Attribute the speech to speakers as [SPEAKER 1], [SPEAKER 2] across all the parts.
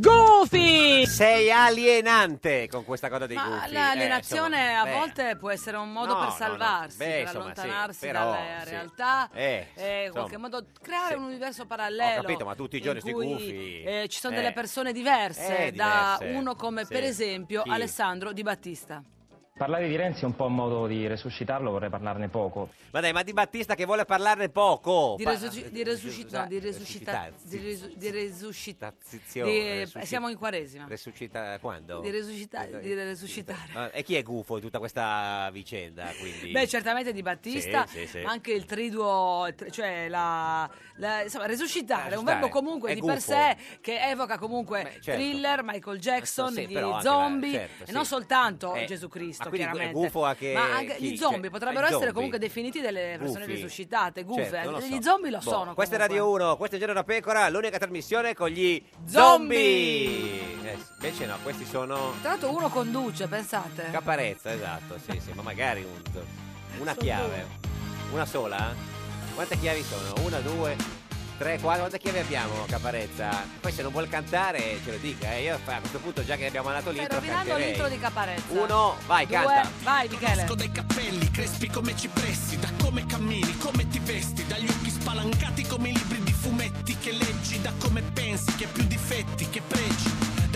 [SPEAKER 1] Goofy!
[SPEAKER 2] Sei alienante con questa cosa dei
[SPEAKER 1] Ma
[SPEAKER 2] gufi.
[SPEAKER 1] l'alienazione
[SPEAKER 2] eh,
[SPEAKER 1] a
[SPEAKER 2] insomma, beh.
[SPEAKER 1] volte può essere un modo
[SPEAKER 2] No,
[SPEAKER 1] per
[SPEAKER 2] no, no.
[SPEAKER 1] salvarsi,
[SPEAKER 2] Beh,
[SPEAKER 1] per
[SPEAKER 2] insomma, sì,
[SPEAKER 1] allontanarsi
[SPEAKER 2] però,
[SPEAKER 1] dalla
[SPEAKER 2] sì.
[SPEAKER 1] realtà
[SPEAKER 2] Eh,
[SPEAKER 1] e in qualche
[SPEAKER 2] insomma,
[SPEAKER 1] modo creare
[SPEAKER 2] sì.
[SPEAKER 1] un universo
[SPEAKER 2] Ho
[SPEAKER 1] parallelo.
[SPEAKER 2] capito, ma tutti i giorni
[SPEAKER 1] in
[SPEAKER 2] sui
[SPEAKER 1] cui,
[SPEAKER 2] gufi.
[SPEAKER 1] eh, ci sono
[SPEAKER 2] Eh.
[SPEAKER 1] delle persone diverse,
[SPEAKER 2] Eh,
[SPEAKER 1] da
[SPEAKER 2] diverse.
[SPEAKER 1] uno come
[SPEAKER 2] Sì.
[SPEAKER 1] per esempio
[SPEAKER 2] Chi?
[SPEAKER 1] Alessandro Di Battista.
[SPEAKER 3] Parlare di Renzi è un po' un modo di resuscitarlo, vorrei parlarne poco.
[SPEAKER 2] Ma dai, ma di Battista che vuole parlarne poco.
[SPEAKER 1] Di,
[SPEAKER 2] Oh, Pa-
[SPEAKER 1] resuci- di resuscit- no, di resuscità,
[SPEAKER 2] resuscitazzi-
[SPEAKER 1] di resu- di resuscità,
[SPEAKER 2] Zizione,
[SPEAKER 1] di- eh,
[SPEAKER 2] resuscit-
[SPEAKER 1] siamo in quaresima,
[SPEAKER 2] Resuscita quando?
[SPEAKER 1] di, resuscita- di resuscitare.
[SPEAKER 2] Ma- E chi è gufo in tutta questa vicenda? Quindi?
[SPEAKER 1] Beh, certamente Di Battista,
[SPEAKER 2] Sì, sì, sì.
[SPEAKER 1] ma anche il triduo, il tri- cioè la, la- insomma, resuscitare, è un
[SPEAKER 2] Eh, Resuscitare.
[SPEAKER 1] verbo comunque
[SPEAKER 2] È
[SPEAKER 1] di per
[SPEAKER 2] gufo.
[SPEAKER 1] sé che evoca comunque
[SPEAKER 2] certo.
[SPEAKER 1] thriller, Michael Jackson,
[SPEAKER 2] Sì,
[SPEAKER 1] gli
[SPEAKER 2] però anche la-
[SPEAKER 1] zombie,
[SPEAKER 2] certo, sì.
[SPEAKER 1] e non soltanto
[SPEAKER 2] Eh,
[SPEAKER 1] Gesù Cristo,
[SPEAKER 2] ma quindi è
[SPEAKER 1] chiaramente.
[SPEAKER 2] gufo anche
[SPEAKER 1] ma anche
[SPEAKER 2] chi?
[SPEAKER 1] gli zombie
[SPEAKER 2] Cioè,
[SPEAKER 1] potrebbero
[SPEAKER 2] i
[SPEAKER 1] essere
[SPEAKER 2] zombie.
[SPEAKER 1] comunque definiti delle persone
[SPEAKER 2] Gufi.
[SPEAKER 1] risuscitate, gufe,
[SPEAKER 2] Certo, non lo
[SPEAKER 1] eh. gli
[SPEAKER 2] so.
[SPEAKER 1] zombie lo
[SPEAKER 2] Boh,
[SPEAKER 1] sono.
[SPEAKER 2] Questa è
[SPEAKER 1] comunque.
[SPEAKER 2] Radio 1, questo è Giorno da Pecora, l'unica trasmissione con gli
[SPEAKER 1] Zombie!
[SPEAKER 2] zombie. Eh, sì, invece no, questi sono
[SPEAKER 1] Tra l'altro uno conduce, pensate.
[SPEAKER 2] Caparezza, esatto, sì, sì, ma magari un- una
[SPEAKER 1] Sono
[SPEAKER 2] chiave. Una sola? Quante chiavi sono? Una, due, tre, quattro, quante chiavi abbiamo Caparezza? Poi se non vuol cantare ce lo dica, eh, io a questo punto già che abbiamo mandato
[SPEAKER 1] Stai
[SPEAKER 2] l'intro
[SPEAKER 1] rovinando
[SPEAKER 2] canterei.
[SPEAKER 1] l'intro di Caparezza.
[SPEAKER 2] Uno, vai,
[SPEAKER 1] Due,
[SPEAKER 2] canta.
[SPEAKER 1] vai Michele.
[SPEAKER 4] Conosco dai capelli crespi come cipressi, da come cammini, come ti vesti, dagli occhi spalancati come i libri di fumetti che leggi, da come pensi, che più difetti, che pregi,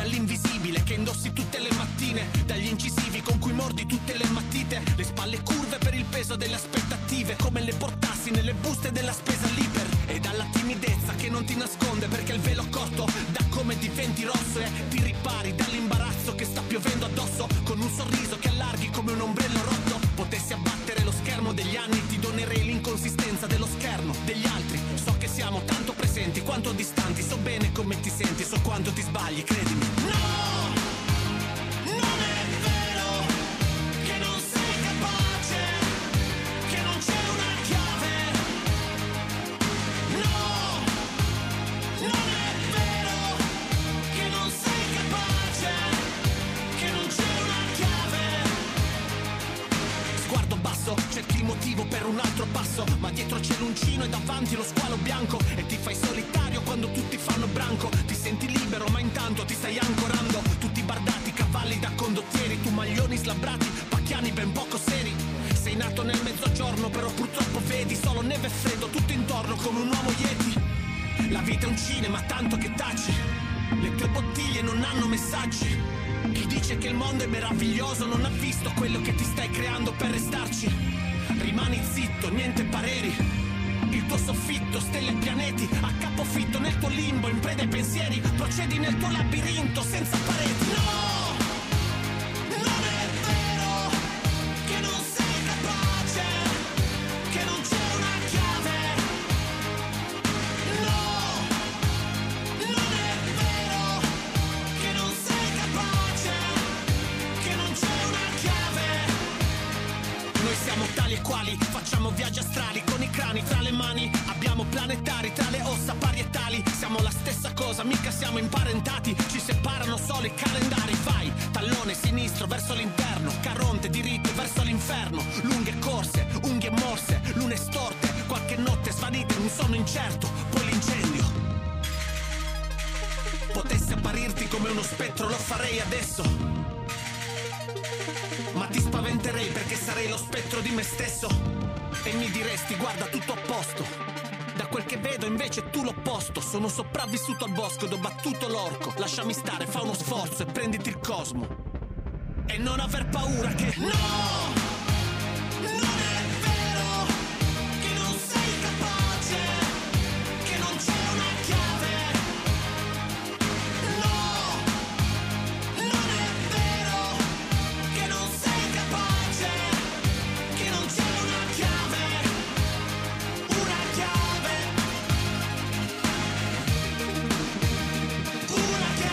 [SPEAKER 4] dall'invisibile che indossi tutte le mattine, dagli incisivi con cui mordi tutte le matite, le spalle curve per il peso delle aspettative, come le portassi nelle buste della spesa liber, e dalla timidezza che non ti nasconde perché il velo corto da come diventi rosso e ti ripari dall'imbarazzo che sta piovendo addosso con un sorriso che allarghi come un ombrello rotto potessi abbattere lo schermo degli anni ti donerei l'inconsistenza dello schermo degli altri so che siamo tanto presenti quanto distanti so bene come ti senti so quanto ti sbagli credimi no non è vero che non sei capace che non c'è una chiave No, non è vero che non sei capace, che non c'è una chiave. Sguardo basso, cerchi il motivo per un altro passo, ma dietro c'è l'uncino e davanti lo squalo bianco e ti fai solitario quando tutti fanno branco, ti senti libero ma intanto ti stai ancorando, tutti bardati, cavalli da condottieri, tu maglioni slabrati, pacchiani ben poco seri. Sei nato nel mezzogiorno, però purtroppo vedi solo neve e freddo tutto intorno come un uomo yeti. La vita è un cinema, tanto che taci. Le tue bottiglie non hanno messaggi. Chi dice che il mondo è meraviglioso non ha visto quello che ti stai creando per restarci. Rimani zitto, niente pareri. Il tuo soffitto, stelle e pianeti, a capofitto nel tuo limbo, in preda ai pensieri, procedi nel tuo labirinto senza pareti. No! Non è vero che non sei capace, che non c'è una chiave. No, non è vero che non sei capace, che non c'è una chiave. Noi siamo tali e quali, facciamo viaggi astrali con i crani tra le mani, abbiamo planetari tra le ossa parietali, siamo la stessa cosa, mica siamo imparentati, ci separano solo i calendari, vai, tallone sinistro verso l'interno, caronte diritto verso l'inferno, lunghe corse, unghie morse, lune storte, qualche notte svanite in un sonno incerto, poi l'incendio. Potessi apparirti come uno spettro lo farei adesso. Ma ti spaventerei perché sarei lo spettro di me stesso. E mi diresti guarda tutto a posto. Da quel che vedo invece tu l'opposto. Sono sopravvissuto al bosco ed ho battuto l'orco. Lasciami stare, fa uno sforzo e prenditi il cosmo. E non aver paura che... No! Non è vero che non sei capace, che non c'è una chiave. No, non è vero che non sei capace, che non c'è una chiave, una chiave, una chiave, una chiave.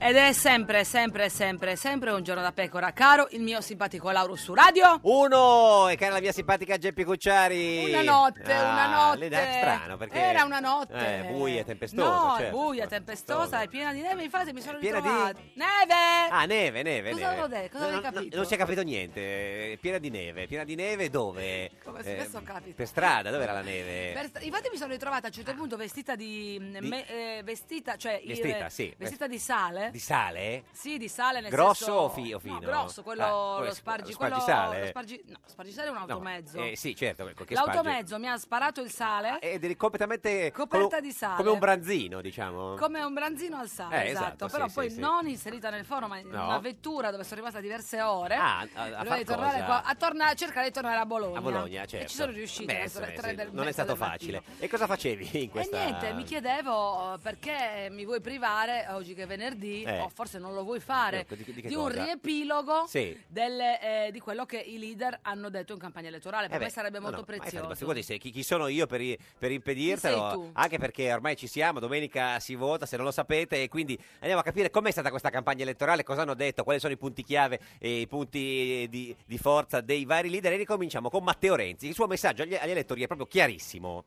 [SPEAKER 1] Ed è sempre, sempre, sempre, sempre un giorno da pecora. Caro il mio simpatico Lauro su radio.
[SPEAKER 2] Uno! E cara la mia simpatica Geppi Cucciari.
[SPEAKER 1] Una notte,
[SPEAKER 2] Ah,
[SPEAKER 1] una notte.
[SPEAKER 2] lei- è strano perché...
[SPEAKER 1] Era una notte.
[SPEAKER 2] Eh, buia, tempestosa.
[SPEAKER 1] No, è
[SPEAKER 2] certo.
[SPEAKER 1] buia, tempestosa, è piena di neve. Infatti mi sono
[SPEAKER 2] piena di-
[SPEAKER 1] ritrovata. Neve!
[SPEAKER 2] Ah, neve, neve,
[SPEAKER 1] Cosa
[SPEAKER 2] neve.
[SPEAKER 1] avevo detto? Cosa
[SPEAKER 2] No,
[SPEAKER 1] avevi
[SPEAKER 2] no, no,
[SPEAKER 1] capito?
[SPEAKER 2] non si è capito niente. È Piena di neve. Piena di neve dove?
[SPEAKER 1] Eh,
[SPEAKER 2] Eh,
[SPEAKER 1] Come spesso capita.
[SPEAKER 2] Per strada, dove era la neve?
[SPEAKER 1] Per st- infatti mi sono ritrovata a un certo punto vestita di... mh,
[SPEAKER 2] Ah. Di-
[SPEAKER 1] me- eh, vestita, cioè... il-
[SPEAKER 2] Vestita, sì.
[SPEAKER 1] Vestita di sale.
[SPEAKER 2] Di sale?
[SPEAKER 1] Sì, di sale nel
[SPEAKER 2] Grosso
[SPEAKER 1] senso-
[SPEAKER 2] o fi- o fino?
[SPEAKER 1] No, grosso, quello,
[SPEAKER 2] Ah, quello
[SPEAKER 1] lo
[SPEAKER 2] sp-
[SPEAKER 1] spargi,
[SPEAKER 2] lo
[SPEAKER 1] quello,
[SPEAKER 2] spargisale?
[SPEAKER 1] lo spargi- no, spargisale è un
[SPEAKER 2] No,
[SPEAKER 1] automezzo.
[SPEAKER 2] eh, sì, certo. quel che
[SPEAKER 1] L'automezzo mi ha sparato il sale
[SPEAKER 2] sparge. Ed è completamente...
[SPEAKER 1] Coperta
[SPEAKER 2] come-
[SPEAKER 1] di sale.
[SPEAKER 2] Come un branzino, diciamo.
[SPEAKER 1] come un branzino al sale,
[SPEAKER 2] Eh,
[SPEAKER 1] esatto.
[SPEAKER 2] esatto,
[SPEAKER 1] Però
[SPEAKER 2] sì,
[SPEAKER 1] poi
[SPEAKER 2] sì, sì.
[SPEAKER 1] non inserita nel forno, ma in
[SPEAKER 2] No.
[SPEAKER 1] una vettura dove sono rimasta diverse ore.
[SPEAKER 2] Ah, a- a
[SPEAKER 1] Dovevo
[SPEAKER 2] far
[SPEAKER 1] tornare
[SPEAKER 2] cosa?
[SPEAKER 1] qua- a tornare- cercare di tornare a Bologna.
[SPEAKER 2] A Bologna, certo.
[SPEAKER 1] E ci sono riuscita.
[SPEAKER 2] Beh,
[SPEAKER 1] verso le
[SPEAKER 2] insomma,
[SPEAKER 1] tre
[SPEAKER 2] sì,
[SPEAKER 1] del
[SPEAKER 2] non
[SPEAKER 1] mezzo
[SPEAKER 2] è stato
[SPEAKER 1] del mattino.
[SPEAKER 2] facile. eh. E cosa facevi in questa...
[SPEAKER 1] E niente, mi chiedevo eh, perché mi vuoi privare oggi che è venerdì,
[SPEAKER 2] Eh.
[SPEAKER 1] o forse non lo vuoi fare,
[SPEAKER 2] Ecco, di che- di che
[SPEAKER 1] un
[SPEAKER 2] cosa?
[SPEAKER 1] riepilogo
[SPEAKER 2] Sì.
[SPEAKER 1] delle, eh, di quello che i leader hanno detto in campagna elettorale. Per
[SPEAKER 2] Eh
[SPEAKER 1] me
[SPEAKER 2] beh,
[SPEAKER 1] sarebbe
[SPEAKER 2] no,
[SPEAKER 1] molto
[SPEAKER 2] no, ma infatti,
[SPEAKER 1] prezioso.
[SPEAKER 2] ma figurati se- chi, chi sono io per, i- per
[SPEAKER 1] Chi sei tu?
[SPEAKER 2] impedirtelo? Anche perché ormai ci siamo, domenica si vota, se non lo sapete, e quindi andiamo a capire com'è stata questa campagna elettorale, cosa hanno detto, quali sono i punti chiave e i punti di, di forza dei vari leader. E ricominciamo con Matteo Renzi. Il suo messaggio agli, agli elettori è proprio chiarissimo.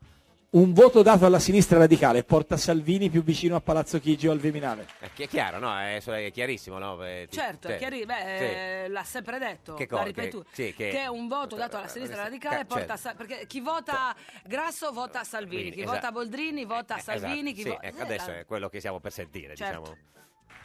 [SPEAKER 5] Un voto dato alla sinistra radicale porta Salvini più vicino a Palazzo Chigi o al Viminale.
[SPEAKER 2] Eh, Chi è chiaro, no? È, è chiarissimo, no? Eh, ti-
[SPEAKER 1] Certo, è
[SPEAKER 2] cioè,
[SPEAKER 1] chiari- beh, eh, l'ha sempre detto,
[SPEAKER 2] Che
[SPEAKER 1] l'ha
[SPEAKER 2] cosa?
[SPEAKER 1] ripetuto,
[SPEAKER 2] Che- sì, che-
[SPEAKER 1] un voto dato alla sinistra radicale
[SPEAKER 2] Ca-
[SPEAKER 1] porta a
[SPEAKER 2] certo. Cioè,
[SPEAKER 1] Sa- perché chi vota Grasso vota Salvini,
[SPEAKER 2] Quindi,
[SPEAKER 1] chi
[SPEAKER 2] esatto.
[SPEAKER 1] vota Boldrini vota
[SPEAKER 2] eh,
[SPEAKER 1] Salvini,
[SPEAKER 2] esatto,
[SPEAKER 1] chi
[SPEAKER 2] sì,
[SPEAKER 1] vota...
[SPEAKER 2] ecco, adesso è quello che siamo per sentire,
[SPEAKER 1] Certo.
[SPEAKER 2] diciamo.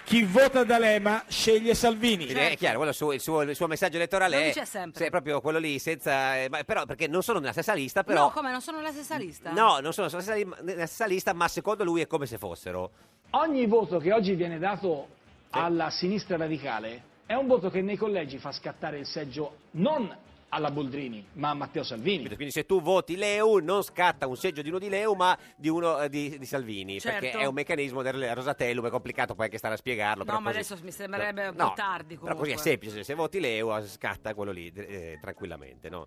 [SPEAKER 5] Chi vota D'Alema sceglie Salvini.
[SPEAKER 2] Quindi È chiaro, quello suo- il, suo, il suo messaggio elettorale
[SPEAKER 1] Lo
[SPEAKER 2] è,
[SPEAKER 1] dice sempre.
[SPEAKER 2] se è proprio quello lì, senza, eh, ma- però perché non sono nella stessa lista,
[SPEAKER 1] No,
[SPEAKER 2] però...
[SPEAKER 1] come non sono la stessa lista?
[SPEAKER 2] No, non sono nella stessa, li- nella stessa lista, ma secondo lui è come se fossero.
[SPEAKER 6] Ogni voto che oggi viene dato alla sinistra radicale è un voto che nei collegi fa scattare il seggio non alla Boldrini, ma a Matteo Salvini.
[SPEAKER 2] Quindi se tu voti Leu non scatta un seggio di uno di Leu, ma di uno eh, di, di Salvini,
[SPEAKER 1] Certo.
[SPEAKER 2] perché è un meccanismo del Rosatellum, è complicato poi anche stare a spiegarlo.
[SPEAKER 1] No,
[SPEAKER 2] però
[SPEAKER 1] ma
[SPEAKER 2] così-
[SPEAKER 1] adesso mi sembrerebbe un
[SPEAKER 2] No,
[SPEAKER 1] po' tardi
[SPEAKER 2] Però così è
[SPEAKER 1] comunque.
[SPEAKER 2] semplice, se voti Leu scatta quello lì eh, tranquillamente, no?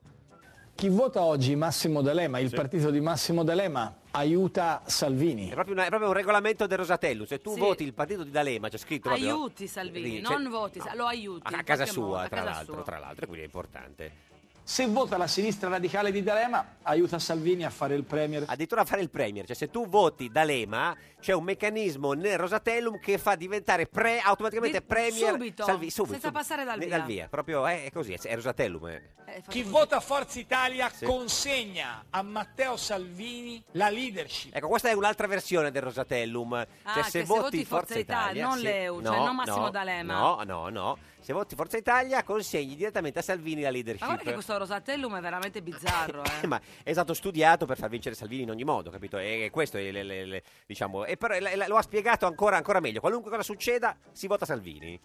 [SPEAKER 7] Chi vota oggi Massimo D'Alema, il partito di Massimo D'Alema, aiuta Salvini.
[SPEAKER 2] È proprio, una- è proprio un regolamento del Rosatellum, se tu
[SPEAKER 1] Sì.
[SPEAKER 2] voti il partito di D'Alema, c'è scritto proprio-
[SPEAKER 1] Aiuti Salvini,
[SPEAKER 2] Lì, c'è-
[SPEAKER 1] non voti, sa- lo aiuti.
[SPEAKER 2] A, a
[SPEAKER 1] in
[SPEAKER 2] casa
[SPEAKER 1] qualche modo,
[SPEAKER 2] sua,
[SPEAKER 1] a
[SPEAKER 2] tra
[SPEAKER 1] casa
[SPEAKER 2] l'altro,
[SPEAKER 1] sua.
[SPEAKER 2] tra l'altro, e quindi è importante.
[SPEAKER 7] Se vota la sinistra radicale di D'Alema, aiuta Salvini a fare il premier.
[SPEAKER 2] Addirittura a fare il premier, cioè se tu voti D'Alema c'è un meccanismo nel Rosatellum che fa diventare pre- automaticamente
[SPEAKER 1] Di-
[SPEAKER 2] premier
[SPEAKER 1] subito,
[SPEAKER 2] Salvi- subito,
[SPEAKER 1] senza
[SPEAKER 2] subito.
[SPEAKER 1] passare dal
[SPEAKER 2] Ne-
[SPEAKER 1] via.
[SPEAKER 2] proprio eh, è, è così, è, è Rosatellum. eh.
[SPEAKER 1] Eh, fa-
[SPEAKER 8] Chi vota Forza Italia
[SPEAKER 2] Sì.
[SPEAKER 8] consegna a Matteo Salvini la leadership.
[SPEAKER 2] Ecco, questa è un'altra versione del Rosatellum.
[SPEAKER 1] Ah,
[SPEAKER 2] cioè,
[SPEAKER 1] che se
[SPEAKER 2] se voti,
[SPEAKER 1] voti Forza Italia, non
[SPEAKER 2] sì,
[SPEAKER 1] Leu, cioè, non Massimo D'Alema.
[SPEAKER 2] No, no, no. Se voti Forza Italia consegni direttamente a Salvini la
[SPEAKER 1] Ma
[SPEAKER 2] leadership.
[SPEAKER 1] guarda che questo Rosatellum è veramente bizzarro, eh.
[SPEAKER 2] Eh, ma è stato studiato per far vincere Salvini in ogni modo, capito? E e questo è le- le- le- diciamo. E però la- la- lo ha spiegato ancora, ancora meglio. Qualunque cosa succeda, si vota Salvini.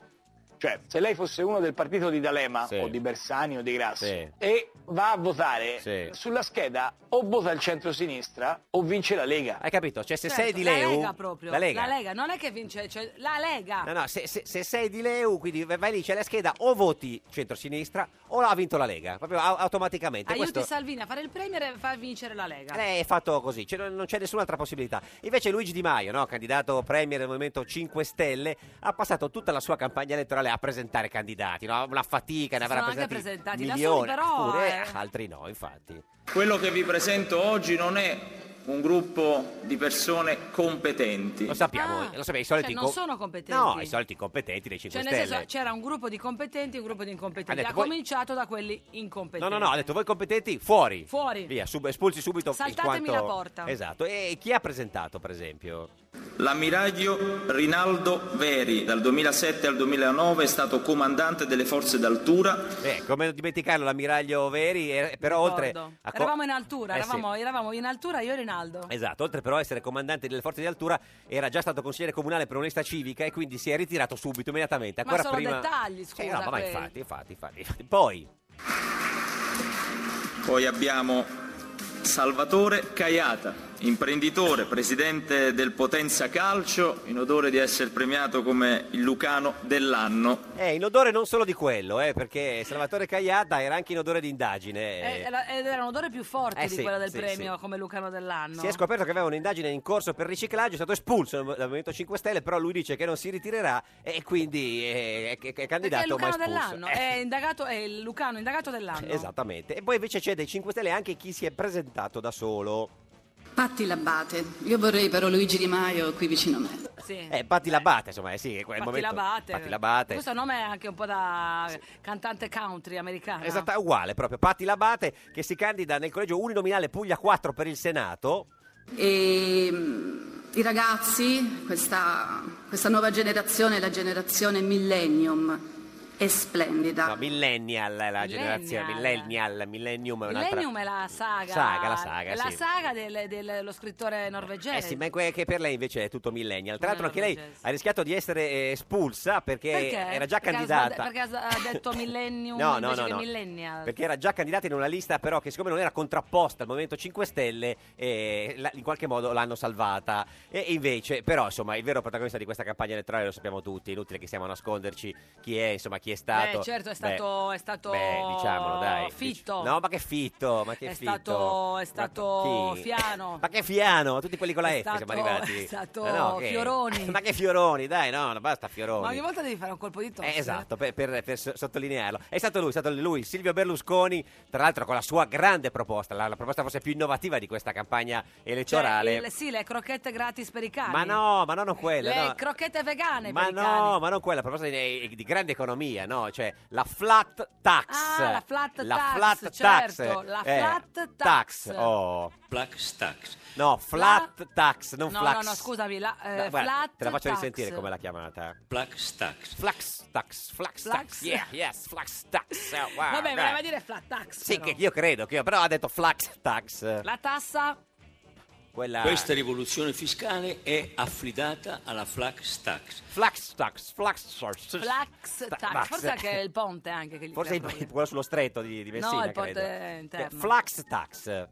[SPEAKER 9] Cioè, se lei fosse uno del partito di D'Alema
[SPEAKER 2] Sì.
[SPEAKER 9] o di Bersani o di Grasso
[SPEAKER 2] Sì.
[SPEAKER 9] e va a votare
[SPEAKER 2] Sì.
[SPEAKER 9] sulla scheda o vota il centrosinistra o vince la Lega.
[SPEAKER 2] Hai capito? Cioè, se
[SPEAKER 1] Certo,
[SPEAKER 2] sei di
[SPEAKER 1] la
[SPEAKER 2] Leu.
[SPEAKER 1] Lega proprio,
[SPEAKER 2] La Lega.
[SPEAKER 1] non è che vince, cioè, la Lega.
[SPEAKER 2] No, no, se, se- se sei di Leu, quindi vai lì, c'è la scheda, o voti centrosinistra o ha vinto la Lega. Proprio au- automaticamente.
[SPEAKER 1] Aiuti
[SPEAKER 2] questo...
[SPEAKER 1] Salvini a fare il premier e fa vincere la Lega.
[SPEAKER 2] Eh, è fatto così, cioè, non non c'è nessun'altra possibilità. Invece Luigi Di Maio, no, candidato premier del Movimento 5 Stelle, ha passato tutta la sua campagna elettorale a presentare candidati, no? una fatica, ne
[SPEAKER 1] Si
[SPEAKER 2] avrà
[SPEAKER 1] sono anche
[SPEAKER 2] presentati,
[SPEAKER 1] presentati da
[SPEAKER 2] milioni,
[SPEAKER 1] soli, però,
[SPEAKER 2] pure,
[SPEAKER 1] eh.
[SPEAKER 2] altri no, infatti.
[SPEAKER 10] Quello che vi presento oggi non è un gruppo di persone competenti.
[SPEAKER 2] Lo sappiamo,
[SPEAKER 1] Ah,
[SPEAKER 2] lo sappiamo, i soliti
[SPEAKER 1] cioè, non sono competenti.
[SPEAKER 2] No, i soliti competenti dei 5
[SPEAKER 1] Cioè, nel
[SPEAKER 2] Stelle.
[SPEAKER 1] senso, c'era un gruppo di competenti e un gruppo di incompetenti.
[SPEAKER 2] Ha
[SPEAKER 1] Ha,
[SPEAKER 2] detto, voi-
[SPEAKER 1] cominciato da quelli
[SPEAKER 2] No,
[SPEAKER 1] incompetenti.
[SPEAKER 2] no, no, ha detto voi competenti fuori.
[SPEAKER 1] Fuori.
[SPEAKER 2] Via, sub- espulsi subito in
[SPEAKER 1] Saltatemi
[SPEAKER 2] quanto-
[SPEAKER 1] la porta.
[SPEAKER 2] Esatto. E chi ha presentato, per esempio?
[SPEAKER 10] L'ammiraglio Rinaldo Veri, dal 2007 al 2009, è stato comandante delle forze d'altura.
[SPEAKER 2] Eh, come non dimenticarlo, l'ammiraglio Veri, eh, però oltre
[SPEAKER 1] Ricordo.
[SPEAKER 2] a co-
[SPEAKER 1] Eravamo in altura,
[SPEAKER 2] Eh, sì.
[SPEAKER 1] eravamo, eravamo in altura io e Rinaldo.
[SPEAKER 2] Esatto, oltre però a essere comandante delle forze di altura era già stato consigliere comunale per un'onestà civica e quindi si è ritirato subito, immediatamente.
[SPEAKER 1] Ma
[SPEAKER 2] Ancora
[SPEAKER 1] sono
[SPEAKER 2] prima...
[SPEAKER 1] dettagli,
[SPEAKER 2] Sì,
[SPEAKER 1] scusa,
[SPEAKER 2] no, ma- ma
[SPEAKER 1] quelli.
[SPEAKER 2] infatti, infatti, infatti, infatti. Poi,
[SPEAKER 10] Poi abbiamo Salvatore Caiata, imprenditore, presidente del Potenza Calcio, in odore di essere premiato come il Lucano dell'anno.
[SPEAKER 2] Eh, in odore non solo di quello, eh, perché Salvatore Cagliata era anche in odore di indagine.
[SPEAKER 1] Eh, era- Ed era un odore più forte
[SPEAKER 2] Eh
[SPEAKER 1] di
[SPEAKER 2] sì,
[SPEAKER 1] quello del
[SPEAKER 2] sì,
[SPEAKER 1] premio come Lucano dell'anno.
[SPEAKER 2] Si è scoperto che aveva un'indagine in corso per riciclaggio, è stato espulso dal Movimento 5 Stelle, però lui dice che non si ritirerà e quindi eh, è, è- è
[SPEAKER 1] Perché è
[SPEAKER 2] candidato ma
[SPEAKER 1] Lucano
[SPEAKER 2] espulso.
[SPEAKER 1] dell'anno, eh,
[SPEAKER 2] Eh, Esatto.
[SPEAKER 1] è, indagato, è il Lucano indagato dell'anno.
[SPEAKER 2] Esattamente. E poi invece c'è dei 5 Stelle anche chi si è presentato da solo.
[SPEAKER 11] Patti Labbate, io vorrei però Luigi Di Maio qui vicino a me.
[SPEAKER 1] Sì.
[SPEAKER 2] Eh, Patti Labate, insomma, eh sì, è quel
[SPEAKER 1] Patti
[SPEAKER 2] momento.
[SPEAKER 1] Labate.
[SPEAKER 2] Patti Labate.
[SPEAKER 1] Questo nome è anche un po' da cantante country americana.
[SPEAKER 2] Esatto, è uguale proprio. Patti Labate che si candida nel collegio uninominale Puglia 4 per il Senato.
[SPEAKER 11] E mm, i ragazzi, questa, questa nuova generazione, la generazione millennium, è splendida.
[SPEAKER 2] No, millennial è la
[SPEAKER 1] Millennial.
[SPEAKER 2] generazione, millennial, millennium è un'altra.
[SPEAKER 1] Millennium è la saga.
[SPEAKER 2] Saga, la saga,
[SPEAKER 1] è la
[SPEAKER 2] sì.
[SPEAKER 1] saga del- dello scrittore norvegese.
[SPEAKER 2] Eh sì, ma que- che per lei invece è tutto millennial. Tra
[SPEAKER 1] Non
[SPEAKER 2] l'altro
[SPEAKER 1] è
[SPEAKER 2] anche lei
[SPEAKER 1] norvegese.
[SPEAKER 2] ha rischiato di essere eh, espulsa perché,
[SPEAKER 1] Perché?
[SPEAKER 2] era già
[SPEAKER 1] Perché ha
[SPEAKER 2] candidata.
[SPEAKER 1] sbad- Perché ha ha detto millennium
[SPEAKER 2] No, no,
[SPEAKER 1] invece
[SPEAKER 2] no,
[SPEAKER 1] che
[SPEAKER 2] no.
[SPEAKER 1] millennial.
[SPEAKER 2] Perché era già candidata in una lista, però che siccome non era contrapposta al Movimento 5 Stelle, eh, la- in qualche modo l'hanno salvata. E invece, però, insomma, il vero protagonista di questa campagna elettorale lo sappiamo tutti, inutile che stiamo a nasconderci chi è, insomma, chi è stato.
[SPEAKER 1] Beh, certo, è
[SPEAKER 2] Beh,
[SPEAKER 1] stato, è stato
[SPEAKER 2] beh, diciamolo, dai.
[SPEAKER 1] Fitto.
[SPEAKER 2] No, ma che fitto, ma che
[SPEAKER 1] è
[SPEAKER 2] fitto.
[SPEAKER 1] stato, è stato
[SPEAKER 2] chi?
[SPEAKER 1] Fiano.
[SPEAKER 2] Ma che fiano, tutti quelli con la
[SPEAKER 1] È
[SPEAKER 2] F siamo
[SPEAKER 1] stato-
[SPEAKER 2] arrivati.
[SPEAKER 1] è stato
[SPEAKER 2] Ma
[SPEAKER 1] Fioroni.
[SPEAKER 2] ma che fioroni, dai, no, no, basta fioroni.
[SPEAKER 1] Ma ogni volta devi fare un colpo di tosse.
[SPEAKER 2] Eh, Esatto, per, per- per so- sottolinearlo. È stato lui, è stato lui, Silvio Berlusconi, tra l'altro con la sua grande proposta, la, la proposta forse più innovativa di questa campagna
[SPEAKER 1] Cioè,
[SPEAKER 2] elettorale.
[SPEAKER 1] il- Eh, sì, le crocchette gratis per i cani.
[SPEAKER 2] Ma no, ma no, non quella.
[SPEAKER 1] Le
[SPEAKER 2] no.
[SPEAKER 1] crocchette vegane
[SPEAKER 2] Ma
[SPEAKER 1] per i
[SPEAKER 2] no,
[SPEAKER 1] cani.
[SPEAKER 2] ma non quella, la proposta di, eh, di grande economia, no? Cioè la flat tax.
[SPEAKER 1] Ah, la flat
[SPEAKER 2] La
[SPEAKER 1] tax,
[SPEAKER 2] flat tax.
[SPEAKER 1] certo, la
[SPEAKER 2] Eh,
[SPEAKER 1] flat
[SPEAKER 2] tax.
[SPEAKER 1] tax.
[SPEAKER 2] Oh. tax. No, flat tax, non
[SPEAKER 1] no,
[SPEAKER 2] flax.
[SPEAKER 1] no, no, scusami, la, eh,
[SPEAKER 2] No, guarda,
[SPEAKER 1] flat
[SPEAKER 2] te la faccio
[SPEAKER 1] tax.
[SPEAKER 2] risentire come l'ha chiamata. Flax tax. Flax tax. Flax, tax.
[SPEAKER 1] Flax?
[SPEAKER 2] Yeah, yes, flax tax. Oh, wow,
[SPEAKER 1] Vabbè,
[SPEAKER 2] dai.
[SPEAKER 1] voleva dire flat tax.
[SPEAKER 2] Sì,
[SPEAKER 1] però.
[SPEAKER 2] che io credo, che io, però ha detto flax tax.
[SPEAKER 1] La tassa
[SPEAKER 2] Quella...
[SPEAKER 12] Questa rivoluzione fiscale è affidata alla flax tax.
[SPEAKER 2] Flax tax, flax tax.
[SPEAKER 1] flax tax.
[SPEAKER 2] tax.
[SPEAKER 1] Forse anche il ponte anche che gli
[SPEAKER 2] Forse
[SPEAKER 1] piace.
[SPEAKER 2] il- quello sullo stretto di, di Messina,
[SPEAKER 1] Eh, No, il ponte
[SPEAKER 2] credo.
[SPEAKER 1] interno.
[SPEAKER 2] Flax tax.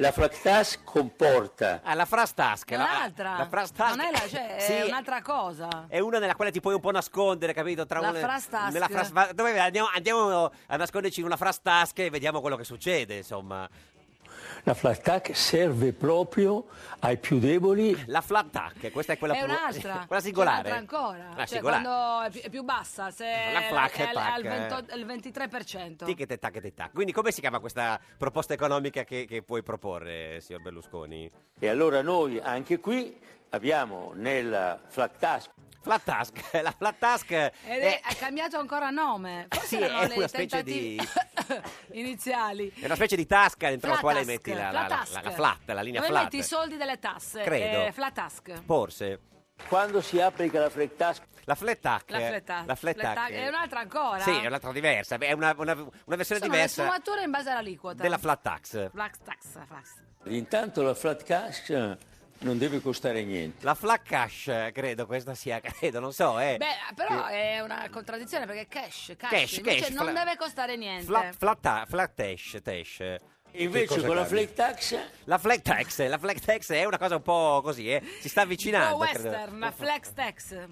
[SPEAKER 12] La flax tax comporta
[SPEAKER 2] Ah, la frastasca.
[SPEAKER 1] È un'altra.
[SPEAKER 2] La, la frastasca.
[SPEAKER 1] non è la, cioè,
[SPEAKER 2] Sì,
[SPEAKER 1] è un'altra cosa.
[SPEAKER 2] È una nella quale ti puoi un po' nascondere, capito? Tra
[SPEAKER 1] La
[SPEAKER 2] una-
[SPEAKER 1] frastask.
[SPEAKER 2] nella fras- va- dove andiamo, andiamo a nasconderci in una frastasca e vediamo quello che succede, insomma.
[SPEAKER 12] La flat tax serve proprio ai più deboli.
[SPEAKER 2] La flat tax, questa è quella
[SPEAKER 1] è
[SPEAKER 2] più-
[SPEAKER 1] un'altra.
[SPEAKER 2] quella singolare.
[SPEAKER 1] C'è un'altra ancora.
[SPEAKER 2] La
[SPEAKER 1] cioè,
[SPEAKER 2] singolare.
[SPEAKER 1] quando è pi- è più bassa, se
[SPEAKER 2] La flac
[SPEAKER 1] è, al-
[SPEAKER 2] tac,
[SPEAKER 1] al
[SPEAKER 2] eh.
[SPEAKER 1] 28 il 23%.
[SPEAKER 2] Ticket e tac e tac. Quindi come si chiama questa proposta economica che, che puoi proporre, signor Berlusconi?
[SPEAKER 12] E allora noi anche qui abbiamo nella flat tax.
[SPEAKER 2] Flat task, la flat task è,
[SPEAKER 1] Ed è, ha cambiato ancora nome. Forse
[SPEAKER 2] eh. sì,
[SPEAKER 1] erano
[SPEAKER 2] è
[SPEAKER 1] le
[SPEAKER 2] una specie
[SPEAKER 1] tentativi
[SPEAKER 2] di...
[SPEAKER 1] iniziali.
[SPEAKER 2] È una specie di tasca dentro la
[SPEAKER 1] Flat
[SPEAKER 2] quale
[SPEAKER 1] task,
[SPEAKER 2] metti la, la,
[SPEAKER 1] flat
[SPEAKER 2] la,
[SPEAKER 1] task.
[SPEAKER 2] la- la flat, la linea
[SPEAKER 1] Dove
[SPEAKER 2] flat.
[SPEAKER 1] metti i soldi delle tasse?
[SPEAKER 2] Credo.
[SPEAKER 1] Eh, flat task.
[SPEAKER 2] Forse.
[SPEAKER 12] Quando si applica la flat tax?
[SPEAKER 2] La flat tax.
[SPEAKER 1] La flat tax.
[SPEAKER 2] La flat
[SPEAKER 1] Flat tax.
[SPEAKER 2] tax.
[SPEAKER 1] È un'altra ancora?
[SPEAKER 2] Sì, è un'altra diversa. È una, una- una versione
[SPEAKER 1] Sono le
[SPEAKER 2] diversa
[SPEAKER 1] sfumature in base all'aliquota.
[SPEAKER 2] della flat tax.
[SPEAKER 1] Flat tax. flat-
[SPEAKER 12] Intanto la flat tax non deve costare niente.
[SPEAKER 2] La flat cash, credo questa sia, credo, non so, eh.
[SPEAKER 1] Beh, però
[SPEAKER 2] Che-
[SPEAKER 1] è una contraddizione perché cash, cash,
[SPEAKER 2] Cash,
[SPEAKER 1] invece
[SPEAKER 2] cash,
[SPEAKER 1] non
[SPEAKER 2] fla-
[SPEAKER 1] deve costare niente.
[SPEAKER 2] Flat, flat, ta- flat tash, tash.
[SPEAKER 12] Invece
[SPEAKER 2] Che cosa
[SPEAKER 12] con la
[SPEAKER 2] cambia?
[SPEAKER 12] flat tax
[SPEAKER 2] La flat tax, la flat tax è una cosa un po' così, eh. Si sta avvicinando,
[SPEAKER 1] o
[SPEAKER 2] credo.
[SPEAKER 1] western, la flex tax.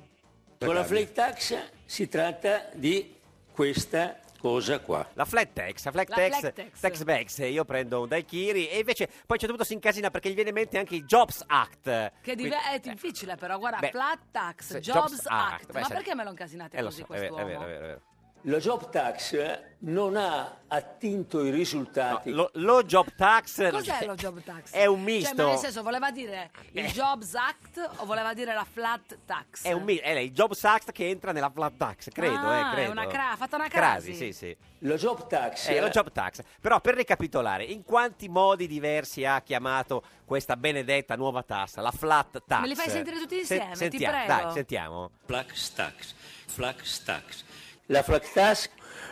[SPEAKER 12] con la flat tax si tratta di questa cosa qua.
[SPEAKER 2] La flat tax, la flat
[SPEAKER 12] La
[SPEAKER 2] tax,
[SPEAKER 12] flat tax.
[SPEAKER 2] tax bags, io prendo un daiquiri e invece poi a un certo punto si incasina perché gli viene in mente anche il Jobs Act.
[SPEAKER 1] Che
[SPEAKER 2] Quindi-
[SPEAKER 1] dive- è difficile però, guarda,
[SPEAKER 2] beh,
[SPEAKER 1] flat tax,
[SPEAKER 2] se-
[SPEAKER 1] Jobs,
[SPEAKER 2] Jobs
[SPEAKER 1] Act.
[SPEAKER 2] Act, beh,
[SPEAKER 1] Ma
[SPEAKER 2] se-
[SPEAKER 1] perché me lo incasinate
[SPEAKER 2] Eh, lo
[SPEAKER 1] così
[SPEAKER 2] so, è vero, è vero,
[SPEAKER 1] quest'uomo?
[SPEAKER 2] è vero, è vero.
[SPEAKER 12] La job tax eh, non ha attinto i risultati.
[SPEAKER 2] Lo, lo job tax
[SPEAKER 1] Cos'è lo job tax?
[SPEAKER 2] È un
[SPEAKER 1] Cioè, ma
[SPEAKER 2] misto.
[SPEAKER 1] nel senso, voleva dire il
[SPEAKER 2] Eh.
[SPEAKER 1] Jobs Act o voleva dire la flat tax?
[SPEAKER 2] è, un mi- è il Jobs Act che entra nella flat tax, credo,
[SPEAKER 1] Ah,
[SPEAKER 2] eh,
[SPEAKER 1] è
[SPEAKER 2] credo.
[SPEAKER 1] una cra- ha fatto una
[SPEAKER 2] crasi.
[SPEAKER 1] crasi.
[SPEAKER 2] sì, sì.
[SPEAKER 12] Lo job tax
[SPEAKER 2] Eh, lo job tax. Però per ricapitolare, in quanti modi diversi ha chiamato questa benedetta nuova tassa, la flat tax?
[SPEAKER 1] Me li fai sentire tutti
[SPEAKER 2] Se-
[SPEAKER 1] insieme, ti
[SPEAKER 2] sentiamo,
[SPEAKER 1] prego.
[SPEAKER 2] Dai, sentiamo.
[SPEAKER 12] Flax tax, flax tax. La flax tax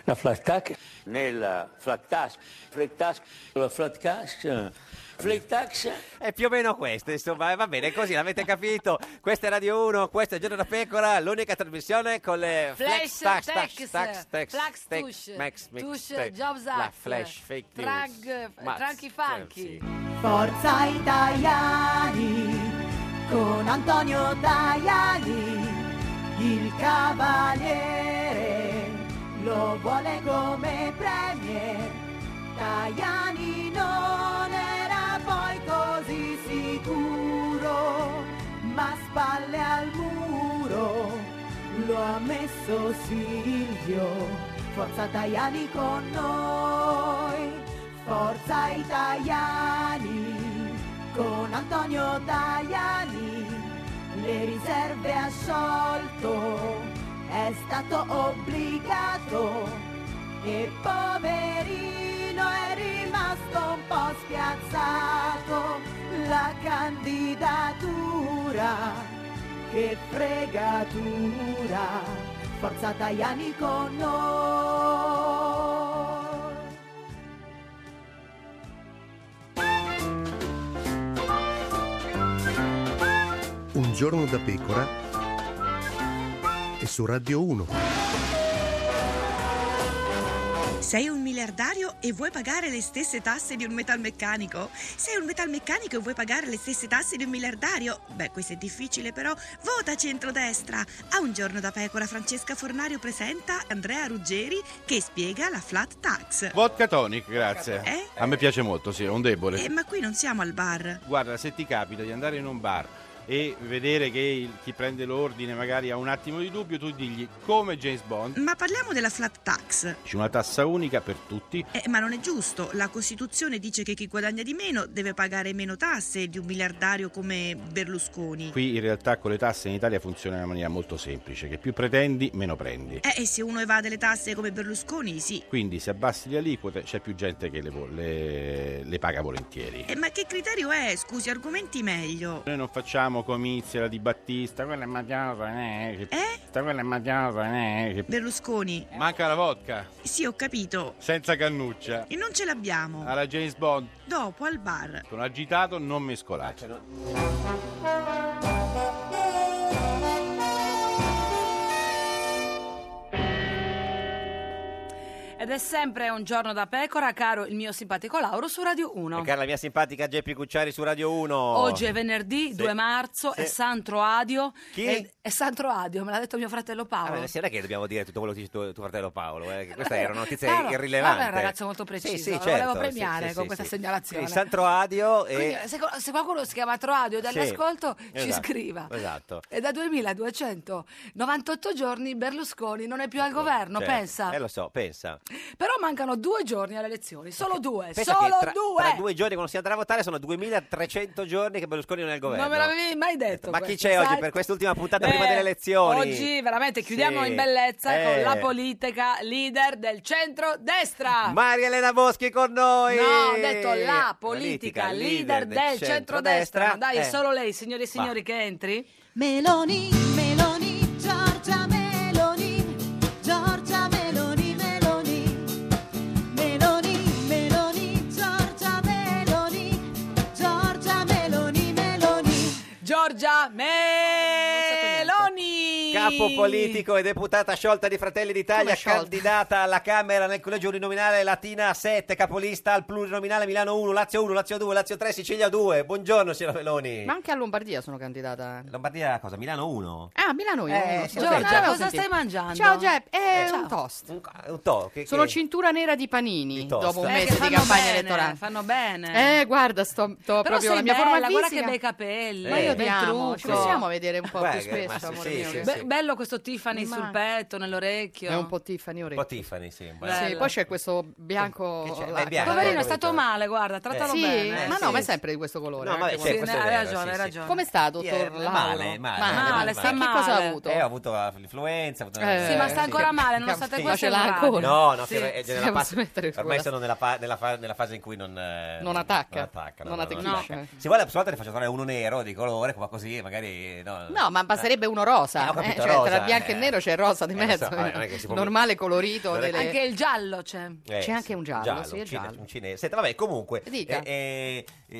[SPEAKER 12] La flat tax nella flat tax, flat tax, la flat tax, flat tax
[SPEAKER 2] È più o meno questo, insomma, eh, va bene, così l'avete capito. Questa è Radio 1, questo è Giorno da Pecora, l'unica trasmissione con le
[SPEAKER 1] Flash
[SPEAKER 2] tax, tax,
[SPEAKER 1] tax,
[SPEAKER 2] tax, tax,
[SPEAKER 1] flax
[SPEAKER 2] tax,
[SPEAKER 1] tush,
[SPEAKER 2] max, mix,
[SPEAKER 1] tush,
[SPEAKER 2] tax,
[SPEAKER 1] jobs
[SPEAKER 2] la
[SPEAKER 1] act,
[SPEAKER 2] flash, fake news,
[SPEAKER 1] Trag,
[SPEAKER 2] mazz,
[SPEAKER 1] tranchi
[SPEAKER 2] eh,
[SPEAKER 1] funky.
[SPEAKER 2] sì.
[SPEAKER 13] Forza Italiani con Antonio Tajani, il cavaliere lo vuole come premier. Tajani non era poi così sicuro, ma spalle al muro lo ha messo Silvio. Forza Tajani con noi, forza Italiani, con Antonio Tajani, le riserve ha sciolto, è stato obbligato e poverino è rimasto un po' spiazzato la candidatura che fregatura, forza Tajani con noi.
[SPEAKER 14] Un giorno da pecora e su Radio 1.
[SPEAKER 15] Sei un miliardario e vuoi pagare le stesse tasse di un metalmeccanico? Sei un metalmeccanico e vuoi pagare le stesse tasse di un miliardario? Beh, questo è difficile però. Vota centrodestra! A un giorno da pecora Francesca Fornario presenta Andrea Ruggeri che spiega la flat tax.
[SPEAKER 16] Vodka tonic, grazie.
[SPEAKER 15] Eh?
[SPEAKER 16] A me piace molto, sì, è un debole.
[SPEAKER 15] Eh, ma qui non siamo al bar.
[SPEAKER 16] Guarda, se ti capita di andare in un bar e vedere che il- chi prende l'ordine magari ha un attimo di dubbio, tu digli come James Bond.
[SPEAKER 15] Ma parliamo della flat tax.
[SPEAKER 16] C'è una tassa unica per tutti.
[SPEAKER 15] Eh, ma non è giusto, la Costituzione dice che chi guadagna di meno deve pagare meno tasse di un miliardario come Berlusconi.
[SPEAKER 16] Qui in realtà con le tasse in Italia funziona in una maniera molto semplice, che più pretendi, meno prendi.
[SPEAKER 15] Eh, e se uno evade le tasse come Berlusconi, sì.
[SPEAKER 16] Quindi se abbassi le aliquote c'è più gente che le, vo- le- le paga volentieri.
[SPEAKER 15] Eh, ma che criterio è? Scusi, argomenti meglio.
[SPEAKER 16] Noi non facciamo comizi, la di Battista, quella è mafiosa, eh? che- Quella è mafiosa, eh? che-
[SPEAKER 15] Berlusconi.
[SPEAKER 16] Manca la vodka.
[SPEAKER 15] Sì, ho capito. Eh.
[SPEAKER 16] Senza cannuccia.
[SPEAKER 15] E non ce l'abbiamo.
[SPEAKER 16] Alla James Bond.
[SPEAKER 15] Dopo al bar.
[SPEAKER 16] Sono agitato, non
[SPEAKER 15] Ah,
[SPEAKER 16] mescolato.
[SPEAKER 1] Ed è sempre un giorno da pecora, caro il mio simpatico Lauro su Radio 1.
[SPEAKER 2] E cara la mia simpatica Geppi Cucciari su Radio 1.
[SPEAKER 1] Oggi è venerdì 2 marzo, è Santroadio.
[SPEAKER 2] Chi?
[SPEAKER 1] È, è Santroadio, me l'ha detto mio fratello Paolo.
[SPEAKER 2] Vabbè, Ah, sì, non è che dobbiamo dire tutto quello che dice tuo, tuo fratello Paolo, eh, che questa
[SPEAKER 1] Vabbè,
[SPEAKER 2] era una notizia
[SPEAKER 1] Paolo,
[SPEAKER 2] irrilevante. certo,
[SPEAKER 1] Paolo è un ragazzo molto preciso, lo volevo premiare con questa segnalazione.
[SPEAKER 2] Quindi Santroadio e...
[SPEAKER 1] Quindi, se, se qualcuno si chiama Troadio dall'ascolto
[SPEAKER 2] eh. Sì,
[SPEAKER 1] ci
[SPEAKER 2] esatto,
[SPEAKER 1] scriva. Eh,
[SPEAKER 2] Esatto.
[SPEAKER 1] E da 2298 giorni Berlusconi non è più al governo,
[SPEAKER 2] Certo.
[SPEAKER 1] pensa.
[SPEAKER 2] Eh lo so, pensa.
[SPEAKER 1] Però mancano due giorni alle elezioni, solo due,
[SPEAKER 2] Pensa
[SPEAKER 1] solo
[SPEAKER 2] che tra,
[SPEAKER 1] due.
[SPEAKER 2] tra due giorni quando si andrà a votare sono 2300 giorni che Berlusconi non è al governo.
[SPEAKER 1] Non me l'avevi mai detto.
[SPEAKER 2] Ma chi
[SPEAKER 1] questo,
[SPEAKER 2] c'è
[SPEAKER 1] sai?
[SPEAKER 2] oggi per quest'ultima puntata
[SPEAKER 1] Beh,
[SPEAKER 2] prima delle elezioni?
[SPEAKER 1] Oggi veramente chiudiamo
[SPEAKER 2] Sì.
[SPEAKER 1] in bellezza
[SPEAKER 2] Eh.
[SPEAKER 1] con la politica leader del centro-destra.
[SPEAKER 2] Maria Elena Boschi con noi.
[SPEAKER 1] No, ho detto la politica, leader del centrodestra. Dai, è
[SPEAKER 2] Eh.
[SPEAKER 1] solo lei, signore e signori, che entri.
[SPEAKER 13] Meloni, Meloni, Giorgia Meloni, Giorgia Meloni, Meloni, Meloni, Meloni, Giorgia Meloni, Giorgia Meloni, Meloni.
[SPEAKER 1] Giorgia Meloni.
[SPEAKER 2] Capo politico e deputata sciolta di Fratelli d'Italia,
[SPEAKER 1] Come sciolta?
[SPEAKER 2] candidata alla Camera nel collegio uninominale Latina 7, capolista al plurinominale Milano 1, Lazio 1, Lazio 2, Lazio 3, Sicilia 2. Buongiorno, signora Meloni.
[SPEAKER 17] Ma anche a Lombardia sono candidata. eh.
[SPEAKER 2] Lombardia cosa? Milano 1?
[SPEAKER 17] Ah, a Milano io.
[SPEAKER 2] Eh,
[SPEAKER 17] non lo so.
[SPEAKER 2] Giorgia,
[SPEAKER 17] Non l'avevo
[SPEAKER 1] cosa
[SPEAKER 17] sentito.
[SPEAKER 1] stai mangiando?
[SPEAKER 17] Ciao Gep, è
[SPEAKER 1] Eh,
[SPEAKER 17] un
[SPEAKER 1] ciao.
[SPEAKER 17] toast.
[SPEAKER 2] È un to, che,
[SPEAKER 17] Sono
[SPEAKER 2] che-
[SPEAKER 17] cintura nera di panini
[SPEAKER 2] toast.
[SPEAKER 17] dopo un
[SPEAKER 2] Eh,
[SPEAKER 1] Eh, che
[SPEAKER 17] mese di
[SPEAKER 1] fanno
[SPEAKER 17] campagna
[SPEAKER 1] bene,
[SPEAKER 17] elettorale.
[SPEAKER 1] Fanno bene.
[SPEAKER 17] Eh, guarda, sto, sto
[SPEAKER 1] Però
[SPEAKER 17] proprio
[SPEAKER 1] sei
[SPEAKER 17] la mia
[SPEAKER 1] bella,
[SPEAKER 17] forma
[SPEAKER 1] guarda
[SPEAKER 17] fisica.
[SPEAKER 1] che bei capelli.
[SPEAKER 17] Ma io ti
[SPEAKER 1] bel
[SPEAKER 17] amo,
[SPEAKER 1] trucco.
[SPEAKER 17] ci possiamo vedere un po'
[SPEAKER 2] Guarda
[SPEAKER 17] più
[SPEAKER 2] che-
[SPEAKER 17] spesso,
[SPEAKER 2] ma sì,
[SPEAKER 17] amore
[SPEAKER 2] sì,
[SPEAKER 17] mio.
[SPEAKER 2] sì,
[SPEAKER 17] che-
[SPEAKER 1] Be- bello questo Tiffany
[SPEAKER 17] Ma-
[SPEAKER 1] sul petto, nell'orecchio.
[SPEAKER 17] È un po' Tiffany
[SPEAKER 2] Un
[SPEAKER 17] orecchio.
[SPEAKER 2] po' Tiffany, sì. un po'.
[SPEAKER 17] Sì, poi c'è questo bianco.
[SPEAKER 2] Che c'è?
[SPEAKER 17] là,
[SPEAKER 2] Beh, bianco,
[SPEAKER 1] Poverino, è
[SPEAKER 2] Eh, capito. Eh.
[SPEAKER 1] stato male, guarda, trattalo
[SPEAKER 17] sì,
[SPEAKER 1] bene.
[SPEAKER 17] ma no,
[SPEAKER 1] sì.
[SPEAKER 17] ma è sempre di questo colore.
[SPEAKER 2] No, ma
[SPEAKER 17] anche
[SPEAKER 2] c'è
[SPEAKER 17] quello.
[SPEAKER 2] questo è vero, sì, sì.
[SPEAKER 17] Come sta,
[SPEAKER 2] Sì,
[SPEAKER 17] dottor
[SPEAKER 2] eh,
[SPEAKER 17] Lauro?
[SPEAKER 2] Male, male, male,
[SPEAKER 17] Che- Che cosa ha avuto?
[SPEAKER 2] Eh, ho avuto la- l'influenza. ho avuto una-
[SPEAKER 1] Sì, ma sta ancora male, nonostante
[SPEAKER 17] Campino.
[SPEAKER 1] questo
[SPEAKER 17] Ma ce l'ha
[SPEAKER 1] è grave.
[SPEAKER 17] ancora?
[SPEAKER 2] No, no,
[SPEAKER 17] Sì.
[SPEAKER 2] che è- è
[SPEAKER 17] Sì,
[SPEAKER 2] nella
[SPEAKER 17] la
[SPEAKER 2] fase-
[SPEAKER 17] posso mettere
[SPEAKER 2] ormai
[SPEAKER 17] fuori.
[SPEAKER 2] sono nella, fa- nella fa- nella fase in cui non, eh,
[SPEAKER 17] Non attacca.
[SPEAKER 2] Non attacca, no,
[SPEAKER 17] Non
[SPEAKER 2] no,
[SPEAKER 17] attecchisce.
[SPEAKER 2] attacca. Se vuole la prossima volta ne faccio trovare uno nero di colore, qua così magari... No,
[SPEAKER 17] No, ma basterebbe uno rosa.
[SPEAKER 2] Eh, ho capito,
[SPEAKER 17] eh, c'è
[SPEAKER 2] rosa,
[SPEAKER 17] tra bianco e
[SPEAKER 2] eh.
[SPEAKER 17] nero c'è rosa di
[SPEAKER 2] Eh, lo
[SPEAKER 17] mezzo,
[SPEAKER 2] so, eh, non è che si può-
[SPEAKER 17] normale colorito.
[SPEAKER 2] Non è che-
[SPEAKER 17] Delle...
[SPEAKER 1] Anche il giallo c'è.
[SPEAKER 2] Eh,
[SPEAKER 17] c'è
[SPEAKER 2] sì,
[SPEAKER 17] anche un giallo, sì,
[SPEAKER 2] un,
[SPEAKER 17] il
[SPEAKER 2] cine-
[SPEAKER 17] giallo.
[SPEAKER 2] un cinese. Senta, vabbè, comunque,
[SPEAKER 17] Dica.
[SPEAKER 2] eh, eh,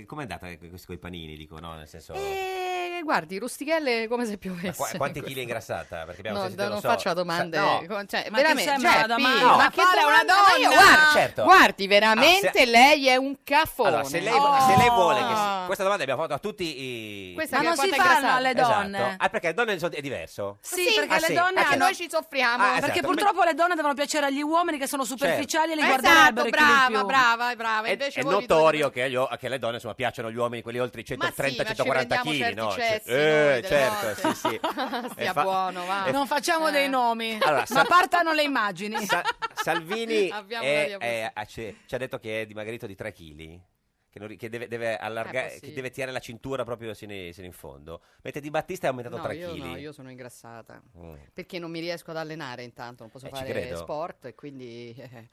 [SPEAKER 2] eh, com'è andata eh, questi coi panini? Dico, no, nel senso,
[SPEAKER 17] Eh, E guardi, rustichelle come se
[SPEAKER 2] Certo. ma qua-
[SPEAKER 17] piovesse.
[SPEAKER 2] quanti chili è ingrassata? Perché abbiamo
[SPEAKER 17] No,
[SPEAKER 2] sentito,
[SPEAKER 17] da-
[SPEAKER 2] lo
[SPEAKER 17] non
[SPEAKER 2] so,
[SPEAKER 17] faccia
[SPEAKER 2] sa-
[SPEAKER 17] domande.
[SPEAKER 2] no.
[SPEAKER 17] con- cioè,
[SPEAKER 1] Ma che
[SPEAKER 17] veramente,
[SPEAKER 1] sembra
[SPEAKER 17] cioè,
[SPEAKER 1] una domanda
[SPEAKER 17] Pino, ma
[SPEAKER 1] da
[SPEAKER 17] che
[SPEAKER 1] fare a una
[SPEAKER 17] domanda? Ma io,
[SPEAKER 1] donna?
[SPEAKER 17] guardi,
[SPEAKER 2] Certo.
[SPEAKER 17] guardi, veramente
[SPEAKER 2] Ah, se-
[SPEAKER 17] lei è un cafone. Oh,
[SPEAKER 2] Allora, se lei, se lei vuole che si- questa domanda l'abbiamo fatta a tutti i
[SPEAKER 17] Ah. Questa
[SPEAKER 1] Ma
[SPEAKER 17] che
[SPEAKER 1] non si
[SPEAKER 17] quanto è
[SPEAKER 1] fanno
[SPEAKER 17] ingrassata?
[SPEAKER 1] alle donne.
[SPEAKER 2] Esatto. Ah, perché le donne sono- è diverso?
[SPEAKER 1] Sì, perché
[SPEAKER 2] Ah,
[SPEAKER 1] le
[SPEAKER 2] sì. Ah,
[SPEAKER 1] donne
[SPEAKER 2] sì,
[SPEAKER 1] hanno-
[SPEAKER 2] no.
[SPEAKER 17] Noi ci soffriamo.
[SPEAKER 2] Ah,
[SPEAKER 1] perché
[SPEAKER 2] esatto. Certo.
[SPEAKER 1] purtroppo le donne devono piacere agli uomini che sono superficiali e li
[SPEAKER 17] Esatto,
[SPEAKER 1] guarderebbero chi di
[SPEAKER 17] brava,
[SPEAKER 1] più.
[SPEAKER 17] brava, brava.
[SPEAKER 2] È,
[SPEAKER 17] Invece
[SPEAKER 2] è
[SPEAKER 17] voi vi
[SPEAKER 2] notorio che, agli o- che alle donne insomma, piacciono gli uomini, quelli oltre i 130-140
[SPEAKER 17] prendiamo
[SPEAKER 2] kg,
[SPEAKER 17] certi
[SPEAKER 2] no?
[SPEAKER 17] cessi
[SPEAKER 2] Cioè-
[SPEAKER 17] noi
[SPEAKER 2] eh,
[SPEAKER 17] delle
[SPEAKER 2] certo, sì, sì.
[SPEAKER 17] Stia
[SPEAKER 2] E fa-
[SPEAKER 17] buono, va. Eh.
[SPEAKER 2] e-
[SPEAKER 18] Non facciamo dei nomi,
[SPEAKER 2] Allora,
[SPEAKER 18] ma
[SPEAKER 2] sa-
[SPEAKER 18] partano le immagini.
[SPEAKER 2] Salvini
[SPEAKER 18] Abbiamo
[SPEAKER 2] è-
[SPEAKER 18] una via
[SPEAKER 2] è- ha- ci ci ha detto che è dimagrito di 3 kg. Che, non ri- che deve, deve allargare, che
[SPEAKER 17] possibile.
[SPEAKER 2] deve tirare la cintura proprio sino, in- sino in fondo. Mentre Di Battista è aumentato
[SPEAKER 17] No,
[SPEAKER 2] 3
[SPEAKER 17] io
[SPEAKER 2] kg.
[SPEAKER 17] no, io sono ingrassata.
[SPEAKER 2] Mm.
[SPEAKER 17] Perché non mi riesco ad allenare intanto, non posso
[SPEAKER 2] Eh, ci
[SPEAKER 17] fare
[SPEAKER 2] credo.
[SPEAKER 17] sport e quindi... eh,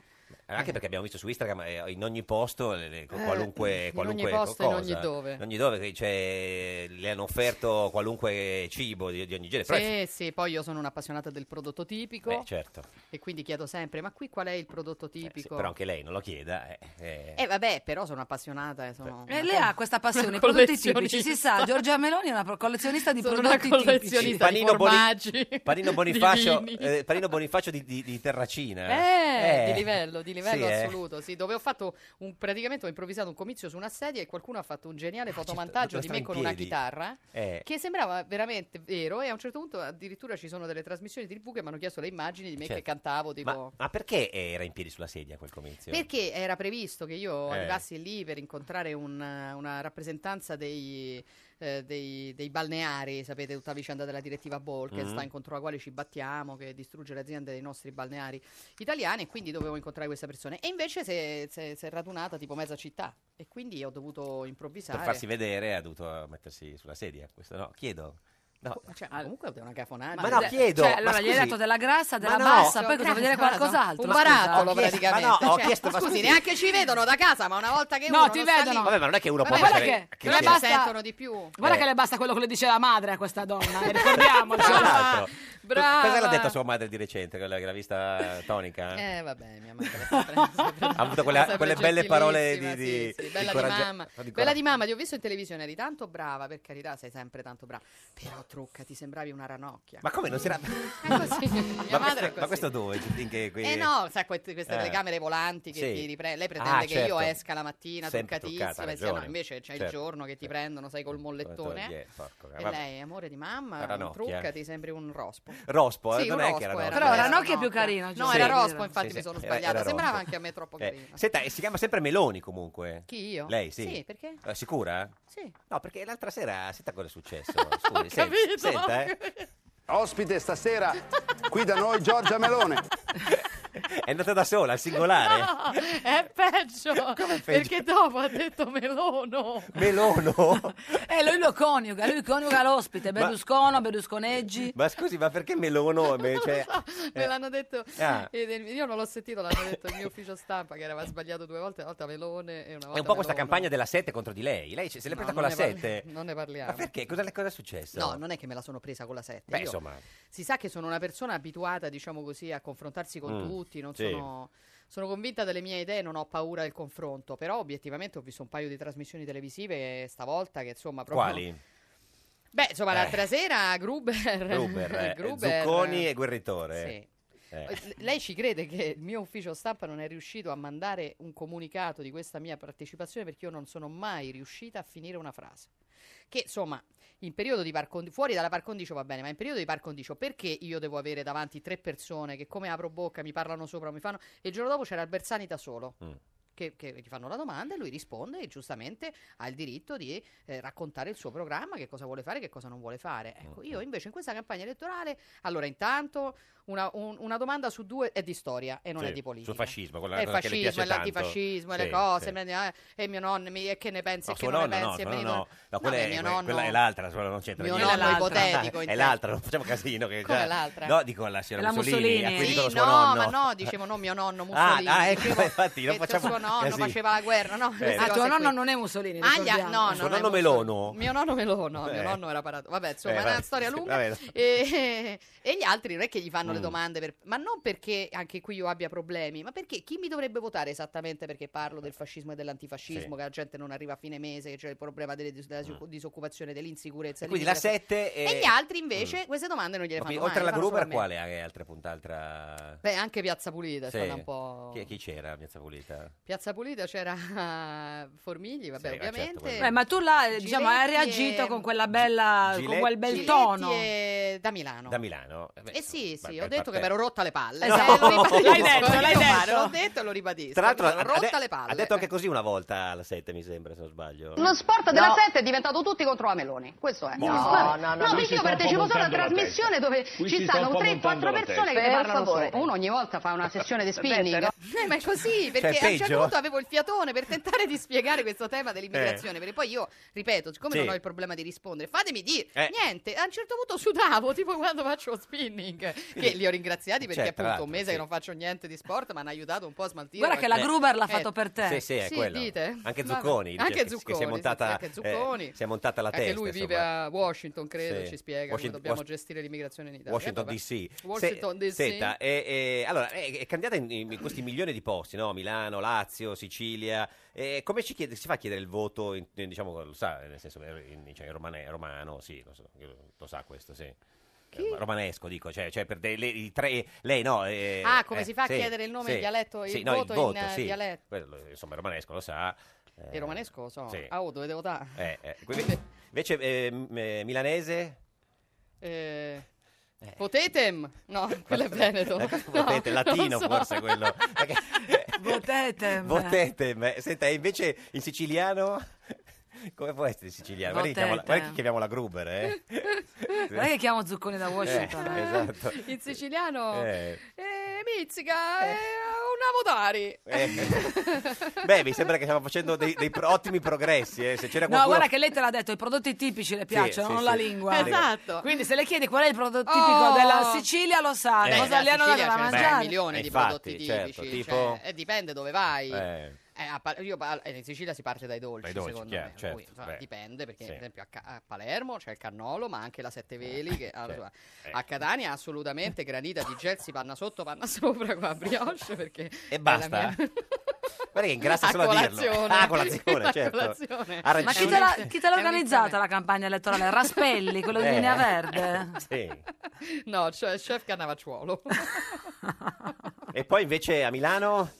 [SPEAKER 2] Anche perché abbiamo visto su Instagram eh, in ogni posto, le- le-
[SPEAKER 17] Eh,
[SPEAKER 2] qualunque,
[SPEAKER 17] in
[SPEAKER 2] qualunque
[SPEAKER 17] ogni posto, in
[SPEAKER 2] cosa.
[SPEAKER 17] ogni dove.
[SPEAKER 2] In ogni dove, cioè, le hanno offerto qualunque cibo di, di ogni genere. Eh, Però è-
[SPEAKER 17] Sì, sì, poi io sono un'appassionata del prodotto tipico
[SPEAKER 2] Beh, certo. Eh,
[SPEAKER 17] e quindi chiedo sempre, ma qui qual è il prodotto tipico?
[SPEAKER 2] Però anche lei non lo chieda. Eh, eh.
[SPEAKER 17] Eh vabbè, però sono appassionata e sono...
[SPEAKER 1] E lei ha questa passione,
[SPEAKER 17] Una
[SPEAKER 1] i prodotti tipici, si
[SPEAKER 17] collezionista.
[SPEAKER 1] sa, Giorgia Meloni è una pro- collezionista di
[SPEAKER 17] Sono una
[SPEAKER 1] prodotti
[SPEAKER 17] collezionista
[SPEAKER 1] tipici.
[SPEAKER 17] di
[SPEAKER 2] Panino Boni-
[SPEAKER 17] formaggi,
[SPEAKER 2] Panino
[SPEAKER 17] di
[SPEAKER 2] Bonifacio,
[SPEAKER 17] vini.
[SPEAKER 2] eh, Panino Bonifacio di, di- di Terracina.
[SPEAKER 17] Eh,
[SPEAKER 2] Eh.
[SPEAKER 17] di livello, di livello
[SPEAKER 2] Sì, eh.
[SPEAKER 17] assoluto, sì, dove ho fatto un, praticamente ho improvvisato un comizio su una sedia e qualcuno ha fatto un geniale fotomontaggio
[SPEAKER 2] certo,
[SPEAKER 17] di me
[SPEAKER 2] sta
[SPEAKER 17] con
[SPEAKER 2] in
[SPEAKER 17] una
[SPEAKER 2] piedi.
[SPEAKER 17] chitarra
[SPEAKER 2] Eh.
[SPEAKER 17] che sembrava veramente vero e a un certo punto addirittura ci sono delle trasmissioni di tv che mi hanno chiesto le immagini di me che
[SPEAKER 2] Certo.
[SPEAKER 17] cantavo, tipo...
[SPEAKER 2] Ma, ma perché era in piedi sulla sedia quel comizio?
[SPEAKER 17] Perché era previsto che io
[SPEAKER 2] Eh.
[SPEAKER 17] arrivassi lì per incontrare un- una rappresentanza dei, eh, dei- dei balneari, sapete tutta la vicenda della direttiva Bolkestein
[SPEAKER 2] Mm.
[SPEAKER 19] Mhm.
[SPEAKER 17] contro la quale ci battiamo, che distrugge le aziende dei nostri balneari italiani e quindi dovevo incontrare questa persona. E invece si è, si è- si è radunata tipo mezza città e quindi ho dovuto improvvisare.
[SPEAKER 2] Per farsi vedere ha dovuto mettersi sulla sedia. Questo no, chiedo. No.
[SPEAKER 17] Ma cioè, comunque è una cafonata.
[SPEAKER 2] Ma no, chiedo,
[SPEAKER 1] Cioè,
[SPEAKER 2] ma
[SPEAKER 1] allora gli hai
[SPEAKER 2] scusi.
[SPEAKER 1] dato della grassa,
[SPEAKER 17] Ma
[SPEAKER 1] della
[SPEAKER 17] no.
[SPEAKER 1] bassa, poi cosa vedere qualcos'altro?
[SPEAKER 17] Un
[SPEAKER 1] scusa?
[SPEAKER 17] barattolo
[SPEAKER 2] Ho chiesto- ma
[SPEAKER 17] praticamente.
[SPEAKER 2] no, ho
[SPEAKER 17] Cioè,
[SPEAKER 2] chiesto, ma
[SPEAKER 17] scusi,
[SPEAKER 2] scusi.
[SPEAKER 17] neanche ci vedono da casa, ma una volta che
[SPEAKER 18] No,
[SPEAKER 17] uno
[SPEAKER 18] ti
[SPEAKER 17] non sta
[SPEAKER 18] vedono.
[SPEAKER 17] lì-
[SPEAKER 2] Vabbè, ma non è che uno
[SPEAKER 17] Vabbè,
[SPEAKER 2] può
[SPEAKER 17] guarda
[SPEAKER 2] mettere...
[SPEAKER 17] che-
[SPEAKER 2] che
[SPEAKER 17] non è
[SPEAKER 2] sia-
[SPEAKER 17] basta- sentono di più.
[SPEAKER 18] Guarda
[SPEAKER 2] Eh.
[SPEAKER 18] che le basta quello che le diceva la madre a questa donna, eh, ricordiamocelo.
[SPEAKER 2] Tra l'altro, co-
[SPEAKER 17] brava.
[SPEAKER 2] Cosa l'ha detto a sua madre di recente, quella che l'ha vista tonica?
[SPEAKER 17] Eh, vabbè, mia madre è sempre- sempre-
[SPEAKER 2] Ha avuto quella-
[SPEAKER 17] sempre
[SPEAKER 2] quelle belle parole di...
[SPEAKER 17] gentilissima,
[SPEAKER 2] di-
[SPEAKER 17] sì, sì, bella di,
[SPEAKER 2] coraggia-
[SPEAKER 17] mamma.
[SPEAKER 2] di
[SPEAKER 17] Bella
[SPEAKER 2] coraggia.
[SPEAKER 17] di mamma, ti ho visto in televisione, eri tanto brava, per carità, sei sempre tanto brava. Però trucca, ti sembravi una ranocchia.
[SPEAKER 2] Ma come non si era...
[SPEAKER 17] È così, mia
[SPEAKER 2] ma,
[SPEAKER 17] madre
[SPEAKER 2] questo,
[SPEAKER 17] è così.
[SPEAKER 2] ma questo dove? Finché qui...
[SPEAKER 17] Eh no, sa, que- queste
[SPEAKER 2] Eh.
[SPEAKER 17] telecamere volanti che
[SPEAKER 2] Sì.
[SPEAKER 17] ti riprendono. Lei pretende
[SPEAKER 2] Ah,
[SPEAKER 17] che io
[SPEAKER 2] certo.
[SPEAKER 17] esca la mattina
[SPEAKER 2] Sempre truccata,
[SPEAKER 17] truccatissima,
[SPEAKER 2] ha
[SPEAKER 17] e sia- no,
[SPEAKER 2] ragione.
[SPEAKER 17] invece c'è il
[SPEAKER 2] Certo.
[SPEAKER 17] giorno che ti prendono, sai, col mollettone.
[SPEAKER 2] Eh, porco,
[SPEAKER 17] e
[SPEAKER 2] vabbè.
[SPEAKER 17] lei, amore di mamma, non
[SPEAKER 2] Ranocchia.
[SPEAKER 17] trucca, ti sembri un rospo.
[SPEAKER 2] Rospo, eh,
[SPEAKER 17] Sì,
[SPEAKER 2] non
[SPEAKER 17] un
[SPEAKER 2] è che
[SPEAKER 17] rospo
[SPEAKER 2] era
[SPEAKER 17] era.
[SPEAKER 2] Rospo.
[SPEAKER 1] Però
[SPEAKER 17] Era
[SPEAKER 1] Ranocchia è
[SPEAKER 17] Ranocchia.
[SPEAKER 1] più carina.
[SPEAKER 17] No,
[SPEAKER 1] giusto?
[SPEAKER 17] era Rospo, infatti
[SPEAKER 2] Sì,
[SPEAKER 17] mi
[SPEAKER 2] sì, Eh,
[SPEAKER 17] sono
[SPEAKER 2] era-
[SPEAKER 17] sbagliata.
[SPEAKER 2] era
[SPEAKER 17] Sembrava
[SPEAKER 2] Rospo.
[SPEAKER 17] anche a me troppo
[SPEAKER 2] Eh,
[SPEAKER 17] carina.
[SPEAKER 2] Senta, e si chiama sempre Meloni comunque.
[SPEAKER 17] Chi io?
[SPEAKER 2] Lei, sì.
[SPEAKER 17] Sì, perché?
[SPEAKER 2] Eh, sicura?
[SPEAKER 17] Sì.
[SPEAKER 2] No, perché l'altra sera, senta cosa è successo. Scusi, sen-
[SPEAKER 17] capito.
[SPEAKER 2] senta, eh.
[SPEAKER 20] Ospite stasera qui da noi Giorgia Melone.
[SPEAKER 2] È andata da sola, al singolare.
[SPEAKER 17] No, è peggio, perché dopo ha detto melono.
[SPEAKER 2] Melono.
[SPEAKER 1] Eh, lui lo coniuga, lui coniuga l'ospite, Berluscono, Berlusconeggi.
[SPEAKER 2] Ma scusi, ma perché Melono? invece?
[SPEAKER 17] Me
[SPEAKER 2] Eh,
[SPEAKER 17] l'hanno detto,
[SPEAKER 2] Ah.
[SPEAKER 17] eh, del- io non l'ho sentito, l'hanno detto il mio ufficio stampa che aveva sbagliato due volte, una volta melone e una volta
[SPEAKER 2] È un po' questa
[SPEAKER 17] Melono.
[SPEAKER 2] campagna della 7 contro di lei. Lei se l'è
[SPEAKER 17] No,
[SPEAKER 2] presa con
[SPEAKER 17] non
[SPEAKER 2] la
[SPEAKER 17] ne parli-
[SPEAKER 2] 7.
[SPEAKER 17] non ne parliamo.
[SPEAKER 2] Ma perché? Cosa, le- cosa è successo?
[SPEAKER 17] No, non è che me la sono presa con la 7.
[SPEAKER 2] Beh, insomma.
[SPEAKER 17] Si sa che sono una persona abituata, diciamo così, a confrontarsi con
[SPEAKER 2] Mm,
[SPEAKER 17] tutti, non
[SPEAKER 2] sì.
[SPEAKER 17] sono... Sono convinta delle mie idee, non ho paura del confronto, però obiettivamente ho visto un paio di trasmissioni televisive stavolta che insomma proprio...
[SPEAKER 2] Quali?
[SPEAKER 17] Beh, insomma,
[SPEAKER 2] Eh.
[SPEAKER 17] l'altra sera Gruber,
[SPEAKER 2] Gruber, eh,
[SPEAKER 17] Gruber-
[SPEAKER 2] Zucconi e Guerritore.
[SPEAKER 17] Sì.
[SPEAKER 2] Eh.
[SPEAKER 17] Eh, Lei ci crede che il mio ufficio stampa non è riuscito a mandare un comunicato di questa mia partecipazione perché io non sono mai riuscita a finire una frase. Che insomma, in periodo di par condi- fuori dalla par condicio va bene, ma in periodo di par condicio perché io devo avere davanti tre persone che come apro bocca mi parlano sopra, mi fanno e il giorno dopo c'era Albersani da solo.
[SPEAKER 2] Mm.
[SPEAKER 17] Che, che gli fanno la domanda e lui risponde e giustamente ha il diritto di eh, raccontare il suo programma, che cosa vuole fare e che cosa non vuole fare.
[SPEAKER 2] Mm.
[SPEAKER 17] Ecco, io invece in questa campagna elettorale, allora intanto una, un- una domanda su due è di storia e non
[SPEAKER 2] Sì,
[SPEAKER 17] è di politica.
[SPEAKER 2] sul fascismo, quella
[SPEAKER 17] è il
[SPEAKER 2] cosa che le piace
[SPEAKER 17] fascismo, è
[SPEAKER 2] tanto.
[SPEAKER 17] l'antifascismo, e le
[SPEAKER 2] Sì,
[SPEAKER 17] cose,
[SPEAKER 2] sì.
[SPEAKER 17] me- eh, e mio nonno, mi- e che ne pensi,
[SPEAKER 2] No,
[SPEAKER 17] e che
[SPEAKER 2] suo
[SPEAKER 17] non
[SPEAKER 2] nonno,
[SPEAKER 17] ne
[SPEAKER 2] no,
[SPEAKER 17] pensi, e
[SPEAKER 2] suo
[SPEAKER 17] me ne
[SPEAKER 2] nonno no.
[SPEAKER 17] ritorno-
[SPEAKER 2] No, quella
[SPEAKER 17] beh,
[SPEAKER 2] è,
[SPEAKER 17] mio
[SPEAKER 2] que-
[SPEAKER 17] nonno-
[SPEAKER 2] quella è l'altra, suo nonno non c'entra
[SPEAKER 17] Mio
[SPEAKER 2] niente.
[SPEAKER 17] nonno ipotetico,
[SPEAKER 2] È
[SPEAKER 17] intendo.
[SPEAKER 2] l'altra, non facciamo casino. Che
[SPEAKER 17] Come
[SPEAKER 2] già-
[SPEAKER 17] l'altra?
[SPEAKER 2] Cioè, No, dico la signora
[SPEAKER 17] La
[SPEAKER 2] Mussolini.
[SPEAKER 17] Mussolini.
[SPEAKER 2] ah, quindi
[SPEAKER 17] Sì,
[SPEAKER 2] dico lo suo
[SPEAKER 17] no,
[SPEAKER 2] nonno.
[SPEAKER 17] ma no, dicevo no, mio nonno
[SPEAKER 2] Ah,
[SPEAKER 17] Mussolini.
[SPEAKER 2] ah, ecco,
[SPEAKER 17] dicevo-
[SPEAKER 2] infatti, non
[SPEAKER 17] detto
[SPEAKER 2] facciamo,
[SPEAKER 17] suo nonno
[SPEAKER 2] Casino.
[SPEAKER 17] faceva la guerra, no?
[SPEAKER 2] Eh.
[SPEAKER 17] Queste
[SPEAKER 2] Ah,
[SPEAKER 1] tuo
[SPEAKER 17] cose
[SPEAKER 1] nonno
[SPEAKER 17] qui.
[SPEAKER 1] non è Mussolini,
[SPEAKER 17] Aglia-
[SPEAKER 1] ricordiamo.
[SPEAKER 17] no,
[SPEAKER 2] Suo
[SPEAKER 17] non è
[SPEAKER 2] nonno Melono?
[SPEAKER 17] Mio nonno Melono,
[SPEAKER 2] Eh.
[SPEAKER 17] mio nonno era parato. Vabbè, insomma,
[SPEAKER 2] Eh,
[SPEAKER 17] è una
[SPEAKER 2] vabbè.
[SPEAKER 17] storia lunga.
[SPEAKER 2] Vabbè, la-
[SPEAKER 17] E, e gli altri non è che gli fanno le
[SPEAKER 2] Mm.
[SPEAKER 17] domande, per- ma non perché anche qui io abbia problemi, ma perché chi mi dovrebbe votare esattamente perché parlo del fascismo e dell'antifascismo,
[SPEAKER 2] Sì. Mm.
[SPEAKER 17] che la gente non arriva a fine mese, che c'è il problema delle dis- della dis- disoccupazione, dell'insicurezza.
[SPEAKER 2] E quindi la
[SPEAKER 17] dell'immigrazione.
[SPEAKER 2] sette eh, è-
[SPEAKER 17] E gli altri invece queste domande non gliele
[SPEAKER 2] Ma
[SPEAKER 17] fanno
[SPEAKER 2] quindi, oltre
[SPEAKER 17] mai.
[SPEAKER 2] alla
[SPEAKER 17] le fanno solo a
[SPEAKER 2] Gruber,
[SPEAKER 17] me.
[SPEAKER 2] quale è altra punta? Altra...
[SPEAKER 17] Beh, anche Piazza Pulita è
[SPEAKER 2] Sì.
[SPEAKER 17] stata un po'...
[SPEAKER 2] Chi, chi c'era a Piazza Pulita?
[SPEAKER 17] Piazza Pulita c'era Formigli, vabbè,
[SPEAKER 2] Sì, ma certo,
[SPEAKER 17] ovviamente.
[SPEAKER 2] quello-
[SPEAKER 1] Eh, ma tu là, eh, diciamo, hai
[SPEAKER 17] Giletti
[SPEAKER 1] reagito
[SPEAKER 17] e-
[SPEAKER 1] con quella bella, con
[SPEAKER 2] Giletti-
[SPEAKER 1] quel bel
[SPEAKER 17] Giletti
[SPEAKER 1] tono.
[SPEAKER 17] e- da Milano.
[SPEAKER 2] Da Milano? Eh beh,
[SPEAKER 17] Eh sì,
[SPEAKER 2] insomma,
[SPEAKER 17] sì,
[SPEAKER 2] bel-
[SPEAKER 17] ho
[SPEAKER 2] bel
[SPEAKER 17] detto che mi ero
[SPEAKER 2] parterre.
[SPEAKER 17] rotta le palle.
[SPEAKER 2] No!
[SPEAKER 17] Eh,
[SPEAKER 1] Esatto.
[SPEAKER 17] lo ribadisco,
[SPEAKER 2] L'hai detto,
[SPEAKER 17] lo
[SPEAKER 2] l'hai
[SPEAKER 17] ribadisco,
[SPEAKER 2] detto.
[SPEAKER 17] L'ho detto e lo ribadisco.
[SPEAKER 2] Tra l'altro,
[SPEAKER 17] mi sono
[SPEAKER 2] ha,
[SPEAKER 17] rotta
[SPEAKER 2] ha de-
[SPEAKER 17] le palle.
[SPEAKER 2] ha detto anche così una volta alla 7, mi sembra, se non sbaglio.
[SPEAKER 19] Lo sport della sette è diventato tutti contro la Meloni, questo è.
[SPEAKER 2] No,
[SPEAKER 19] Mi sbaglio.
[SPEAKER 2] no, no,
[SPEAKER 19] perché io
[SPEAKER 2] qui si sta un po'
[SPEAKER 19] partecipo solo a una
[SPEAKER 2] montando la
[SPEAKER 19] trasmissione testa. dove Qui ci si sta stanno un po' 3-4 montando la persone che testa. ne Per parlano favore. solo. Uno ogni volta fa una sessione di spinning.
[SPEAKER 17] Eh, ma è così, perché
[SPEAKER 19] Cioè,
[SPEAKER 17] a un certo
[SPEAKER 19] peggio?
[SPEAKER 17] punto avevo il fiatone per tentare di spiegare questo tema dell'immigrazione,
[SPEAKER 19] Eh.
[SPEAKER 17] perché poi io, ripeto, siccome
[SPEAKER 19] Sì.
[SPEAKER 17] non ho il problema di rispondere, fatemi dire
[SPEAKER 19] Eh.
[SPEAKER 17] niente, a un certo punto sudavo, tipo quando faccio lo spinning, che li ho ringraziati perché
[SPEAKER 2] Cioè, tra l'altro,
[SPEAKER 17] appunto un mese
[SPEAKER 2] sì.
[SPEAKER 17] che non faccio niente di sport, ma hanno aiutato un po' a smaltire.
[SPEAKER 1] Guarda che la
[SPEAKER 17] Eh.
[SPEAKER 1] Gruber l'ha
[SPEAKER 17] Eh,
[SPEAKER 1] fatto per te.
[SPEAKER 2] Sì, sì, è
[SPEAKER 17] sì,
[SPEAKER 2] quello.
[SPEAKER 17] dite.
[SPEAKER 2] Anche
[SPEAKER 17] Vabbè.
[SPEAKER 2] Zucconi. dice
[SPEAKER 17] Anche
[SPEAKER 2] che- che si
[SPEAKER 17] Zucconi,
[SPEAKER 2] è
[SPEAKER 17] sì,
[SPEAKER 2] montata,
[SPEAKER 17] sì, anche
[SPEAKER 2] eh,
[SPEAKER 17] Zucconi.
[SPEAKER 2] si è montata la
[SPEAKER 17] Anche
[SPEAKER 2] testa.
[SPEAKER 17] lui vive
[SPEAKER 2] insomma.
[SPEAKER 17] a Washington, credo,
[SPEAKER 2] Sì.
[SPEAKER 17] ci spiega
[SPEAKER 2] Washington-
[SPEAKER 17] come dobbiamo
[SPEAKER 2] Wash-
[SPEAKER 17] gestire l'immigrazione in Italia.
[SPEAKER 2] Washington
[SPEAKER 17] Eh, Vabbè.
[SPEAKER 2] DC.
[SPEAKER 17] Washington
[SPEAKER 2] Se-
[SPEAKER 17] DC.
[SPEAKER 2] Senta, eh, eh, allora, eh, è cambiata in, in questi milioni di posti, no? Milano, Lazio, Sicilia. Eh, come ci chiede- si fa a chiedere il voto, in- in- diciamo, lo sa, nel senso, in, in- cioè, in romane- romano, sì, lo, so, io- lo sa questo, sì. Eh, Romanesco, dico, cioè, cioè per delle- i tre, lei no. eh,
[SPEAKER 17] Ah, come
[SPEAKER 2] eh,
[SPEAKER 17] si fa a
[SPEAKER 2] sì,
[SPEAKER 17] chiedere il nome,
[SPEAKER 2] sì,
[SPEAKER 17] il dialetto, il
[SPEAKER 2] sì, no,
[SPEAKER 17] voto in, eh,
[SPEAKER 2] sì.
[SPEAKER 17] dialetto.
[SPEAKER 2] Quello, insomma, il romanesco lo sa. eh,
[SPEAKER 17] E romanesco lo so.
[SPEAKER 2] sì.
[SPEAKER 17] Ah, oh, dovete votare.
[SPEAKER 2] Eh, eh, quindi- invece, eh, m- eh, milanese?
[SPEAKER 17] Eh, Potetem? No, quello è Veneto. No,
[SPEAKER 2] Potete,
[SPEAKER 17] non
[SPEAKER 2] Ecco, latino
[SPEAKER 17] so.
[SPEAKER 2] forse quello.
[SPEAKER 1] Votete.
[SPEAKER 2] Potete, ma- senta, e invece in siciliano? Come può essere in siciliano? Guarda che chiamo la- guarda che chiamiamo la Gruber, eh?
[SPEAKER 1] Guarda che chiamo Zucconi da Washington.
[SPEAKER 2] Eh, esatto.
[SPEAKER 17] In
[SPEAKER 1] Oh.
[SPEAKER 17] siciliano.
[SPEAKER 2] Eh.
[SPEAKER 17] Eh, Mizzica, eh, una votari.
[SPEAKER 2] Eh. Beh, mi sembra che stiamo facendo dei, dei pro- ottimi progressi, eh. Se c'era
[SPEAKER 1] No,
[SPEAKER 2] qualcuno...
[SPEAKER 1] guarda che lei te l'ha detto, i prodotti tipici le piacciono,
[SPEAKER 2] sì,
[SPEAKER 1] non
[SPEAKER 2] sì.
[SPEAKER 1] la lingua.
[SPEAKER 2] Esatto.
[SPEAKER 1] Quindi se le chiedi qual è il prodotto
[SPEAKER 17] Oh.
[SPEAKER 1] tipico della Sicilia lo sa,
[SPEAKER 2] Eh.
[SPEAKER 1] Ah, cosa gli hanno
[SPEAKER 17] Sicilia
[SPEAKER 1] dato da
[SPEAKER 17] ce ne sono un
[SPEAKER 1] mangiare.
[SPEAKER 17] milione
[SPEAKER 2] Eh,
[SPEAKER 17] di
[SPEAKER 2] infatti,
[SPEAKER 17] prodotti
[SPEAKER 2] certo,
[SPEAKER 17] tipici.
[SPEAKER 2] tipo-
[SPEAKER 17] cioè, eh, dipende dove vai.
[SPEAKER 2] Eh.
[SPEAKER 17] Eh, a Pal- io par- eh, in Sicilia si parte dai dolci,
[SPEAKER 2] Dai dolci,
[SPEAKER 17] secondo
[SPEAKER 2] chiaro,
[SPEAKER 17] me. per cui,
[SPEAKER 2] certo,
[SPEAKER 17] insomma,
[SPEAKER 2] beh.
[SPEAKER 17] dipende perché,
[SPEAKER 2] Sì.
[SPEAKER 17] ad esempio, a, Ca- a Palermo c'è il cannolo, ma anche la Sette Veli. Che, allora,
[SPEAKER 2] certo.
[SPEAKER 17] A Catania, assolutamente granita di gelsi, panna sotto, panna sopra, qua a brioche. Perché
[SPEAKER 2] E basta? Guarda che ingrassa
[SPEAKER 17] A
[SPEAKER 2] solo a dirlo.
[SPEAKER 17] colazione.
[SPEAKER 2] Ah, a colazione,
[SPEAKER 17] A
[SPEAKER 2] certo.
[SPEAKER 17] colazione.
[SPEAKER 2] Arancini.
[SPEAKER 1] Ma chi te, l'ha, chi te l'ha organizzata la campagna elettorale? Raspelli, quello di
[SPEAKER 2] Eh.
[SPEAKER 1] Linea Verde?
[SPEAKER 2] Sì.
[SPEAKER 17] No, cioè chef Cannavacciuolo.
[SPEAKER 2] E poi invece a Milano?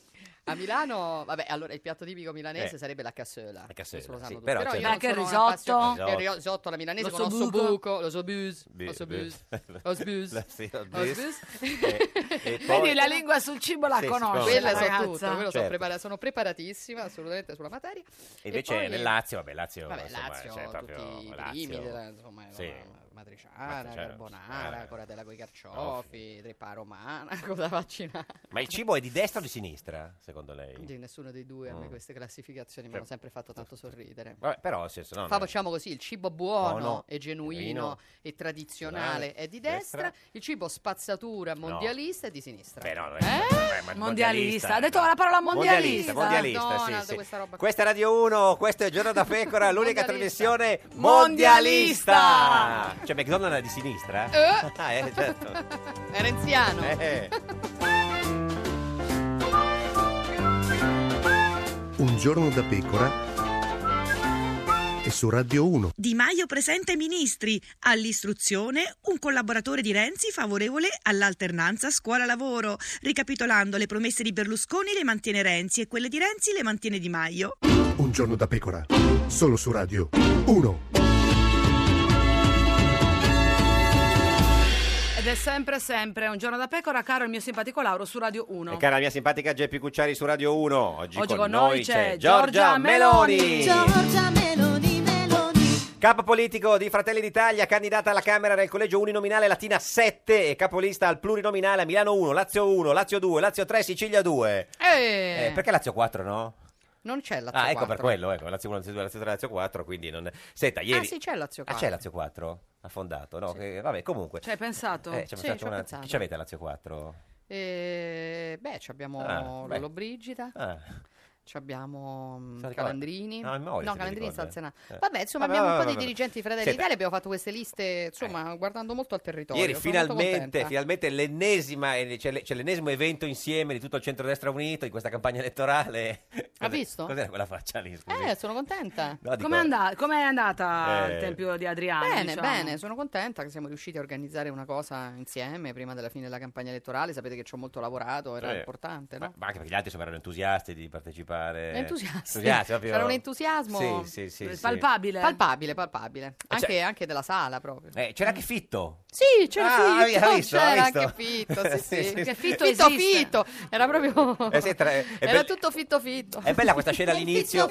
[SPEAKER 17] A Milano, vabbè, allora il piatto tipico milanese
[SPEAKER 2] Eh.
[SPEAKER 17] sarebbe la cassola.
[SPEAKER 2] La cassola,
[SPEAKER 17] Questo lo sanno
[SPEAKER 2] sì,
[SPEAKER 17] tutti.
[SPEAKER 2] però
[SPEAKER 17] io
[SPEAKER 2] certo.
[SPEAKER 17] non
[SPEAKER 1] Anche il
[SPEAKER 17] sono una
[SPEAKER 1] risotto?
[SPEAKER 17] appassionata-
[SPEAKER 2] Risotto.
[SPEAKER 17] Il risotto alla milanese
[SPEAKER 1] Lo
[SPEAKER 17] con
[SPEAKER 1] sobuco.
[SPEAKER 17] ossobuco, lo sobus,
[SPEAKER 2] Bi-
[SPEAKER 17] lo sobus,
[SPEAKER 2] bi-
[SPEAKER 17] lo sobus,
[SPEAKER 2] La- sì, Eh. lo
[SPEAKER 17] lo
[SPEAKER 2] bis.
[SPEAKER 17] sobus.
[SPEAKER 2] E- e poi-
[SPEAKER 1] Vedi, la lingua sul cibo la
[SPEAKER 2] Sì, si
[SPEAKER 1] conosce.
[SPEAKER 2] conosce.
[SPEAKER 17] Quella
[SPEAKER 1] la
[SPEAKER 17] so
[SPEAKER 1] ragazza.
[SPEAKER 17] tutto, quello so
[SPEAKER 2] Certo.
[SPEAKER 17] prepara- sono preparatissima assolutamente sulla materia.
[SPEAKER 2] E invece
[SPEAKER 17] poi-
[SPEAKER 2] nel Lazio, vabbè, Lazio,
[SPEAKER 17] Vabbè,
[SPEAKER 2] insomma,
[SPEAKER 17] Lazio,
[SPEAKER 2] cioè, proprio
[SPEAKER 17] tutti i
[SPEAKER 2] Lazio.
[SPEAKER 17] primi, della- insomma,
[SPEAKER 2] Sì.
[SPEAKER 17] Roma, matriciana,
[SPEAKER 2] Matriciana,
[SPEAKER 17] carbonara,
[SPEAKER 2] eh.
[SPEAKER 17] coratella con i carciofi, trippa romana, cosa vaccinata.
[SPEAKER 2] Ma il cibo è di destra o di sinistra, secondo lei?
[SPEAKER 17] Di nessuno dei due, a me
[SPEAKER 2] Mm.
[SPEAKER 17] queste classificazioni mi
[SPEAKER 2] Cioè-
[SPEAKER 17] hanno sempre fatto tanto sorridere.
[SPEAKER 2] Vabbè, però, nel senso, no, no.
[SPEAKER 17] Fa- facciamo così, il cibo buono
[SPEAKER 2] Buono,
[SPEAKER 17] e genuino
[SPEAKER 2] genuino,
[SPEAKER 17] e
[SPEAKER 2] tradizionale,
[SPEAKER 17] tradizionale è di destra,
[SPEAKER 2] destra.
[SPEAKER 17] il cibo spazzatura mondialista è di sinistra.
[SPEAKER 2] Beh, no, non è- eh, ma-
[SPEAKER 1] Mondialista. Ha detto la parola mondialista.
[SPEAKER 2] Mondialista, mondialista,
[SPEAKER 17] Donald,
[SPEAKER 2] sì, sì.
[SPEAKER 17] questa roba
[SPEAKER 2] Questa è Radio 1, questo è Giorno da Pecora, l'unica
[SPEAKER 17] Mondialista.
[SPEAKER 2] trasmissione
[SPEAKER 17] Mondialista.
[SPEAKER 2] mondialista. Cioè McDonald's è di sinistra?
[SPEAKER 17] Eh.
[SPEAKER 2] Ah, eh, certo.
[SPEAKER 17] È renziano.
[SPEAKER 2] Eh.
[SPEAKER 14] Un giorno da pecora e su Radio 1.
[SPEAKER 15] Di Maio presenta i ministri. All'istruzione, un collaboratore di Renzi favorevole all'alternanza scuola-lavoro. Ricapitolando, le promesse di Berlusconi le mantiene Renzi e quelle di Renzi le mantiene Di Maio.
[SPEAKER 14] Un giorno da pecora, solo su Radio 1.
[SPEAKER 1] Ed è sempre, sempre un giorno da pecora, caro il mio simpatico Lauro su Radio 1.
[SPEAKER 2] E cara mia simpatica Geppi Cucciari su Radio 1, oggi,
[SPEAKER 1] Oggi
[SPEAKER 2] con noi c'è Giorgia Meloni.
[SPEAKER 13] Giorgia Meloni, Meloni.
[SPEAKER 2] Capo politico di Fratelli d'Italia, candidata alla Camera nel collegio uninominale Latina 7 e capolista al plurinominale a Milano 1, Lazio 1, Lazio 2, Lazio 3, Sicilia 2.
[SPEAKER 17] Eh,
[SPEAKER 2] Eh, perché Lazio 4 no?
[SPEAKER 17] Non c'è la
[SPEAKER 2] ah, ecco per quello, ecco, Lazio 1, Lazio 2, Lazio 3, Lazio 4, quindi non... Senta, ieri...
[SPEAKER 17] Ah, sì, c'è Lazio
[SPEAKER 2] Ah,
[SPEAKER 17] 4.
[SPEAKER 2] c'è Lazio 4? Affondato, no? Che- vabbè, comunque...
[SPEAKER 1] Ci hai pensato?
[SPEAKER 2] Eh, ci
[SPEAKER 17] Sì,
[SPEAKER 2] abbiamo fatto
[SPEAKER 17] ci ho
[SPEAKER 2] una-
[SPEAKER 17] pensato.
[SPEAKER 2] Chi c'avete a Lazio 4?
[SPEAKER 17] Eh, beh, ci abbiamo
[SPEAKER 2] Ah, beh.
[SPEAKER 17] Lollobrigida.
[SPEAKER 2] Ah.
[SPEAKER 17] Ci abbiamo mm,
[SPEAKER 2] State
[SPEAKER 17] Calandrini.
[SPEAKER 2] qua- no, a memoria se li
[SPEAKER 17] Calandrini sta
[SPEAKER 2] ricorda,
[SPEAKER 17] al Senato.
[SPEAKER 2] eh.
[SPEAKER 17] Vabbè, insomma,
[SPEAKER 2] Vabbè,
[SPEAKER 17] abbiamo
[SPEAKER 2] vabbè,
[SPEAKER 17] un po'
[SPEAKER 2] vabbè.
[SPEAKER 17] di dirigenti di Fratelli
[SPEAKER 2] Siete-
[SPEAKER 17] d'Italia. Abbiamo fatto queste liste, insomma, guardando molto al territorio.
[SPEAKER 2] Ieri
[SPEAKER 17] Sono molto
[SPEAKER 2] finalmente,
[SPEAKER 17] contenta.
[SPEAKER 2] finalmente l'ennesima, eh, c'è l'e- c'è l'ennesimo evento insieme di tutto il centrodestra unito in questa campagna elettorale.
[SPEAKER 17] Ha
[SPEAKER 2] Cos'è-
[SPEAKER 17] visto?
[SPEAKER 2] Cos'era quella faccia lì? Scusi?
[SPEAKER 17] Eh, sono contenta.
[SPEAKER 2] No, dico-
[SPEAKER 1] Com'è, andata, com'è andata
[SPEAKER 2] Eh.
[SPEAKER 1] il tempio di Adriano?
[SPEAKER 17] Bene,
[SPEAKER 1] diciamo?
[SPEAKER 17] bene, sono contenta che siamo riusciti a organizzare una cosa insieme prima della fine della campagna elettorale. Sapete che ci ho molto lavorato, era
[SPEAKER 2] Eh.
[SPEAKER 17] importante, no?
[SPEAKER 2] Ma anche perché gli altri insomma, erano entusiasti di partecipare.
[SPEAKER 17] Entusiasti.
[SPEAKER 2] Entusiasti, proprio-
[SPEAKER 17] C'era un entusiasmo
[SPEAKER 2] Sì, sì, sì, Eh, sì.
[SPEAKER 17] palpabile, palpabile. Anche, anche della sala proprio.
[SPEAKER 2] Eh, c'era anche Fitto.
[SPEAKER 17] Sì, c'era
[SPEAKER 2] Ah,
[SPEAKER 17] Fitto,
[SPEAKER 2] ha visto,
[SPEAKER 17] c'era
[SPEAKER 2] ha visto.
[SPEAKER 17] anche Fitto, sì, sì.
[SPEAKER 2] Sì, sì.
[SPEAKER 17] Perché
[SPEAKER 2] Fitto
[SPEAKER 17] Fitto,
[SPEAKER 2] esiste.
[SPEAKER 17] Fitto, era proprio...
[SPEAKER 2] Eh, sì, tra- è
[SPEAKER 17] era
[SPEAKER 2] bell-
[SPEAKER 17] tutto Fitto, Fitto.
[SPEAKER 2] È bella questa scena all'inizio.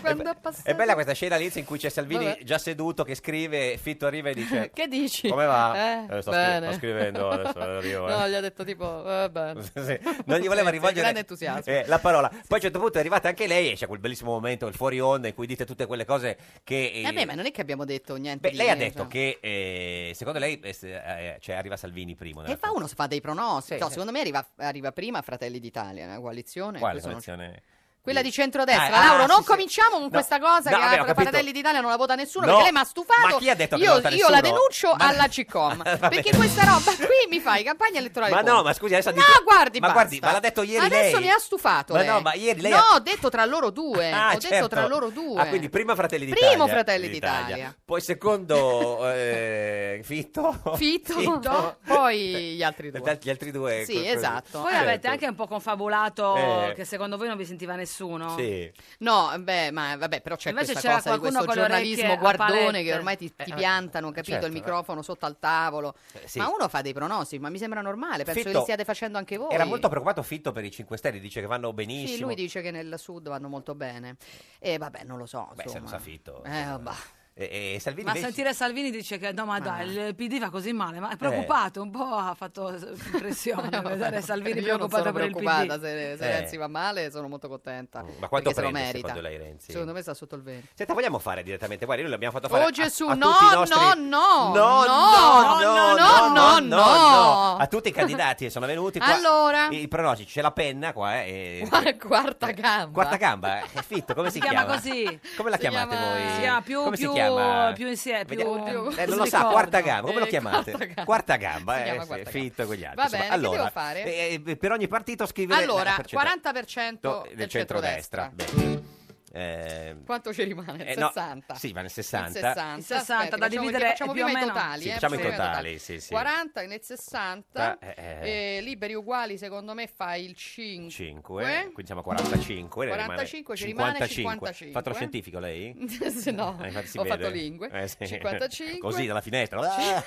[SPEAKER 17] Quando è passato-
[SPEAKER 2] eh, È bella questa scena all'inizio in cui c'è Salvini
[SPEAKER 17] Vabbè.
[SPEAKER 2] già seduto che scrive, Fitto arriva e dice...
[SPEAKER 17] Che dici?
[SPEAKER 2] Eh, Come va?
[SPEAKER 17] Eh,
[SPEAKER 2] Eh, sto, scri-
[SPEAKER 17] bene.
[SPEAKER 2] sto scrivendo adesso, arrivo. eh.
[SPEAKER 17] No, gli ha detto tipo, "Eh, vabbè.
[SPEAKER 2] Sì, non gli voleva rivolgere
[SPEAKER 17] Grande entusiasmo.
[SPEAKER 2] eh, la parola. Poi a un certo punto è arrivata anche lei e c'è quel bellissimo momento, il fuori onda, in cui dite tutte quelle cose che... eh,
[SPEAKER 17] Vabbè, ma non è che abbiamo detto niente.
[SPEAKER 2] beh,
[SPEAKER 17] di-
[SPEAKER 2] lei ha detto
[SPEAKER 17] cioè.
[SPEAKER 2] che eh, secondo lei eh, se- eh, cioè, arriva Salvini primo.
[SPEAKER 17] E fa uno, fa dei pronostici.
[SPEAKER 2] Sì,
[SPEAKER 17] No,
[SPEAKER 2] sì.
[SPEAKER 17] secondo me arriva, arriva prima Fratelli d'Italia, la coalizione.
[SPEAKER 2] Quale
[SPEAKER 17] questo non c'è.
[SPEAKER 2] selezione?
[SPEAKER 17] Quella di centrodestra.
[SPEAKER 2] Ah,
[SPEAKER 17] Lauro,
[SPEAKER 2] ah,
[SPEAKER 17] non
[SPEAKER 2] sì, sì.
[SPEAKER 17] cominciamo con
[SPEAKER 2] No,
[SPEAKER 17] questa cosa
[SPEAKER 2] no,
[SPEAKER 17] che
[SPEAKER 2] vabbè, ho
[SPEAKER 17] a
[SPEAKER 2] capito.
[SPEAKER 17] Fratelli d'Italia non la vota
[SPEAKER 2] No,
[SPEAKER 17] nessuno perché lei mi ha stufato.
[SPEAKER 2] ma chi ha detto che
[SPEAKER 17] io,
[SPEAKER 2] non la vota
[SPEAKER 17] io la
[SPEAKER 2] nessuno?
[SPEAKER 17] denuncio
[SPEAKER 2] Ma-
[SPEAKER 17] alla CICOM.
[SPEAKER 2] Vabbè.
[SPEAKER 17] perché questa roba qui mi fai campagna elettorale.
[SPEAKER 2] Ma
[SPEAKER 17] contro.
[SPEAKER 2] no, ma scusi, adesso ha
[SPEAKER 17] No,
[SPEAKER 2] detto-
[SPEAKER 17] guardi,
[SPEAKER 2] ma guardi,
[SPEAKER 17] basta.
[SPEAKER 2] ma l'ha detto ieri
[SPEAKER 17] Adesso
[SPEAKER 2] lei.
[SPEAKER 17] mi ha stufato.
[SPEAKER 2] Ma
[SPEAKER 17] lei.
[SPEAKER 2] no, ma ieri lei
[SPEAKER 17] No,
[SPEAKER 2] ha-
[SPEAKER 17] ho detto tra loro due.
[SPEAKER 2] Ah,
[SPEAKER 17] ho detto
[SPEAKER 2] certo.
[SPEAKER 17] tra loro due.
[SPEAKER 2] Ah, quindi prima Fratelli
[SPEAKER 17] Primo
[SPEAKER 2] d'Italia.
[SPEAKER 17] Fratelli d'Italia.
[SPEAKER 2] Poi secondo eh, Fitto.
[SPEAKER 17] Fitto, no, poi gli altri due.
[SPEAKER 2] Gli altri due.
[SPEAKER 17] Sì,
[SPEAKER 2] co-
[SPEAKER 17] esatto.
[SPEAKER 1] Poi
[SPEAKER 2] ecco, Certo.
[SPEAKER 1] avete anche un po' confabulato
[SPEAKER 2] Eh.
[SPEAKER 1] che secondo voi non vi sentiva nessuno.
[SPEAKER 2] Sì.
[SPEAKER 17] No, beh, ma vabbè, però c'è
[SPEAKER 1] Invece
[SPEAKER 17] questa
[SPEAKER 1] c'era
[SPEAKER 17] cosa di
[SPEAKER 1] qualcuno
[SPEAKER 17] questo
[SPEAKER 1] con le orecchie
[SPEAKER 17] giornalismo
[SPEAKER 1] a
[SPEAKER 17] guardone
[SPEAKER 1] palette.
[SPEAKER 17] che ormai ti, ti
[SPEAKER 1] Eh,
[SPEAKER 17] piantano, capito?
[SPEAKER 1] certo,
[SPEAKER 17] il microfono sotto al tavolo.
[SPEAKER 2] Eh, sì.
[SPEAKER 17] Ma uno fa dei pronostici, ma mi sembra normale, penso
[SPEAKER 2] Fitto
[SPEAKER 17] che li stiate facendo anche voi.
[SPEAKER 2] Era molto preoccupato Fitto per i 5 Stelle, dice che vanno benissimo.
[SPEAKER 17] Sì, lui dice che nel sud vanno molto bene. E vabbè, non lo so,
[SPEAKER 2] Beh, se non sa
[SPEAKER 17] insomma.
[SPEAKER 2] Fitto.
[SPEAKER 17] Eh, vabbè.
[SPEAKER 2] E, e Salvini
[SPEAKER 1] Ma
[SPEAKER 2] invece- Eh.
[SPEAKER 1] sentire Salvini dice che no, ma dai, il PD fa così male, ma è preoccupato, un po' ha fatto impressione vedere Salvini
[SPEAKER 17] Io non sono
[SPEAKER 1] preoccupato per il
[SPEAKER 17] preoccupata
[SPEAKER 1] PD.
[SPEAKER 17] se, se
[SPEAKER 2] Eh. Mm,
[SPEAKER 17] Renzi va male, sono molto contenta.
[SPEAKER 2] Ma quanto
[SPEAKER 17] perché se lo
[SPEAKER 2] prende
[SPEAKER 17] merita.
[SPEAKER 2] secondo lei Renzi?
[SPEAKER 17] Secondo me sta sotto il 20.
[SPEAKER 2] Senta, Cioè, vogliamo fare direttamente? Guarda, noi l'abbiamo fatto fare
[SPEAKER 17] Oh
[SPEAKER 2] a-
[SPEAKER 17] Gesù,
[SPEAKER 2] a,
[SPEAKER 17] no,
[SPEAKER 2] tutti i nostri...
[SPEAKER 17] no, no,
[SPEAKER 2] no,
[SPEAKER 17] no, no, no, no, no.
[SPEAKER 2] A tutti i candidati che sono venuti qua.
[SPEAKER 17] Allora,
[SPEAKER 2] I pronostici, c'è la penna qua, eh, e-
[SPEAKER 17] quarta gamba.
[SPEAKER 2] quarta gamba, eh, Fitto, come si,
[SPEAKER 1] Si chiama così.
[SPEAKER 2] Come la
[SPEAKER 1] Si
[SPEAKER 2] chiamate
[SPEAKER 1] chiama-
[SPEAKER 2] voi?
[SPEAKER 1] Si chiama più,
[SPEAKER 2] come
[SPEAKER 1] più-
[SPEAKER 2] si chiama?
[SPEAKER 1] più insieme, più,
[SPEAKER 2] Vediamo-
[SPEAKER 1] più-
[SPEAKER 2] Eh, non
[SPEAKER 1] si
[SPEAKER 2] lo sa,
[SPEAKER 1] ricorda.
[SPEAKER 2] quarta gamba, come lo
[SPEAKER 1] Eh,
[SPEAKER 2] chiamate?
[SPEAKER 1] quarta gamba.
[SPEAKER 2] Quarta gamba,
[SPEAKER 17] Si
[SPEAKER 2] eh,
[SPEAKER 17] chiama
[SPEAKER 2] sì,
[SPEAKER 17] quarta
[SPEAKER 2] Fitto e gli altri.
[SPEAKER 17] Va
[SPEAKER 2] Insomma,
[SPEAKER 17] bene, che
[SPEAKER 2] allora,
[SPEAKER 17] devo fare?
[SPEAKER 2] eh, eh, per ogni partito scrivere
[SPEAKER 17] allora,
[SPEAKER 2] la percentuale
[SPEAKER 17] 40% del centrodestra.
[SPEAKER 2] Bene. Eh,
[SPEAKER 17] Quanto ci rimane?
[SPEAKER 2] eh, no,
[SPEAKER 17] 60.
[SPEAKER 2] sì, va nel
[SPEAKER 17] Il
[SPEAKER 2] 60.
[SPEAKER 17] 60,
[SPEAKER 1] Il 60,
[SPEAKER 17] Aspetta, facciamo-
[SPEAKER 1] da
[SPEAKER 17] li
[SPEAKER 1] dividere
[SPEAKER 17] facciamo
[SPEAKER 1] più o
[SPEAKER 17] prima i
[SPEAKER 1] meno.
[SPEAKER 17] totali,
[SPEAKER 2] Sì,
[SPEAKER 17] eh,
[SPEAKER 2] facciamo i
[SPEAKER 17] prima
[SPEAKER 2] totali, sì, sì.
[SPEAKER 17] 40 nel 60,
[SPEAKER 2] Eh, eh,
[SPEAKER 17] eh, liberi uguali secondo me fa il 5.
[SPEAKER 2] 5, quindi siamo a 45. ne rimane
[SPEAKER 17] 45, ci rimane 55.
[SPEAKER 2] Fatto lo scientifico lei?
[SPEAKER 17] Se no,
[SPEAKER 2] Eh, infatti si
[SPEAKER 17] ho
[SPEAKER 2] vede.
[SPEAKER 17] fatto lingue.
[SPEAKER 2] Eh, sì.
[SPEAKER 17] 55.
[SPEAKER 2] Così dalla finestra. Ah!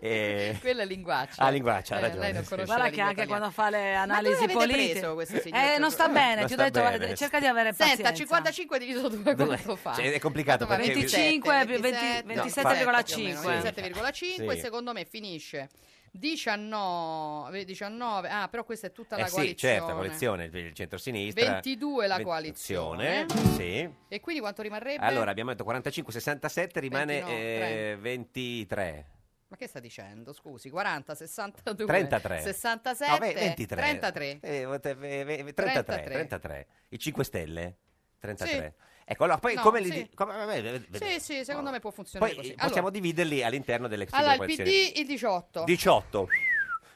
[SPEAKER 2] Eh,
[SPEAKER 17] Quella è linguaccia.
[SPEAKER 2] Ah, linguaccia, ha
[SPEAKER 17] Eh,
[SPEAKER 2] ragione,
[SPEAKER 17] lei non
[SPEAKER 2] sì,
[SPEAKER 17] conosce
[SPEAKER 1] Guarda
[SPEAKER 17] la
[SPEAKER 1] che
[SPEAKER 17] lingua
[SPEAKER 1] anche
[SPEAKER 17] italiana.
[SPEAKER 1] quando fa le analisi
[SPEAKER 17] dove avete
[SPEAKER 1] politiche
[SPEAKER 17] preso questo signor
[SPEAKER 1] eh, non sta
[SPEAKER 17] Giorgio?
[SPEAKER 1] bene,
[SPEAKER 2] Non
[SPEAKER 1] ti ho
[SPEAKER 2] sta
[SPEAKER 1] detto
[SPEAKER 2] bene.
[SPEAKER 1] guarda, cerca di avere pazienza.
[SPEAKER 17] Senta, 55 diviso 2
[SPEAKER 2] Due.
[SPEAKER 17] quanto fa?
[SPEAKER 2] Cioè, è complicato
[SPEAKER 17] Quanto fa?
[SPEAKER 2] perché-
[SPEAKER 1] 25,
[SPEAKER 17] 27,
[SPEAKER 1] No,
[SPEAKER 17] 27,5.
[SPEAKER 1] fa-
[SPEAKER 17] più o meno,
[SPEAKER 1] Sì.
[SPEAKER 17] 27,5
[SPEAKER 2] Sì.
[SPEAKER 17] secondo me finisce 19, 19 ah però questa è tutta
[SPEAKER 2] eh
[SPEAKER 17] la
[SPEAKER 2] sì,
[SPEAKER 17] coalizione.
[SPEAKER 2] certo, la coalizione, il- il centrosinistra.
[SPEAKER 17] 22 la
[SPEAKER 2] Ve-
[SPEAKER 17] coalizione.
[SPEAKER 2] Sì.
[SPEAKER 17] E quindi quanto rimarrebbe?
[SPEAKER 2] Allora, abbiamo detto 45, 67, rimane
[SPEAKER 17] 29,
[SPEAKER 2] eh, 23.
[SPEAKER 17] Ma che sta dicendo? Scusi, 40, 62,
[SPEAKER 2] 33.
[SPEAKER 17] 67,
[SPEAKER 2] No, ve- 23.
[SPEAKER 17] 33.
[SPEAKER 2] Eh, vote- ve- ve- ve- 33,
[SPEAKER 17] 33.
[SPEAKER 2] 33. I 5 Stelle? 33. Ecco, allora, poi
[SPEAKER 17] No,
[SPEAKER 2] come li...
[SPEAKER 17] sì.
[SPEAKER 2] di- come- vabbè, vede-
[SPEAKER 17] Sì, sì, secondo me può funzionare
[SPEAKER 2] Poi eh,
[SPEAKER 17] così.
[SPEAKER 2] possiamo
[SPEAKER 17] Allora,
[SPEAKER 2] dividerli all'interno delle
[SPEAKER 17] allora, il
[SPEAKER 2] coalizioni.
[SPEAKER 17] PD il 18.
[SPEAKER 2] 18.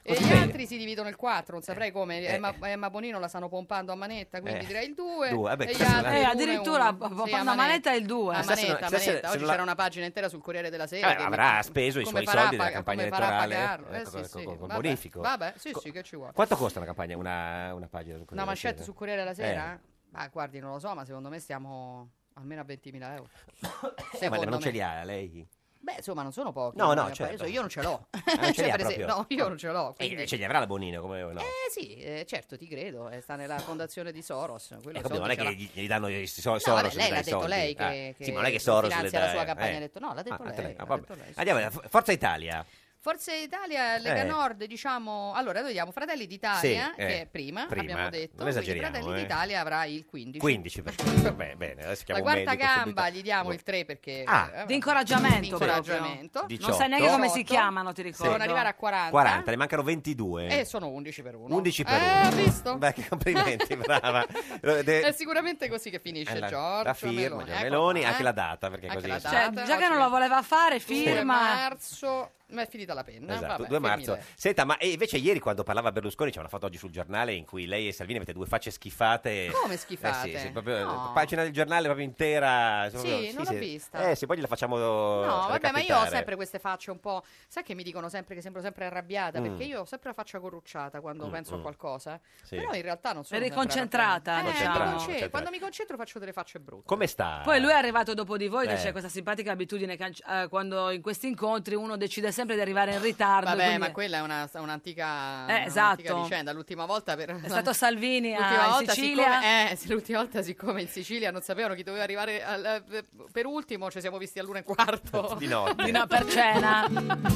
[SPEAKER 17] E
[SPEAKER 2] Così
[SPEAKER 17] gli
[SPEAKER 2] bene.
[SPEAKER 17] altri si dividono il 4, non saprei come.
[SPEAKER 2] eh.
[SPEAKER 17] Emma, Emma Bonino la stanno pompando a manetta, quindi
[SPEAKER 2] Eh.
[SPEAKER 17] direi il 2.
[SPEAKER 2] Due, vabbè,
[SPEAKER 17] e gli
[SPEAKER 2] questo è un
[SPEAKER 17] altri
[SPEAKER 2] altro.
[SPEAKER 17] uno
[SPEAKER 1] Eh,
[SPEAKER 17] e
[SPEAKER 1] addirittura
[SPEAKER 17] uno.
[SPEAKER 1] pompando
[SPEAKER 17] Sì, a
[SPEAKER 1] a manetta il due.
[SPEAKER 17] A
[SPEAKER 1] Chissà se non-
[SPEAKER 17] manetta, a
[SPEAKER 2] chissà se-
[SPEAKER 17] manetta.
[SPEAKER 2] se
[SPEAKER 17] Oggi
[SPEAKER 2] non la-
[SPEAKER 17] c'era una pagina intera sul Corriere della Sera.
[SPEAKER 2] Eh,
[SPEAKER 17] che-
[SPEAKER 2] avrà speso i
[SPEAKER 17] come
[SPEAKER 2] suoi
[SPEAKER 17] farà a
[SPEAKER 2] soldi della
[SPEAKER 17] pag-
[SPEAKER 2] campagna
[SPEAKER 17] come farà a
[SPEAKER 2] elettorale
[SPEAKER 17] pagarlo?
[SPEAKER 2] eh,
[SPEAKER 17] Eh,
[SPEAKER 2] con-
[SPEAKER 17] sì, sì,
[SPEAKER 2] con- con
[SPEAKER 17] vabbè.
[SPEAKER 2] bonifico.
[SPEAKER 17] Vabbè, sì,
[SPEAKER 2] Co-
[SPEAKER 17] sì, che ci vuole.
[SPEAKER 2] Quanto costa una campagna? Una, una pagina sul
[SPEAKER 17] Una
[SPEAKER 2] Corriere della
[SPEAKER 17] manchetta
[SPEAKER 2] Sera?
[SPEAKER 17] sul Corriere della
[SPEAKER 2] Eh.
[SPEAKER 17] Sera? Ma guardi, non lo so, ma secondo me stiamo almeno a 20.000 euro.
[SPEAKER 2] Eh, ma
[SPEAKER 17] Secondo
[SPEAKER 2] non ce
[SPEAKER 17] me.
[SPEAKER 2] li ha lei?
[SPEAKER 17] Beh, insomma, non sono pochi.
[SPEAKER 2] No, no,
[SPEAKER 17] guarda,
[SPEAKER 2] certo.
[SPEAKER 17] adesso Io non ce l'ho.
[SPEAKER 2] non ce li
[SPEAKER 17] Cioè,
[SPEAKER 2] ha
[SPEAKER 17] per
[SPEAKER 2] proprio?
[SPEAKER 17] esempio-
[SPEAKER 2] Eh,
[SPEAKER 17] No, io non ce l'ho.
[SPEAKER 2] E-
[SPEAKER 17] quindi-
[SPEAKER 2] ce li avrà la Bonino come no?
[SPEAKER 17] Eh sì, eh, certo, ti credo. eh, sta nella fondazione di Soros. quello
[SPEAKER 2] Eh, capito,
[SPEAKER 17] i soldi
[SPEAKER 2] non è
[SPEAKER 17] ce
[SPEAKER 2] che
[SPEAKER 17] l'ha.
[SPEAKER 2] gli, gli danno i so- Soros
[SPEAKER 17] No, vabbè,
[SPEAKER 2] gli
[SPEAKER 17] lei
[SPEAKER 2] dà
[SPEAKER 17] l'ha
[SPEAKER 2] i
[SPEAKER 17] detto
[SPEAKER 2] soldi.
[SPEAKER 17] lei che-
[SPEAKER 2] Ah,
[SPEAKER 17] che
[SPEAKER 2] sì, ma non è che Soros le
[SPEAKER 17] finanzia la
[SPEAKER 2] dà,
[SPEAKER 17] sua
[SPEAKER 2] eh.
[SPEAKER 17] campagna elettorale. No, l'ha detto
[SPEAKER 2] Ah, ha
[SPEAKER 17] lei,
[SPEAKER 2] ah,
[SPEAKER 17] l'ha
[SPEAKER 2] vabbè.
[SPEAKER 17] detto lei, sì.
[SPEAKER 2] Andiamo, Forza Italia.
[SPEAKER 17] Forza Italia, Lega
[SPEAKER 2] Eh.
[SPEAKER 17] Nord, diciamo... Allora, noi diamo Fratelli d'Italia,
[SPEAKER 2] Sì, eh,
[SPEAKER 17] che è prima,
[SPEAKER 2] prima.
[SPEAKER 17] abbiamo detto.
[SPEAKER 2] Non
[SPEAKER 17] Quindi
[SPEAKER 2] esageriamo,
[SPEAKER 17] Fratelli
[SPEAKER 2] eh.
[SPEAKER 17] d'Italia avrà il 15.
[SPEAKER 2] 15%. Beh, bene, adesso
[SPEAKER 17] La
[SPEAKER 2] chiamo un
[SPEAKER 17] quarta
[SPEAKER 2] medico
[SPEAKER 17] gamba
[SPEAKER 2] subito.
[SPEAKER 17] gli diamo
[SPEAKER 2] Boh.
[SPEAKER 17] il 3 perché...
[SPEAKER 2] Ah.
[SPEAKER 17] eh,
[SPEAKER 1] Di incoraggiamento,
[SPEAKER 17] di incoraggiamento.
[SPEAKER 2] proprio.
[SPEAKER 1] Non sai neanche come si
[SPEAKER 17] 18.
[SPEAKER 1] chiamano, ti ricordo.
[SPEAKER 17] Devono arrivare a 40.
[SPEAKER 2] 40, ne mancano 22.
[SPEAKER 17] E sono 11 per 1.
[SPEAKER 2] 11 per
[SPEAKER 17] eh,
[SPEAKER 2] uno.
[SPEAKER 17] ha visto?
[SPEAKER 2] Beh, che complimenti, brava. Eh, de-
[SPEAKER 17] È sicuramente così che finisce
[SPEAKER 2] eh, la,
[SPEAKER 17] Giorgio
[SPEAKER 2] la firma,
[SPEAKER 17] Meloni.
[SPEAKER 2] Giorgio
[SPEAKER 17] Ecco
[SPEAKER 2] Meloni,
[SPEAKER 17] qua,
[SPEAKER 2] anche
[SPEAKER 17] eh.
[SPEAKER 2] la data, perché
[SPEAKER 17] Anche
[SPEAKER 2] così...
[SPEAKER 17] la
[SPEAKER 2] insomma.
[SPEAKER 1] Cioè, già che non lo voleva fare,
[SPEAKER 17] Due
[SPEAKER 1] firma.
[SPEAKER 17] marzo, ma è finita la penna.
[SPEAKER 2] Esatto,
[SPEAKER 17] Vabbè,
[SPEAKER 2] 2 marzo.
[SPEAKER 17] femminile.
[SPEAKER 2] Senta, ma eh, invece ieri quando parlava Berlusconi c'è una foto oggi sul giornale in cui lei e Salvini avete due facce schifate.
[SPEAKER 17] Come
[SPEAKER 2] Eh sì,
[SPEAKER 17] schifate?
[SPEAKER 2] sì, proprio-
[SPEAKER 17] No.
[SPEAKER 2] Pagina del giornale proprio intera.
[SPEAKER 17] Sì, non l'ho vista.
[SPEAKER 2] Eh, sì, poi gliela facciamo
[SPEAKER 17] No, vabbè, ma io ho
[SPEAKER 2] recapitare.
[SPEAKER 17] sempre queste facce un po'. Sai che mi dicono sempre che sembro sempre arrabbiata?
[SPEAKER 2] Mm.
[SPEAKER 17] Perché io ho sempre la faccia corrucciata quando
[SPEAKER 2] Mm,
[SPEAKER 17] penso a
[SPEAKER 2] mm.
[SPEAKER 17] qualcosa. eh.
[SPEAKER 2] Sì.
[SPEAKER 17] Però in realtà non sono.
[SPEAKER 1] Eri
[SPEAKER 17] sempre
[SPEAKER 1] concentrata,
[SPEAKER 17] arrabbiata. Eh,
[SPEAKER 1] diciamo.
[SPEAKER 17] mi concentro.
[SPEAKER 2] Concentrata.
[SPEAKER 17] Quando mi concentro faccio delle facce brutte.
[SPEAKER 2] Come sta?
[SPEAKER 1] Poi lui è arrivato dopo di voi, che
[SPEAKER 2] Eh.
[SPEAKER 1] c'è questa simpatica abitudine che, eh, quando in questi incontri uno decide sempre di arrivare in ritardo.
[SPEAKER 17] Vabbè,
[SPEAKER 1] quindi-
[SPEAKER 17] ma quella è una- un'antica,
[SPEAKER 1] Eh,
[SPEAKER 17] un'antica
[SPEAKER 1] esatto.
[SPEAKER 17] vicenda. L'ultima volta per
[SPEAKER 1] È stato Salvini
[SPEAKER 17] L'ultima
[SPEAKER 1] a in
[SPEAKER 17] volta,
[SPEAKER 1] Sicilia.
[SPEAKER 17] siccome- eh, sì, l'ultima volta, siccome in Sicilia non sapevano chi doveva arrivare al- eh, per ultimo, ci siamo visti all'una e quarto.
[SPEAKER 2] Di notte.
[SPEAKER 1] Di no, per cena.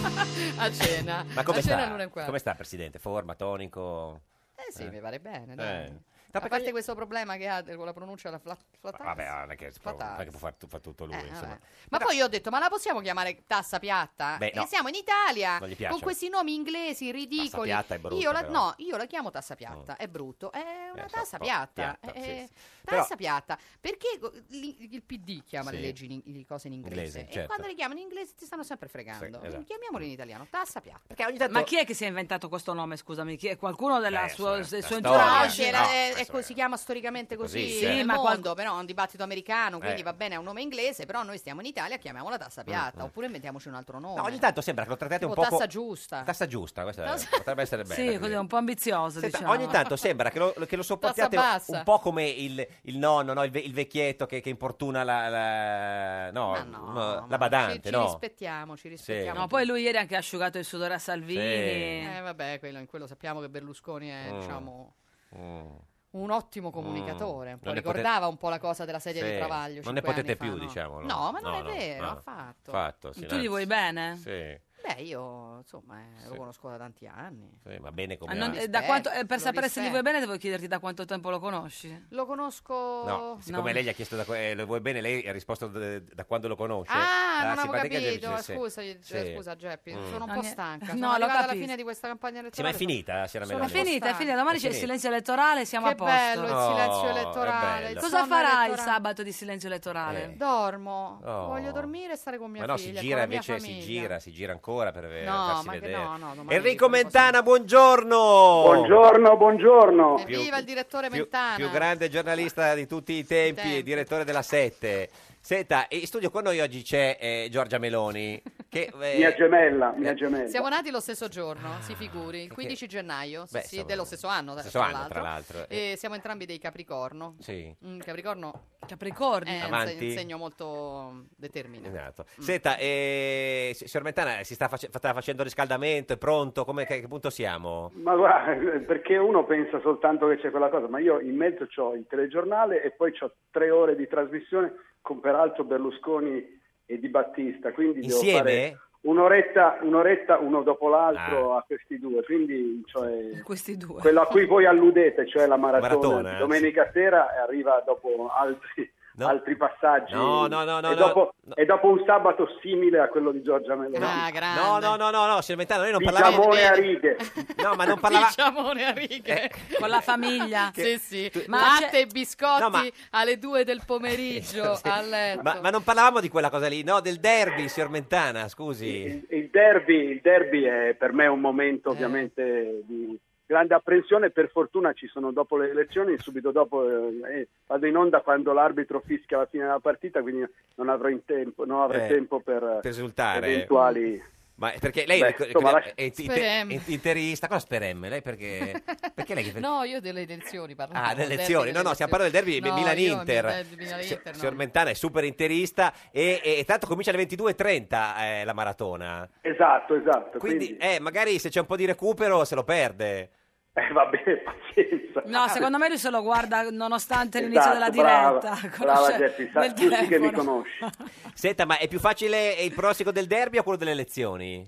[SPEAKER 17] a cena.
[SPEAKER 2] Ma come
[SPEAKER 17] a cena
[SPEAKER 2] sta?
[SPEAKER 17] all'una e quarto.
[SPEAKER 2] Come sta, Presidente? Forma, tonico?
[SPEAKER 17] Eh sì, mi pare bene. dai.
[SPEAKER 2] Eh.
[SPEAKER 17] A parte questo problema che ha con la pronuncia la flat, flat tax.
[SPEAKER 2] Vabbè, non è che,
[SPEAKER 17] Flat tax.
[SPEAKER 2] non è che può fare fa tutto lui,
[SPEAKER 17] Eh,
[SPEAKER 2] insomma.
[SPEAKER 17] vabbè. Ma poi io ho detto, ma la possiamo chiamare tassa piatta?
[SPEAKER 2] Beh,
[SPEAKER 17] E
[SPEAKER 2] no.
[SPEAKER 17] siamo in Italia
[SPEAKER 2] Non gli piace.
[SPEAKER 17] con questi nomi inglesi ridicoli.
[SPEAKER 2] Tassa piatta è brutto,
[SPEAKER 17] Io la,
[SPEAKER 2] però. Mm.
[SPEAKER 17] no, io la chiamo tassa piatta, è brutto. È una
[SPEAKER 2] Eh, so,
[SPEAKER 17] tassa
[SPEAKER 2] po-
[SPEAKER 17] piatta.
[SPEAKER 2] piatta,
[SPEAKER 17] eh,
[SPEAKER 2] sì,
[SPEAKER 17] eh,
[SPEAKER 2] Però-
[SPEAKER 17] Tassa piatta. Perché co- l'in- il PD chiama le
[SPEAKER 2] Sì.
[SPEAKER 17] leggi, in in- le cose in inglese?
[SPEAKER 2] Inglese,
[SPEAKER 17] E
[SPEAKER 2] certo.
[SPEAKER 17] quando le chiamano in inglese ti stanno sempre fregando.
[SPEAKER 2] Sì, esatto.
[SPEAKER 17] Chiamiamole in italiano, tassa piatta.
[SPEAKER 1] Ma chi è che si è inventato questo nome, scusami? Chi è qualcuno della
[SPEAKER 2] Beh,
[SPEAKER 1] sua-
[SPEAKER 2] Eh, insomma,
[SPEAKER 1] del
[SPEAKER 2] la
[SPEAKER 1] suo
[SPEAKER 2] storia.
[SPEAKER 1] entourage?
[SPEAKER 17] Era-
[SPEAKER 2] No, eh,
[SPEAKER 17] è- è
[SPEAKER 2] questo
[SPEAKER 17] co- si chiama storicamente così,
[SPEAKER 2] Così,
[SPEAKER 17] nel
[SPEAKER 2] sì. Sì,
[SPEAKER 1] ma qual-
[SPEAKER 17] mondo, però è un dibattito americano, quindi
[SPEAKER 2] Eh.
[SPEAKER 17] va bene, è un nome inglese, però noi stiamo in Italia, chiamiamola tassa piatta,
[SPEAKER 2] Mm, mm.
[SPEAKER 17] oppure inventiamoci un altro nome.
[SPEAKER 2] No, ogni tanto sembra che lo trattate un
[SPEAKER 17] Tipo
[SPEAKER 2] po'...
[SPEAKER 17] tassa
[SPEAKER 2] co-
[SPEAKER 17] giusta.
[SPEAKER 2] Tassa giusta, questa
[SPEAKER 17] Tassa-
[SPEAKER 2] potrebbe essere bella.
[SPEAKER 1] Sì, così, un po' ambizioso,
[SPEAKER 2] Senta,
[SPEAKER 1] diciamo.
[SPEAKER 2] Ogni tanto sembra che lo, che lo sopportiate
[SPEAKER 1] Tassa bassa.
[SPEAKER 2] un po' come il, il nonno, no? il, ve- il vecchietto che, che importuna la, la- no, no, la
[SPEAKER 17] ci,
[SPEAKER 2] badante,
[SPEAKER 17] ci
[SPEAKER 2] no?
[SPEAKER 17] rispettiamo, ci rispettiamo.
[SPEAKER 1] No, poi lui ieri ha anche asciugato il sudore a Salvini.
[SPEAKER 17] Eh, vabbè, quello, in quello sappiamo che Berlusconi è,
[SPEAKER 2] Mm.
[SPEAKER 17] diciamo,
[SPEAKER 2] Mm.
[SPEAKER 17] un ottimo comunicatore, un po'
[SPEAKER 2] Non ne
[SPEAKER 17] ricordava
[SPEAKER 2] potete-
[SPEAKER 17] un po' la cosa della sedia
[SPEAKER 2] Sì,
[SPEAKER 17] di Travaglio.
[SPEAKER 2] Non ne
[SPEAKER 17] cinque
[SPEAKER 2] potete
[SPEAKER 17] anni fa,
[SPEAKER 2] più,
[SPEAKER 17] no?
[SPEAKER 2] diciamo.
[SPEAKER 17] No, ma non è vero,
[SPEAKER 2] no.
[SPEAKER 17] affatto.
[SPEAKER 2] Fatto, sì,
[SPEAKER 1] tu gli
[SPEAKER 2] anzi.
[SPEAKER 1] vuoi bene?
[SPEAKER 2] Sì,
[SPEAKER 17] Beh, io insomma eh, lo
[SPEAKER 2] Sì.
[SPEAKER 17] conosco da tanti anni.
[SPEAKER 2] sì, ma bene come...
[SPEAKER 1] Ah, non-
[SPEAKER 2] va.
[SPEAKER 1] eh, da quanto- eh, per
[SPEAKER 17] lo
[SPEAKER 1] sapere se gli vuoi
[SPEAKER 17] rispetto.
[SPEAKER 1] bene devo chiederti da quanto tempo lo conosci.
[SPEAKER 17] Lo conosco...
[SPEAKER 2] No, siccome
[SPEAKER 1] No.
[SPEAKER 2] lei gli ha chiesto da, que- eh, lo vuoi bene, lei ha risposto da, da quando lo conosce.
[SPEAKER 17] Ah,
[SPEAKER 2] La
[SPEAKER 17] non avevo
[SPEAKER 2] simpatica
[SPEAKER 17] capito.
[SPEAKER 2] Geppi,
[SPEAKER 17] ah,
[SPEAKER 2] sì,
[SPEAKER 17] Scusa,
[SPEAKER 2] sì.
[SPEAKER 17] eh,
[SPEAKER 2] Sì.
[SPEAKER 17] scusa Geppi,
[SPEAKER 2] Mm.
[SPEAKER 17] sono un
[SPEAKER 1] No,
[SPEAKER 17] po'
[SPEAKER 1] ne-
[SPEAKER 17] stanca.
[SPEAKER 1] no,
[SPEAKER 17] Sono
[SPEAKER 1] lo
[SPEAKER 17] arrivata alla
[SPEAKER 1] capisco.
[SPEAKER 17] fine di questa campagna elettorale.
[SPEAKER 2] Sì, ma è finita la signora
[SPEAKER 17] Sono
[SPEAKER 1] È
[SPEAKER 2] Meloni.
[SPEAKER 1] finita, è finita. Domani
[SPEAKER 2] È
[SPEAKER 1] c'è il
[SPEAKER 2] finita.
[SPEAKER 1] silenzio elettorale, siamo
[SPEAKER 17] Che
[SPEAKER 1] a posto.
[SPEAKER 17] bello il
[SPEAKER 2] No,
[SPEAKER 17] silenzio
[SPEAKER 2] è
[SPEAKER 17] elettorale.
[SPEAKER 2] bello.
[SPEAKER 17] il
[SPEAKER 1] Cosa
[SPEAKER 17] sonno
[SPEAKER 1] farà il
[SPEAKER 17] elettorale.
[SPEAKER 1] sabato di silenzio elettorale?
[SPEAKER 2] Eh.
[SPEAKER 17] Dormo.
[SPEAKER 2] Oh.
[SPEAKER 17] Voglio dormire e stare con mia
[SPEAKER 2] Ma no, si
[SPEAKER 17] figlia.
[SPEAKER 2] gira
[SPEAKER 17] con la mia
[SPEAKER 2] invece, si
[SPEAKER 17] famiglia.
[SPEAKER 2] gira, si gira ancora per eh,
[SPEAKER 17] No,
[SPEAKER 2] farsi
[SPEAKER 17] ma che
[SPEAKER 2] vedere.
[SPEAKER 17] no, no, domani
[SPEAKER 2] Enrico Mentana, buongiorno!
[SPEAKER 21] Buongiorno, buongiorno.
[SPEAKER 17] Viva il direttore
[SPEAKER 2] più-
[SPEAKER 17] Mentana.
[SPEAKER 2] Più grande giornalista di tutti i tempi,
[SPEAKER 17] tempi.
[SPEAKER 2] direttore della Sette. Senta, in studio con noi oggi c'è eh, Giorgia Meloni, che... eh,
[SPEAKER 21] Mia gemella, mia gemella.
[SPEAKER 17] Siamo nati lo stesso giorno, si figuri, il 15 gennaio, sì,
[SPEAKER 2] Beh,
[SPEAKER 17] sì,
[SPEAKER 2] insomma,
[SPEAKER 17] dello stesso anno, tra-
[SPEAKER 2] stesso
[SPEAKER 17] tra
[SPEAKER 2] anno,
[SPEAKER 17] l'altro.
[SPEAKER 2] tra l'altro. eh.
[SPEAKER 17] E siamo entrambi dei Capricorno.
[SPEAKER 2] Sì.
[SPEAKER 17] Mm, Capricorno
[SPEAKER 1] Capricorni.
[SPEAKER 17] è un
[SPEAKER 2] Avanti.
[SPEAKER 17] seg- un segno molto determinato.
[SPEAKER 2] Esatto. Senta, eh, si- signor Mentana, si sta, face- sta facendo riscaldamento, è pronto? Come, che, che punto siamo?
[SPEAKER 21] Ma guarda, perché uno pensa soltanto che c'è quella cosa, ma io in mezzo ho il telegiornale e poi ho tre ore di trasmissione con peraltro Berlusconi e Di Battista, quindi devo fare
[SPEAKER 2] Insieme?
[SPEAKER 21] un'oretta, un'oretta uno dopo l'altro
[SPEAKER 2] Ah.
[SPEAKER 21] a questi due, quindi cioè,
[SPEAKER 1] Questi due.
[SPEAKER 21] quello a cui voi alludete, cioè la maratona,
[SPEAKER 2] Maratona, eh,
[SPEAKER 21] di domenica sera e arriva dopo altri, altri passaggi
[SPEAKER 2] No, no, no, no, no,
[SPEAKER 21] e, dopo, e dopo un sabato simile a quello di Giorgia Meloni.
[SPEAKER 1] Ah,
[SPEAKER 2] No, no, no, no, no, signor Mentana, noi non
[SPEAKER 21] Diciamo
[SPEAKER 2] parlavamo...
[SPEAKER 21] Diciamone a righe.
[SPEAKER 2] No, ma non parlava...
[SPEAKER 17] Diciamone a righe.
[SPEAKER 1] Con la famiglia.
[SPEAKER 17] Sì, sì.
[SPEAKER 1] Ma
[SPEAKER 17] Latte
[SPEAKER 1] c'è-
[SPEAKER 17] e biscotti
[SPEAKER 2] No, ma-
[SPEAKER 17] alle 2 del pomeriggio
[SPEAKER 2] Sì. Eh,
[SPEAKER 17] a letto.
[SPEAKER 2] Ma, ma non parlavamo di quella cosa lì, no, del derby, signor Mentana, scusi.
[SPEAKER 21] Il derby, il derby è per me un
[SPEAKER 2] Eh.
[SPEAKER 21] momento ovviamente di grande apprensione, per fortuna ci sono dopo le elezioni, subito dopo eh, eh, vado in onda quando l'arbitro fischia la fine della partita, quindi non avrò, in tempo, non avrò
[SPEAKER 2] Eh,
[SPEAKER 21] tempo per,
[SPEAKER 2] per esultare.
[SPEAKER 21] eventuali...
[SPEAKER 2] Ma perché lei
[SPEAKER 21] Beh,
[SPEAKER 2] ric- ricordiamo-
[SPEAKER 21] insomma, lascia-
[SPEAKER 2] è int-
[SPEAKER 17] Sperem.
[SPEAKER 2] è interista, cosa speremme? Lei perché... perché lei che...
[SPEAKER 17] No, io delle elezioni parlavo.
[SPEAKER 2] Ah,
[SPEAKER 17] del
[SPEAKER 2] delle
[SPEAKER 17] derby
[SPEAKER 2] elezioni.
[SPEAKER 17] delle
[SPEAKER 2] No, no, stiamo parlando del derby
[SPEAKER 17] elezioni. No, io
[SPEAKER 2] Milan-Inter.
[SPEAKER 17] mi- del Milan-Inter, no.
[SPEAKER 2] Signor Mentana è super interista e, e- e tanto comincia alle 22.30 eh, la maratona.
[SPEAKER 21] Esatto, esatto.
[SPEAKER 2] Quindi, eh, magari se c'è un po' di recupero se lo perde.
[SPEAKER 21] Eh, va bene, pazienza.
[SPEAKER 1] No, secondo me lui se lo guarda nonostante l'inizio
[SPEAKER 21] Esatto,
[SPEAKER 1] della
[SPEAKER 21] brava,
[SPEAKER 1] diretta.
[SPEAKER 21] brava
[SPEAKER 1] Conosce-
[SPEAKER 21] Geppi, sa
[SPEAKER 1] nel
[SPEAKER 21] tutti che mi
[SPEAKER 1] telefono.
[SPEAKER 21] conosci.
[SPEAKER 2] Senta, ma è più facile il prossimo del derby o quello delle elezioni?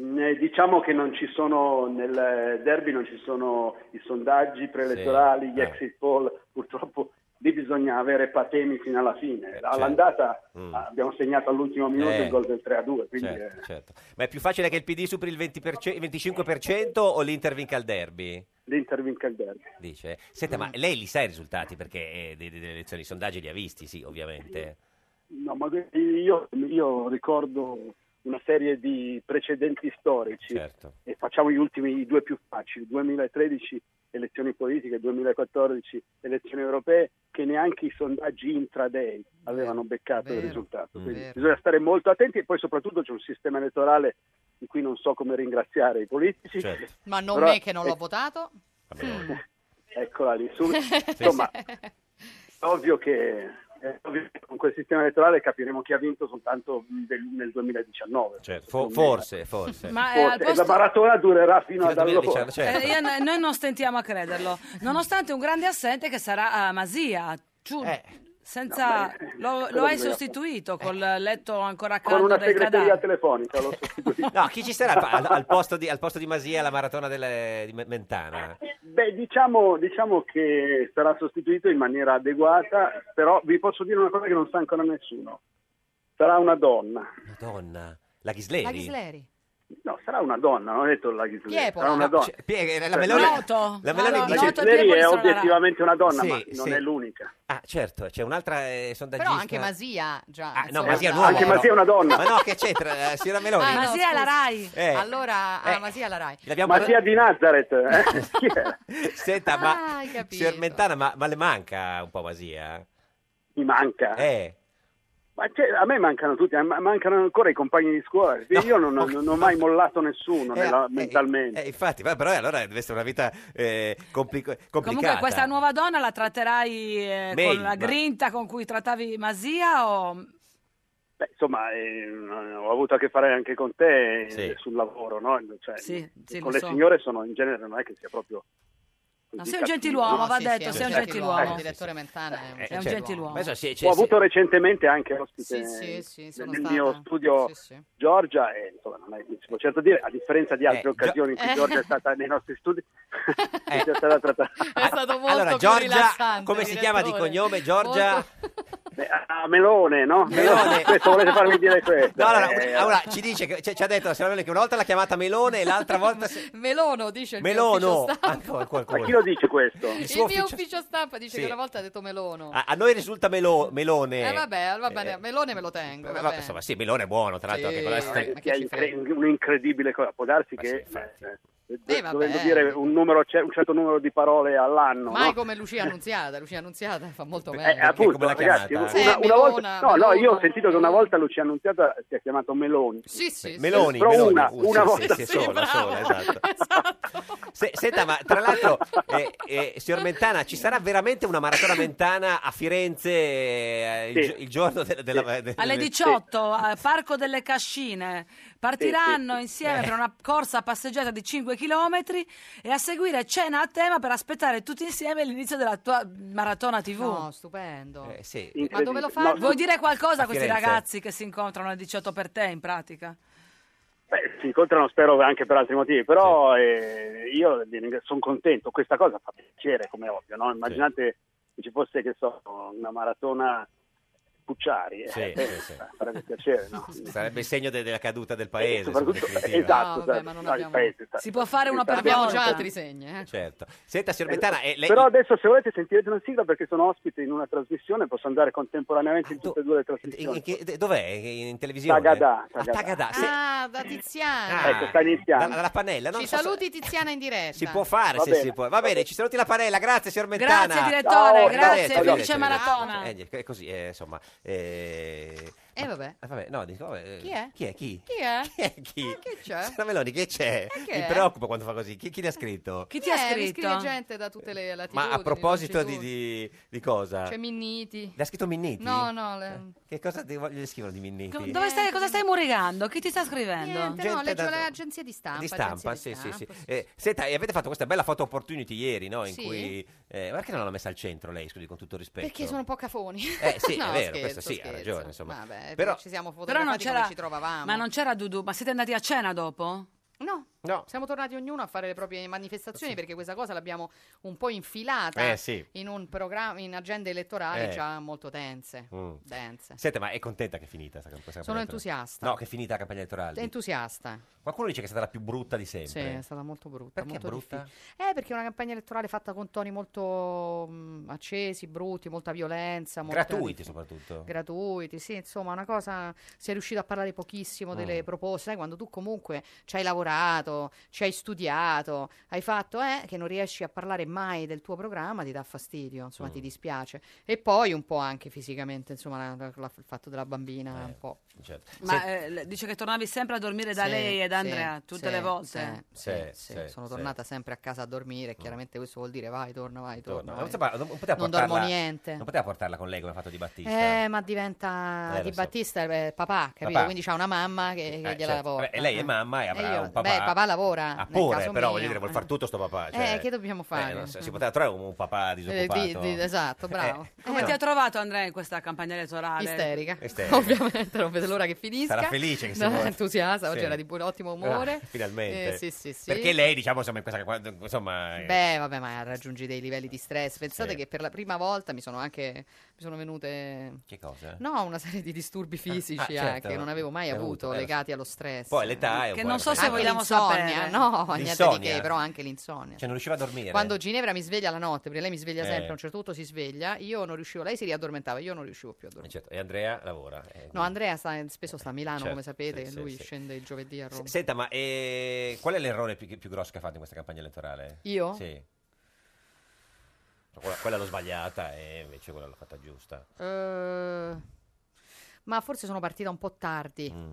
[SPEAKER 21] Mm, Diciamo che non ci sono nel derby non ci sono i sondaggi preelettorali, gli
[SPEAKER 3] eh.
[SPEAKER 21] exit poll, purtroppo lì bisogna avere patemi fino alla fine. All'andata
[SPEAKER 2] Eh, certo. Mm.
[SPEAKER 21] abbiamo segnato all'ultimo minuto
[SPEAKER 2] Eh.
[SPEAKER 21] il gol del 3 a 2, quindi
[SPEAKER 2] Certo,
[SPEAKER 21] eh,
[SPEAKER 2] certo. Ma è più facile che il PD superi il, 20%, il 25% o l'Inter vinca il derby?
[SPEAKER 21] l'Inter vinca il derby.
[SPEAKER 2] Dice. Senta,
[SPEAKER 21] Mm.
[SPEAKER 2] ma lei li sa i risultati perché eh, de- de- delle elezioni, i sondaggi li ha visti, sì, ovviamente.
[SPEAKER 21] No, ma io, io ricordo una serie di precedenti storici
[SPEAKER 2] Certo.
[SPEAKER 21] e facciamo gli ultimi i due più facili, 2013 elezioni politiche, 2014 elezioni europee, che neanche i sondaggi intraday avevano beccato il risultato. Quindi
[SPEAKER 22] vero.
[SPEAKER 21] bisogna stare molto attenti e poi soprattutto c'è un sistema elettorale di cui non so come ringraziare i politici.
[SPEAKER 17] Ma non
[SPEAKER 21] Però-
[SPEAKER 17] me che non l'ho votato. Mm.
[SPEAKER 21] Eccola lì. su- Insomma, è ovvio che è ovvio che con quel sistema elettorale capiremo chi ha vinto soltanto del- nel 2019.
[SPEAKER 2] Cioè, Fo- forse, forse.
[SPEAKER 1] Ma, eh,
[SPEAKER 21] Forse.
[SPEAKER 1] al
[SPEAKER 21] E
[SPEAKER 1] posto-
[SPEAKER 21] La maratona durerà fino
[SPEAKER 2] Fino
[SPEAKER 21] ad
[SPEAKER 2] al
[SPEAKER 21] allora.
[SPEAKER 2] 2019, certo.
[SPEAKER 1] Eh, io- no- noi non stentiamo a crederlo, nonostante un grande assente che sarà ah, Masia. Ciu-
[SPEAKER 2] Eh.
[SPEAKER 1] senza-
[SPEAKER 21] No, beh,
[SPEAKER 1] lo, lo
[SPEAKER 21] quello
[SPEAKER 1] hai
[SPEAKER 21] bisogna
[SPEAKER 1] sostituito col letto ancora
[SPEAKER 21] Con
[SPEAKER 1] caldo
[SPEAKER 21] una
[SPEAKER 1] del
[SPEAKER 21] segreteria
[SPEAKER 1] cadavere.
[SPEAKER 21] telefonica lo sostituisco.
[SPEAKER 2] No, chi ci sarà al, al posto, di, al posto di Masia alla maratona delle- di Me- Mentana?
[SPEAKER 21] Beh, diciamo, diciamo che sarà sostituito in maniera adeguata, però vi posso dire una cosa che non sa ancora nessuno. Sarà una donna.
[SPEAKER 2] Madonna, la Ghisleri?
[SPEAKER 21] La No, sarà una donna, non ho detto la Ghislera.
[SPEAKER 2] Piepola.
[SPEAKER 21] Sarà una
[SPEAKER 2] No,
[SPEAKER 21] donna.
[SPEAKER 2] cioè, Pie- la
[SPEAKER 21] Cioè,
[SPEAKER 2] Meloni-
[SPEAKER 21] no,
[SPEAKER 2] la Meloni
[SPEAKER 21] la
[SPEAKER 2] dice-
[SPEAKER 17] cioè,
[SPEAKER 21] Ghisleri è obiettivamente una donna,
[SPEAKER 2] Sì,
[SPEAKER 21] ma non
[SPEAKER 2] sì.
[SPEAKER 21] è l'unica.
[SPEAKER 2] Ah, certo, c'è un'altra eh,
[SPEAKER 17] Però
[SPEAKER 2] sondaggista.
[SPEAKER 17] anche Masia, già.
[SPEAKER 2] Ah, no,
[SPEAKER 17] insomma,
[SPEAKER 2] Masia è un
[SPEAKER 17] dai.
[SPEAKER 2] uomo.
[SPEAKER 21] Anche
[SPEAKER 2] però.
[SPEAKER 21] Masia è una donna.
[SPEAKER 2] Ma no, che c'entra, eh, signora Meloni?
[SPEAKER 17] Ah, no,
[SPEAKER 1] Masia alla
[SPEAKER 17] scusa.
[SPEAKER 1] Rai.
[SPEAKER 2] Eh.
[SPEAKER 17] Allora, ah,
[SPEAKER 2] Eh.
[SPEAKER 17] Masia la Rai.
[SPEAKER 2] L'abbiamo-
[SPEAKER 21] Mattia di Nazareth. eh? Chi era?
[SPEAKER 2] Senta,
[SPEAKER 17] Ah,
[SPEAKER 2] ma
[SPEAKER 17] hai capito.
[SPEAKER 2] signor Mentana, ma, ma le manca un po' Masia?
[SPEAKER 21] Mi manca.
[SPEAKER 2] Eh,
[SPEAKER 21] Ma cioè, a me mancano tutti, ma- mancano ancora i compagni di scuola. Io non, non- non ho mai mollato nessuno
[SPEAKER 2] Eh,
[SPEAKER 21] nella-
[SPEAKER 2] eh,
[SPEAKER 21] mentalmente.
[SPEAKER 2] eh, infatti, va- però allora deve essere una vita eh, compli- complicata.
[SPEAKER 1] Comunque questa nuova donna la tratterai eh,
[SPEAKER 2] Meglio,
[SPEAKER 1] con la
[SPEAKER 2] ma-
[SPEAKER 1] grinta con cui trattavi Masia o...
[SPEAKER 21] Beh, insomma, eh, ho avuto a che fare anche con te eh,
[SPEAKER 2] Sì.
[SPEAKER 21] sul lavoro, no? Cioè,
[SPEAKER 1] Sì, sì,
[SPEAKER 21] con
[SPEAKER 1] lo
[SPEAKER 21] le
[SPEAKER 1] so.
[SPEAKER 21] signore sono in genere non è che sia proprio...
[SPEAKER 1] No,
[SPEAKER 21] così
[SPEAKER 1] sei un
[SPEAKER 21] cattivo,
[SPEAKER 1] gentiluomo,
[SPEAKER 21] no?
[SPEAKER 1] va detto, sei un
[SPEAKER 17] Il
[SPEAKER 1] gentiluomo.
[SPEAKER 17] direttore Mentana è un,
[SPEAKER 21] Eh,
[SPEAKER 17] gentiluomo.
[SPEAKER 21] certo.
[SPEAKER 1] gentiluomo. Adesso
[SPEAKER 2] sì,
[SPEAKER 17] cioè,
[SPEAKER 21] Ho avuto recentemente anche ospite
[SPEAKER 17] Sì, sì, sì, sono
[SPEAKER 21] nel
[SPEAKER 17] stata.
[SPEAKER 21] mio studio Giorgia e insomma non è, si può certo dire, a differenza di altre occasioni in cui
[SPEAKER 17] Eh.
[SPEAKER 21] Giorgia è stata nei nostri studi, è stata trattata...
[SPEAKER 17] È stato molto
[SPEAKER 2] Allora,
[SPEAKER 17] più
[SPEAKER 2] Giorgia,
[SPEAKER 17] rilassante,
[SPEAKER 2] come si chiama di
[SPEAKER 17] direttore.
[SPEAKER 2] cognome? Giorgia?
[SPEAKER 17] Molto-
[SPEAKER 21] Beh, a a Melone, no? Melone, questo volete farmi dire questo?
[SPEAKER 2] No, allora,
[SPEAKER 21] Eh,
[SPEAKER 2] allora, ci dice che- ci- ci ha detto la signora Meloni che una volta l'ha chiamata Melone e l'altra volta si-
[SPEAKER 17] Melono dice il mio
[SPEAKER 2] Melono.
[SPEAKER 17] ufficio
[SPEAKER 2] Ah,
[SPEAKER 17] stampa.
[SPEAKER 2] ancora qualcuno.
[SPEAKER 21] Ma chi lo dice questo?
[SPEAKER 2] Il
[SPEAKER 17] Il
[SPEAKER 2] suo
[SPEAKER 17] mio
[SPEAKER 2] ufficio-
[SPEAKER 17] ufficio stampa dice
[SPEAKER 2] Sì.
[SPEAKER 17] che una volta ha detto Melono.
[SPEAKER 2] A, a noi risulta Melo- Melone.
[SPEAKER 17] Eh vabbè, va bene,
[SPEAKER 2] Eh,
[SPEAKER 17] Melone me lo tengo.
[SPEAKER 2] vabbè,
[SPEAKER 17] va bene.
[SPEAKER 2] insomma, sì, Melone è buono, tra l'altro
[SPEAKER 17] Sì,
[SPEAKER 2] anche con la
[SPEAKER 21] ma
[SPEAKER 2] sinistra-
[SPEAKER 21] eh, che è incre- un'incredibile cosa, può darsi che... eh, eh,
[SPEAKER 17] Eh, vabbè.
[SPEAKER 21] dovendo dire un, numero, cer- un certo numero di parole all'anno,
[SPEAKER 17] Mai
[SPEAKER 21] no?
[SPEAKER 17] come Lucia Annunziata, Lucia Annunziata fa molto
[SPEAKER 21] Eh,
[SPEAKER 17] bene.
[SPEAKER 21] appunto,
[SPEAKER 2] l'ha
[SPEAKER 21] ragazzi, una,
[SPEAKER 2] chiamata?
[SPEAKER 17] Eh,
[SPEAKER 21] una
[SPEAKER 17] Melona,
[SPEAKER 21] volta, no, no,
[SPEAKER 17] Melona.
[SPEAKER 21] io ho sentito che una volta Lucia Annunziata si è chiamato Meloni.
[SPEAKER 17] Sì, sì, sì.
[SPEAKER 2] Meloni,
[SPEAKER 21] Però
[SPEAKER 2] Meloni,
[SPEAKER 21] una-
[SPEAKER 2] uh, sì,
[SPEAKER 21] una
[SPEAKER 2] sì,
[SPEAKER 21] volta-
[SPEAKER 2] sì,
[SPEAKER 21] Sì,
[SPEAKER 2] sola,
[SPEAKER 21] bravo.
[SPEAKER 2] sola, esatto. Se- senta, ma tra l'altro, eh, eh, signor Mentana, ci sarà veramente una maratona mentana a Firenze eh, il,
[SPEAKER 21] Sì.
[SPEAKER 2] gio- il giorno della... della- della-
[SPEAKER 1] Alle 18 al Parco delle Cascine partiranno insieme
[SPEAKER 2] Eh.
[SPEAKER 1] per una corsa passeggiata di 5 km e a seguire cena a tema per aspettare tutti insieme l'inizio della tua maratona TV.
[SPEAKER 17] No, stupendo.
[SPEAKER 2] Eh, sì.
[SPEAKER 17] Ma dove lo
[SPEAKER 21] No,
[SPEAKER 17] fanno?
[SPEAKER 1] Vuoi dire
[SPEAKER 21] A
[SPEAKER 1] qualcosa a questi
[SPEAKER 21] Firenze.
[SPEAKER 1] ragazzi che si incontrano alle 18 per te in pratica?
[SPEAKER 21] Beh, si incontrano spero anche per altri motivi, però eh, io sono contento, questa cosa fa piacere come ovvio, no? immaginate che ci fosse che so, una maratona Pucciari, eh,
[SPEAKER 2] Sì,
[SPEAKER 21] eh,
[SPEAKER 2] sì, sì.
[SPEAKER 21] farebbe piacere. No?
[SPEAKER 2] Sarebbe il segno de- della caduta del paese.
[SPEAKER 21] Eh, soprattutto-
[SPEAKER 2] insomma, definitiva.
[SPEAKER 21] esatto, No, vabbè, ma non no, il abbiamo- paese sta-
[SPEAKER 1] Si può fare una per
[SPEAKER 17] Abbiamo
[SPEAKER 1] volta.
[SPEAKER 17] già altri segni, eh.
[SPEAKER 2] Certo. Senta, signor Mentana, eh, lei-
[SPEAKER 21] Però adesso se volete sentirete una sigla perché sono ospite in una trasmissione, posso andare contemporaneamente in tutte e due le
[SPEAKER 2] Ah, in-
[SPEAKER 21] trasmissioni.
[SPEAKER 2] in che- dov'è? In televisione?
[SPEAKER 21] Tagadà,
[SPEAKER 2] Ah,
[SPEAKER 21] Tagadà.
[SPEAKER 2] Tagadà, sì. Ah,
[SPEAKER 17] Ah, da Tiziana.
[SPEAKER 21] Ecco, sta iniziando.
[SPEAKER 2] Dalla, dalla panella, Eh, non
[SPEAKER 17] Ci
[SPEAKER 2] so se-
[SPEAKER 17] saluti Tiziana in diretta.
[SPEAKER 2] Si può fare,
[SPEAKER 21] Va
[SPEAKER 2] se
[SPEAKER 21] bene.
[SPEAKER 2] si può. Va bene, ci saluti la panella. Grazie, signor Mentana.
[SPEAKER 1] Grazie direttore,
[SPEAKER 2] Ciao,
[SPEAKER 1] grazie,
[SPEAKER 2] detto,
[SPEAKER 1] felice
[SPEAKER 2] detto,
[SPEAKER 1] maratona.
[SPEAKER 2] Eh, niente, è così, eh, insomma. Eh,
[SPEAKER 17] E vabbè.
[SPEAKER 2] eh, vabbè, no, dico, vabbè, eh,
[SPEAKER 17] Chi è?
[SPEAKER 2] Chi è? Chi?
[SPEAKER 17] Chi è?
[SPEAKER 2] Chi è? Chi?
[SPEAKER 17] Che c'è?
[SPEAKER 2] Sara Meloni, che c'è?
[SPEAKER 17] che
[SPEAKER 2] Mi
[SPEAKER 17] è?
[SPEAKER 2] preoccupa quando fa così. Chi, chi le ha scritto?
[SPEAKER 1] Chi ti ha
[SPEAKER 17] Eh, mi
[SPEAKER 1] scritto?
[SPEAKER 17] scrive gente da tutte le latitudini.
[SPEAKER 2] Ma a proposito di,
[SPEAKER 17] longitudini.
[SPEAKER 2] di, di cosa?
[SPEAKER 17] C'è Minniti.
[SPEAKER 2] Le ha scritto Minniti? Eh.
[SPEAKER 17] No, no, le-
[SPEAKER 2] Che cosa ti voglio- le scrivono di Minniti?
[SPEAKER 1] Co- dove stai- cosa stai murigando? Chi ti sta scrivendo?
[SPEAKER 17] Niente, no,
[SPEAKER 2] Gente da-
[SPEAKER 17] leggo le agenzie di stampa.
[SPEAKER 2] Di stampa,
[SPEAKER 17] agenzie
[SPEAKER 2] sì,
[SPEAKER 17] di
[SPEAKER 2] sì, sì.
[SPEAKER 17] stampa,
[SPEAKER 2] Eh, senta, e avete fatto questa bella photo opportunity ieri, no? In
[SPEAKER 17] Sì.
[SPEAKER 2] cui... eh, perché non l'ha messa al centro lei, scusi, con tutto il rispetto?
[SPEAKER 17] Perché sono un po' cafoni.
[SPEAKER 2] Eh sì, è
[SPEAKER 17] No,
[SPEAKER 2] vero,
[SPEAKER 17] scherzo,
[SPEAKER 2] questo sì, ha
[SPEAKER 17] scherzo.
[SPEAKER 2] ragione, insomma.
[SPEAKER 17] Vabbè, eh,
[SPEAKER 2] Però-
[SPEAKER 17] ci siamo
[SPEAKER 1] Però
[SPEAKER 17] fotografati
[SPEAKER 1] non c'era,
[SPEAKER 17] come ci trovavamo.
[SPEAKER 1] ma non c'era Dudu, ma siete andati a cena dopo?
[SPEAKER 17] No.
[SPEAKER 2] No.
[SPEAKER 17] siamo tornati ognuno a fare le proprie manifestazioni perché questa cosa l'abbiamo un po' infilata
[SPEAKER 2] Eh, sì.
[SPEAKER 17] in un programma, in agende elettorali
[SPEAKER 2] Eh.
[SPEAKER 17] già molto dense.
[SPEAKER 2] Mm.
[SPEAKER 17] dense.
[SPEAKER 2] Senta, ma è contenta che è finita questa questa campagna
[SPEAKER 17] Sono
[SPEAKER 2] elettorale?
[SPEAKER 17] entusiasta.
[SPEAKER 2] No, che è finita la campagna elettorale.
[SPEAKER 17] Entusiasta.
[SPEAKER 2] Qualcuno dice che è stata la più brutta di sempre.
[SPEAKER 17] Sì, è stata molto brutta.
[SPEAKER 2] Perché
[SPEAKER 17] molto
[SPEAKER 2] brutta?
[SPEAKER 17] difficile. Eh, perché è una campagna elettorale fatta con toni molto mm, accesi, brutti, molta violenza. molta-
[SPEAKER 2] Gratuiti soprattutto.
[SPEAKER 17] gratuiti, sì, insomma, una cosa si è riuscito a parlare pochissimo delle
[SPEAKER 2] Mm.
[SPEAKER 17] proposte, sai, quando tu comunque ci hai lavorato, ci hai studiato, hai fatto eh, che non riesci a parlare mai del tuo programma, ti dà fastidio, insomma,
[SPEAKER 2] Mm.
[SPEAKER 17] ti dispiace. E poi un po' anche fisicamente, insomma, la- la- la- il fatto della bambina un po'.
[SPEAKER 2] Certo.
[SPEAKER 1] Ma eh, le- dice che tornavi sempre a dormire da
[SPEAKER 17] Sì,
[SPEAKER 1] lei e da
[SPEAKER 17] sì,
[SPEAKER 1] Andrea tutte
[SPEAKER 17] sì,
[SPEAKER 1] le volte.
[SPEAKER 17] sì,
[SPEAKER 2] Sì,
[SPEAKER 17] sì,
[SPEAKER 2] sì,
[SPEAKER 17] sono
[SPEAKER 2] sì. Mm.
[SPEAKER 17] tornata sempre a casa a dormire, chiaramente questo vuol dire vai, torna, vai, torna.
[SPEAKER 2] Torna.
[SPEAKER 17] vai.
[SPEAKER 2] Non, sapeva- non poteva
[SPEAKER 17] Non
[SPEAKER 2] portarla-
[SPEAKER 17] dormo niente.
[SPEAKER 2] Non poteva portarla con lei come ha fatto Di Battista.
[SPEAKER 17] Eh, ma diventa
[SPEAKER 2] Eh, lo
[SPEAKER 17] Di
[SPEAKER 2] so.
[SPEAKER 17] Battista eh, papà, capito?
[SPEAKER 2] Papà.
[SPEAKER 17] Quindi c'ha una mamma che, che
[SPEAKER 2] Eh,
[SPEAKER 17] gliela
[SPEAKER 2] certo.
[SPEAKER 17] porta.
[SPEAKER 2] Vabbè, e lei è mamma e avrà
[SPEAKER 17] Eh, io-
[SPEAKER 2] un papà.
[SPEAKER 17] Beh, papà lavora.
[SPEAKER 2] Ah,
[SPEAKER 17] nel
[SPEAKER 2] pure,
[SPEAKER 17] caso
[SPEAKER 2] però
[SPEAKER 17] mio.
[SPEAKER 2] voglio dire, vuol fare tutto sto papà. Cioè,
[SPEAKER 17] Eh, che dobbiamo fare?
[SPEAKER 2] eh, non so, si poteva trovare un, un papà
[SPEAKER 17] Eh,
[SPEAKER 2] disoccupato. Eh,
[SPEAKER 17] di- di- esatto, bravo.
[SPEAKER 1] Come ti ha trovato Andrea in questa campagna elettorale?
[SPEAKER 17] Isterica.
[SPEAKER 2] Isterica.
[SPEAKER 17] Ovviamente non vedo l'ora che finisca.
[SPEAKER 2] Sarà felice che si
[SPEAKER 17] No,
[SPEAKER 2] muore.
[SPEAKER 17] entusiasta, oggi
[SPEAKER 2] Sì.
[SPEAKER 17] era di buon ottimo umore.
[SPEAKER 2] Ah, finalmente.
[SPEAKER 17] Eh, sì, sì, sì.
[SPEAKER 2] Perché lei, diciamo, insomma, in questa, quando- insomma, eh,
[SPEAKER 17] Beh, vabbè, ma raggiungi dei livelli di stress. Pensate
[SPEAKER 2] Sì.
[SPEAKER 17] che per la prima volta mi sono anche mi sono venute
[SPEAKER 2] che cosa?
[SPEAKER 17] No, una serie di disturbi fisici
[SPEAKER 2] Eh. ah, certo.
[SPEAKER 17] anche che non avevo mai
[SPEAKER 2] Hai
[SPEAKER 17] avuto,
[SPEAKER 2] avuto, eh,
[SPEAKER 17] legati allo stress.
[SPEAKER 2] Poi l'età è un
[SPEAKER 17] Che
[SPEAKER 2] po'
[SPEAKER 17] non so
[SPEAKER 2] la-
[SPEAKER 17] se Anche vogliamo eh. l'insonnia, sapere. no, niente di
[SPEAKER 2] L'insonnia?
[SPEAKER 17] che, però anche l'insonnia.
[SPEAKER 2] Cioè, non riusciva a dormire.
[SPEAKER 17] Quando Ginevra mi sveglia la notte, perché lei mi sveglia
[SPEAKER 2] Eh.
[SPEAKER 17] sempre, a un certo punto si sveglia, io non riuscivo, lei si riaddormentava, io non riuscivo più a dormire.
[SPEAKER 2] Eh, certo, E Andrea lavora. eh,
[SPEAKER 17] No, Andrea sta- spesso sta a Milano,
[SPEAKER 2] Certo,
[SPEAKER 17] come sapete,
[SPEAKER 2] sì, sì,
[SPEAKER 17] lui
[SPEAKER 2] sì.
[SPEAKER 17] scende il giovedì a Roma.
[SPEAKER 2] S- Senta, ma eh, qual è l'errore più, più grosso che ha fatto in questa campagna elettorale?
[SPEAKER 17] Io?
[SPEAKER 2] Sì. Cioè, Quella, quella l'ho sbagliata e invece quella l'ho fatta giusta.
[SPEAKER 17] Eh, ma forse sono partita un po' tardi.
[SPEAKER 2] Mm.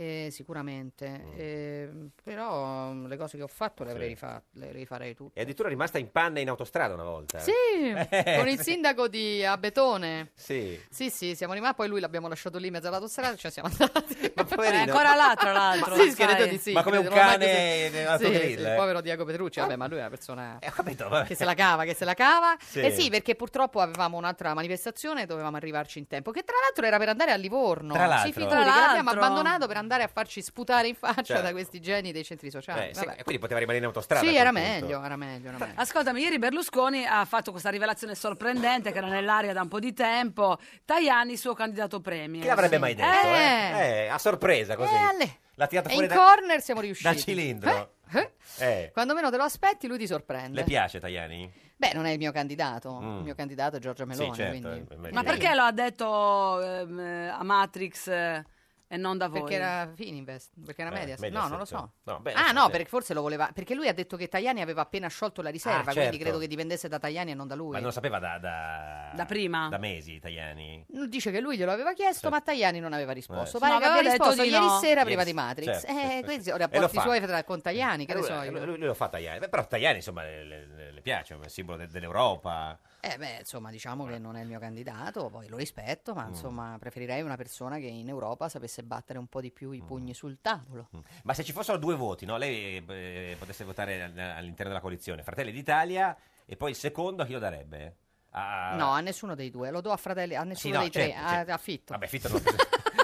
[SPEAKER 17] Eh, sicuramente, Eh, però mm, le cose che ho fatto le, avrei
[SPEAKER 2] Sì.
[SPEAKER 17] rifatte, le rifarei tutte.
[SPEAKER 2] È addirittura rimasta in panne in autostrada una volta.
[SPEAKER 17] Sì,
[SPEAKER 2] Eh,
[SPEAKER 17] con il
[SPEAKER 2] sì.
[SPEAKER 17] sindaco di Abetone.
[SPEAKER 2] Sì.
[SPEAKER 17] Sì, sì, siamo rimasti, poi lui l'abbiamo lasciato lì in mezzo all'autostrada e ci siamo andati. Ma
[SPEAKER 2] poverino. È ancora là, tra l'altro,
[SPEAKER 17] Sì,
[SPEAKER 2] sai.
[SPEAKER 17] credo di sì.
[SPEAKER 2] Ma come un
[SPEAKER 17] credo, ormai
[SPEAKER 2] cane
[SPEAKER 17] così.
[SPEAKER 2] in autogrill,
[SPEAKER 17] Sì, sì, il
[SPEAKER 2] eh.
[SPEAKER 17] povero Diego Petrucci, vabbè, ma lui è una persona
[SPEAKER 2] capito, vabbè.
[SPEAKER 17] che se la cava, che se la cava.
[SPEAKER 2] Sì.
[SPEAKER 17] Eh sì, perché purtroppo avevamo un'altra manifestazione, dovevamo arrivarci in tempo, che tra l'altro era per andare a Livorno.
[SPEAKER 2] Tra l'altro.
[SPEAKER 17] si figuri
[SPEAKER 2] Tra
[SPEAKER 17] che l'abbiamo
[SPEAKER 2] l'altro.
[SPEAKER 17] abbandonato per andare a farci sputare in faccia
[SPEAKER 2] Certo.
[SPEAKER 17] da questi geni dei centri sociali.
[SPEAKER 2] Eh, se-
[SPEAKER 17] Cioè, Vabbè.
[SPEAKER 2] e quindi poteva rimanere in autostrada.
[SPEAKER 17] sì,
[SPEAKER 2] a
[SPEAKER 17] era
[SPEAKER 2] quel punto.
[SPEAKER 17] meglio, era meglio, era meglio.
[SPEAKER 1] Ascoltami, ieri Berlusconi ha fatto questa rivelazione sorprendente che era nell'aria da un po' di tempo. Tajani, suo candidato premier.
[SPEAKER 2] Chi l'avrebbe mai detto? Eh?
[SPEAKER 17] Eh.
[SPEAKER 2] Eh, a sorpresa così.
[SPEAKER 17] Eh, alle-
[SPEAKER 2] L'ha tirata
[SPEAKER 17] E
[SPEAKER 2] fuori
[SPEAKER 17] in
[SPEAKER 2] da,
[SPEAKER 17] corner siamo
[SPEAKER 2] dal
[SPEAKER 17] riusciti.
[SPEAKER 2] cilindro.
[SPEAKER 17] Eh?
[SPEAKER 2] Eh.
[SPEAKER 17] Quando meno te lo aspetti, lui ti sorprende.
[SPEAKER 2] Le piace Tajani?
[SPEAKER 17] Beh, non è il mio candidato.
[SPEAKER 2] Mm.
[SPEAKER 17] Il mio candidato è Giorgia Meloni.
[SPEAKER 2] sì, certo.
[SPEAKER 17] quindi-
[SPEAKER 2] immagino.
[SPEAKER 1] Ma perché lo ha detto ehm, a Matrix eh, e non da voi?
[SPEAKER 17] Perché era Fininvest, perché era
[SPEAKER 1] Eh,
[SPEAKER 17] Mediaset.
[SPEAKER 1] Mediaset,
[SPEAKER 17] No, non lo so.
[SPEAKER 1] no, beh,
[SPEAKER 17] ah,
[SPEAKER 1] sì,
[SPEAKER 17] no,
[SPEAKER 1] sì.
[SPEAKER 17] perché forse lo voleva. Perché lui ha detto che Tajani aveva appena sciolto la riserva,
[SPEAKER 2] Ah, certo.
[SPEAKER 17] quindi credo che dipendesse da Tajani e non da lui.
[SPEAKER 2] Ma non lo sapeva da, da,
[SPEAKER 17] Da prima?
[SPEAKER 2] Da mesi Tajani.
[SPEAKER 17] Dice che lui glielo aveva chiesto, ma Tajani non aveva risposto.
[SPEAKER 2] Eh.
[SPEAKER 17] Pare
[SPEAKER 1] No,
[SPEAKER 17] che
[SPEAKER 1] aveva
[SPEAKER 17] abbia
[SPEAKER 1] detto
[SPEAKER 17] risposto
[SPEAKER 1] di
[SPEAKER 17] ieri
[SPEAKER 1] no.
[SPEAKER 17] sera prima
[SPEAKER 2] Ieri-
[SPEAKER 17] di Matrix.
[SPEAKER 2] certo,
[SPEAKER 17] Eh,
[SPEAKER 2] certo,
[SPEAKER 17] quindi
[SPEAKER 2] certo.
[SPEAKER 17] ho
[SPEAKER 2] E lo
[SPEAKER 17] rapporti
[SPEAKER 2] fa.
[SPEAKER 17] suoi tra, con Tajani, che
[SPEAKER 2] Eh,
[SPEAKER 17] ne
[SPEAKER 2] lui,
[SPEAKER 17] so io.
[SPEAKER 2] lui- lui- lui lo fa Tajani. Beh, Però Tajani, insomma, le, le- le piace, è un simbolo de- dell'Europa.
[SPEAKER 17] Eh beh, insomma, diciamo
[SPEAKER 2] Eh.
[SPEAKER 17] che non è il mio candidato, poi lo rispetto,
[SPEAKER 2] Mm.
[SPEAKER 17] ma insomma, preferirei una persona che in Europa sapesse battere un po' di
[SPEAKER 2] Mm.
[SPEAKER 17] più i pugni sul tavolo.
[SPEAKER 2] Ma se ci fossero due voti, no? lei eh, potesse votare all- all'interno della coalizione, Fratelli d'Italia, e poi il secondo a chi lo darebbe? A-
[SPEAKER 17] No, a nessuno dei due, lo do a fratelli, a
[SPEAKER 2] Sì,
[SPEAKER 17] nessuno
[SPEAKER 2] no,
[SPEAKER 17] dei tre,
[SPEAKER 2] certo,
[SPEAKER 17] a,
[SPEAKER 2] certo.
[SPEAKER 17] a Fitto.
[SPEAKER 2] Vabbè, Fitto non,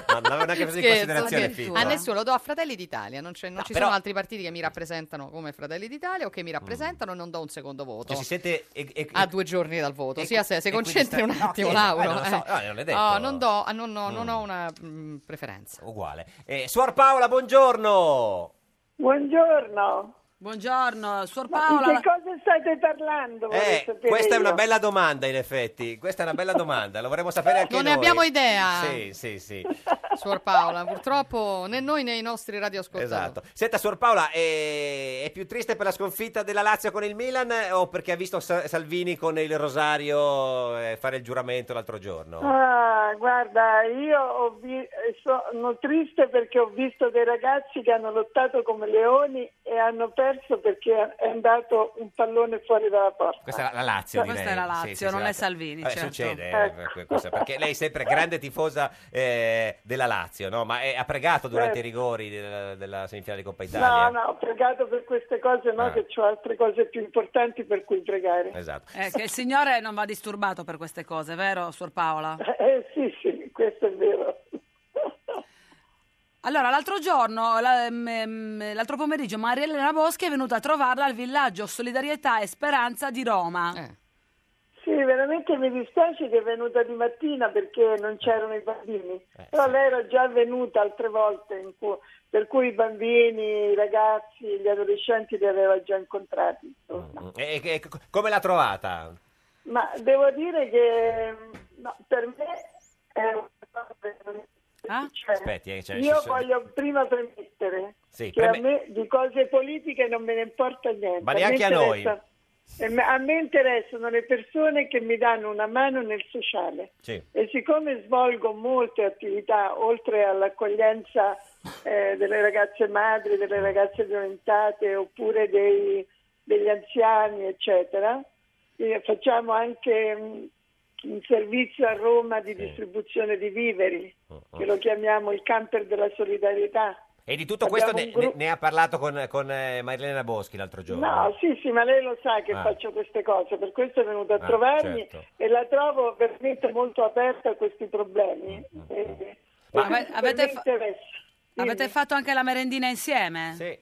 [SPEAKER 2] non l'avevo neanche preso in
[SPEAKER 17] Scherzo,
[SPEAKER 2] considerazione.
[SPEAKER 17] addirittura.
[SPEAKER 2] Fitto. eh.
[SPEAKER 17] A nessuno, lo do a Fratelli d'Italia, non, c'è- non ci
[SPEAKER 2] però-
[SPEAKER 17] sono altri partiti che mi rappresentano come Fratelli d'Italia o che mi
[SPEAKER 2] Mm.
[SPEAKER 17] rappresentano e non do un secondo voto.
[SPEAKER 2] Cioè, si siete
[SPEAKER 17] a due giorni dal voto,
[SPEAKER 2] e-
[SPEAKER 17] sia se, se
[SPEAKER 2] e quindi
[SPEAKER 17] concentri
[SPEAKER 2] sta-
[SPEAKER 17] un
[SPEAKER 2] no, chiedo,
[SPEAKER 17] attimo,
[SPEAKER 2] eh,
[SPEAKER 17] Lauro.
[SPEAKER 2] non lo so, no, non l'hai detto.
[SPEAKER 17] Oh, non, do- ah, non ho- non
[SPEAKER 2] Mm.
[SPEAKER 17] ho una mm, preferenza.
[SPEAKER 2] uguale. Eh, Suor Paola, buongiorno.
[SPEAKER 3] Buongiorno.
[SPEAKER 1] Buongiorno, Suor
[SPEAKER 3] Ma
[SPEAKER 1] Paola.
[SPEAKER 3] di che cosa state parlando? vorrei
[SPEAKER 2] Eh,
[SPEAKER 3] sapere
[SPEAKER 2] questa è una
[SPEAKER 3] io.
[SPEAKER 2] bella domanda, in effetti. Questa è una bella domanda, lo vorremmo
[SPEAKER 3] Eh,
[SPEAKER 2] sapere anche
[SPEAKER 17] Non ne
[SPEAKER 2] noi.
[SPEAKER 17] abbiamo idea.
[SPEAKER 2] Sì, sì, sì.
[SPEAKER 17] Suor Paola, purtroppo né noi né i nostri radioascoltatori.
[SPEAKER 2] Esatto. Senta, Suor Paola, eh, è, più triste per la sconfitta della Lazio con il Milan eh, o perché ha visto Sa- Salvini con il Rosario eh, fare il giuramento l'altro giorno?
[SPEAKER 3] Ah, guarda, io ho vi- eh, sono triste perché ho visto dei ragazzi che hanno lottato come leoni e hanno perso perché è andato un pallone fuori dalla porta.
[SPEAKER 2] Questa è la Lazio,
[SPEAKER 3] Cioè, Questa
[SPEAKER 2] direi.
[SPEAKER 3] è la
[SPEAKER 2] Sì,
[SPEAKER 3] Lazio,
[SPEAKER 2] sì, sì,
[SPEAKER 3] non
[SPEAKER 2] la-
[SPEAKER 3] è Salvini,
[SPEAKER 2] Vabbè,
[SPEAKER 3] certo.
[SPEAKER 2] Succede, eh, que- questo, perché lei è sempre grande tifosa eh, della Lazio, no? Ma eh, ha pregato durante
[SPEAKER 3] Certo.
[SPEAKER 2] i rigori della, della semifinale di Coppa Italia?
[SPEAKER 3] No, no, ho pregato per queste cose, no,
[SPEAKER 2] eh. Ah.
[SPEAKER 3] che ho altre cose più importanti per cui pregare.
[SPEAKER 2] Esatto.
[SPEAKER 1] Eh, che il Signore non va disturbato per queste cose, vero, Suor Paola?
[SPEAKER 3] Eh, sì, sì, eh, questo è vero.
[SPEAKER 1] Allora, l'altro giorno, la- m- m- l'altro pomeriggio, Maria Elena Boschi è venuta a trovarla al villaggio Solidarietà e Speranza di Roma.
[SPEAKER 3] Sì, veramente mi dispiace che è venuta di mattina perché non c'erano i bambini, però lei era già venuta altre volte, in cui- per cui i bambini, i ragazzi, gli adolescenti li aveva già incontrati.
[SPEAKER 2] Mm. E- e- e co- come l'ha trovata?
[SPEAKER 3] Ma devo dire che no, per me è una cosa veramente- cioè,
[SPEAKER 2] Aspetti, eh, cioè,
[SPEAKER 3] io
[SPEAKER 2] ci-
[SPEAKER 3] voglio prima premettere
[SPEAKER 2] Sì,
[SPEAKER 3] che
[SPEAKER 2] preme-
[SPEAKER 3] a me di cose politiche non me ne importa niente.
[SPEAKER 2] Ma neanche
[SPEAKER 3] me
[SPEAKER 2] a noi.
[SPEAKER 3] interessa- e me- A me interessano le persone che mi danno una mano nel sociale
[SPEAKER 2] Sì.
[SPEAKER 3] e siccome svolgo molte attività oltre all'accoglienza eh, delle ragazze madri, delle ragazze violentate oppure dei- degli anziani eccetera, eh, facciamo anche mh, un servizio a Roma di distribuzione di viveri
[SPEAKER 2] Ah.
[SPEAKER 3] che lo chiamiamo il camper della solidarietà.
[SPEAKER 2] E di tutto
[SPEAKER 3] Abbiamo
[SPEAKER 2] questo ne,
[SPEAKER 3] un gru-
[SPEAKER 2] ne- ne ha parlato con, con eh, Marilena Boschi l'altro giorno.
[SPEAKER 3] No, sì, sì, ma lei lo sa che
[SPEAKER 2] Ah.
[SPEAKER 3] faccio queste cose, per questo è venuta a
[SPEAKER 2] Ah,
[SPEAKER 3] trovarmi
[SPEAKER 2] certo.
[SPEAKER 3] e la trovo veramente molto aperta a questi problemi. Eh, E-
[SPEAKER 1] Ma
[SPEAKER 3] e
[SPEAKER 1] ave-
[SPEAKER 3] per
[SPEAKER 1] avete
[SPEAKER 3] me
[SPEAKER 1] fa-
[SPEAKER 3] interessa. Dimmi.
[SPEAKER 1] Avete fatto anche la merendina insieme?
[SPEAKER 2] Sì.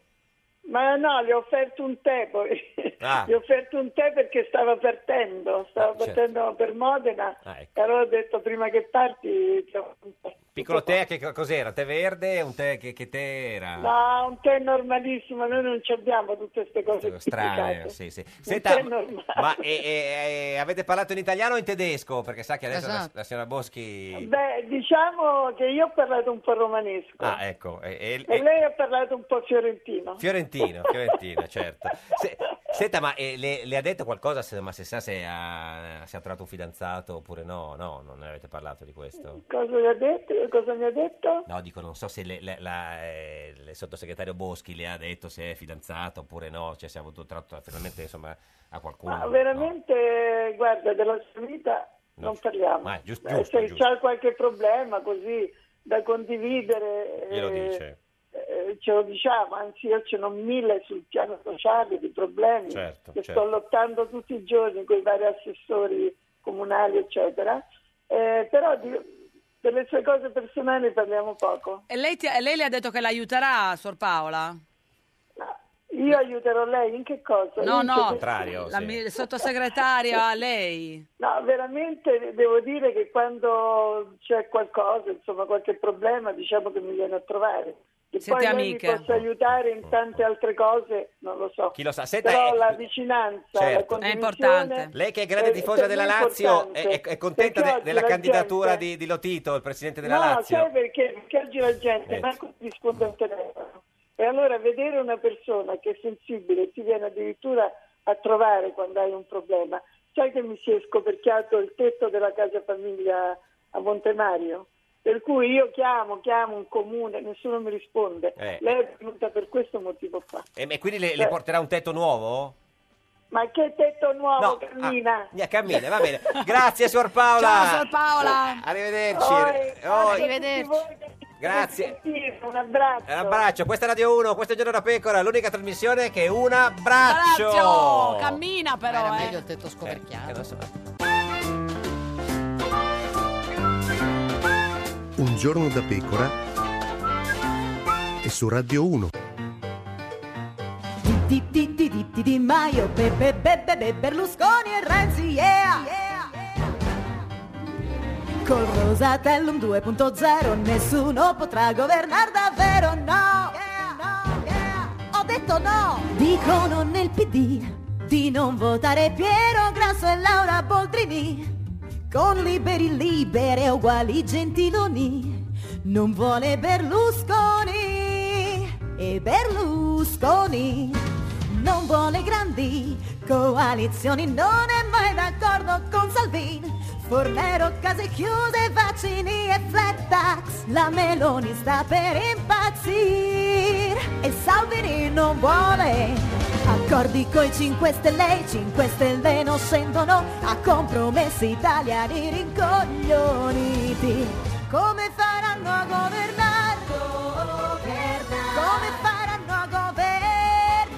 [SPEAKER 3] Ma no, le ho offerto un tè poi.
[SPEAKER 1] Ah.
[SPEAKER 3] Le ho offerto un tè perché stava partendo, stava
[SPEAKER 2] Ah, certo.
[SPEAKER 3] partendo per Modena
[SPEAKER 2] Ah, ecco.
[SPEAKER 3] e allora ho detto prima che parti ti offro un tè.
[SPEAKER 2] Piccolo tè, che co- cos'era? Tè verde? Un tè che, che tè era?
[SPEAKER 3] No, un tè normalissimo, noi non ci abbiamo tutte queste cose
[SPEAKER 2] Strano,
[SPEAKER 3] complicate.
[SPEAKER 2] sì, sì.
[SPEAKER 3] Un
[SPEAKER 2] Senta,
[SPEAKER 3] tè normale.
[SPEAKER 2] ma e- e- e avete parlato in italiano o in tedesco? Perché sa che adesso la-
[SPEAKER 3] Esatto.
[SPEAKER 2] la, signora Boschi...
[SPEAKER 3] Beh, diciamo che io ho parlato un po' romanesco
[SPEAKER 2] Ah, ecco, e- e-
[SPEAKER 3] e lei ha parlato un po' fiorentino.
[SPEAKER 2] Fiorentino, Fiorentino, certo. Se- senta, ma eh, le, le ha detto qualcosa, se, ma se sa se ha, se ha trovato un fidanzato oppure no? No, non ne avete parlato di questo?
[SPEAKER 3] Cosa, le ha detto? Cosa mi ha detto?
[SPEAKER 2] No, dico, non so se le- le- la, eh, il sottosegretario Boschi le ha detto se è fidanzato oppure no, cioè se ha avuto tratto finalmente insomma a qualcuno.
[SPEAKER 3] Ma veramente, guarda, della sua vita
[SPEAKER 2] No,
[SPEAKER 3] non parliamo.
[SPEAKER 2] Ma è giusto,
[SPEAKER 3] Eh,
[SPEAKER 2] giusto,
[SPEAKER 3] se
[SPEAKER 2] giusto.
[SPEAKER 3] c'è qualche problema così da condividere,
[SPEAKER 2] Glielo
[SPEAKER 3] eh,
[SPEAKER 2] dice.
[SPEAKER 3] eh, ce lo diciamo, anzi io ce n'ho mille sul piano sociale di problemi
[SPEAKER 2] Certo,
[SPEAKER 3] che
[SPEAKER 2] certo.
[SPEAKER 3] sto lottando tutti i giorni con i vari assessori comunali, eccetera. Eh, però di- delle sue cose personali parliamo poco.
[SPEAKER 1] E lei, ti- e lei le ha detto che l'aiuterà, Sor Paola?
[SPEAKER 3] Io aiuterò lei in che cosa?
[SPEAKER 1] No,
[SPEAKER 3] In
[SPEAKER 1] no,
[SPEAKER 3] che-
[SPEAKER 1] Eh. Al contrario, la sì. mi- sottosegretaria, a lei.
[SPEAKER 3] No, veramente devo dire che quando c'è qualcosa, insomma qualche problema, diciamo che mi viene a trovare. Che
[SPEAKER 1] Siete
[SPEAKER 3] poi lei mi
[SPEAKER 1] amiche?
[SPEAKER 3] possa aiutare in tante altre cose, non lo so.
[SPEAKER 2] Chi lo sa? Senta,
[SPEAKER 3] Però
[SPEAKER 2] eh,
[SPEAKER 3] la vicinanza,
[SPEAKER 2] certo.
[SPEAKER 3] la condivisione...
[SPEAKER 1] È importante.
[SPEAKER 2] Lei che è grande tifosa della Lazio è, è- è contenta de- della candidatura di, di Lotito, il presidente della
[SPEAKER 3] no, cioè,
[SPEAKER 2] Lazio?
[SPEAKER 3] sai perché? Perché oggi la gente
[SPEAKER 2] Eh.
[SPEAKER 3] manco ti risponde al telefono. E allora vedere una persona che è sensibile ti viene addirittura a trovare quando hai un problema. Sai che mi si è scoperchiato il tetto della casa famiglia a Montemario? Per cui io chiamo, chiamo un comune, nessuno mi risponde.
[SPEAKER 2] Eh.
[SPEAKER 3] Lei è venuta per questo motivo qua.
[SPEAKER 2] E, e quindi le, le porterà un tetto nuovo?
[SPEAKER 3] Ma che tetto nuovo,
[SPEAKER 2] No, ah,
[SPEAKER 3] cammina!
[SPEAKER 2] Via, Cammina, va bene. Grazie, Suor Paola. Eh,
[SPEAKER 3] Ciao, Suor Paola.
[SPEAKER 2] Arrivederci.
[SPEAKER 3] Oi,
[SPEAKER 2] Oi.
[SPEAKER 3] arrivederci.
[SPEAKER 2] Grazie.
[SPEAKER 3] Un abbraccio.
[SPEAKER 2] Un abbraccio. Questa è Radio 1, questo è Giorno da Pecora, l'unica trasmissione che è un abbraccio.
[SPEAKER 1] Lazio, cammina però, eh.
[SPEAKER 17] Io ho detto scoperchiato.
[SPEAKER 14] Un giorno da pecora e su Radio 1.
[SPEAKER 13] Di di di di di Di Maio, be, be, be, be, be, Berlusconi e Renzi, yeah! Col Rosatellum 2.0 nessuno potrà governare davvero, no! Ho detto no! Dicono nel PD di non votare Piero Grasso e Laura Boldrini con liberi libere uguali Gentiloni non vuole Berlusconi e Berlusconi non vuole grandi coalizioni non è mai d'accordo con Salvini Fornero, case chiuse, vaccini e flat tax La Meloni sta per impazzire E Salvini non vuole Accordi coi 5 Stelle, i 5 Stelle non scendono a compromessi italiani rincoglioniti. Come faranno a governare? Come faranno a governare?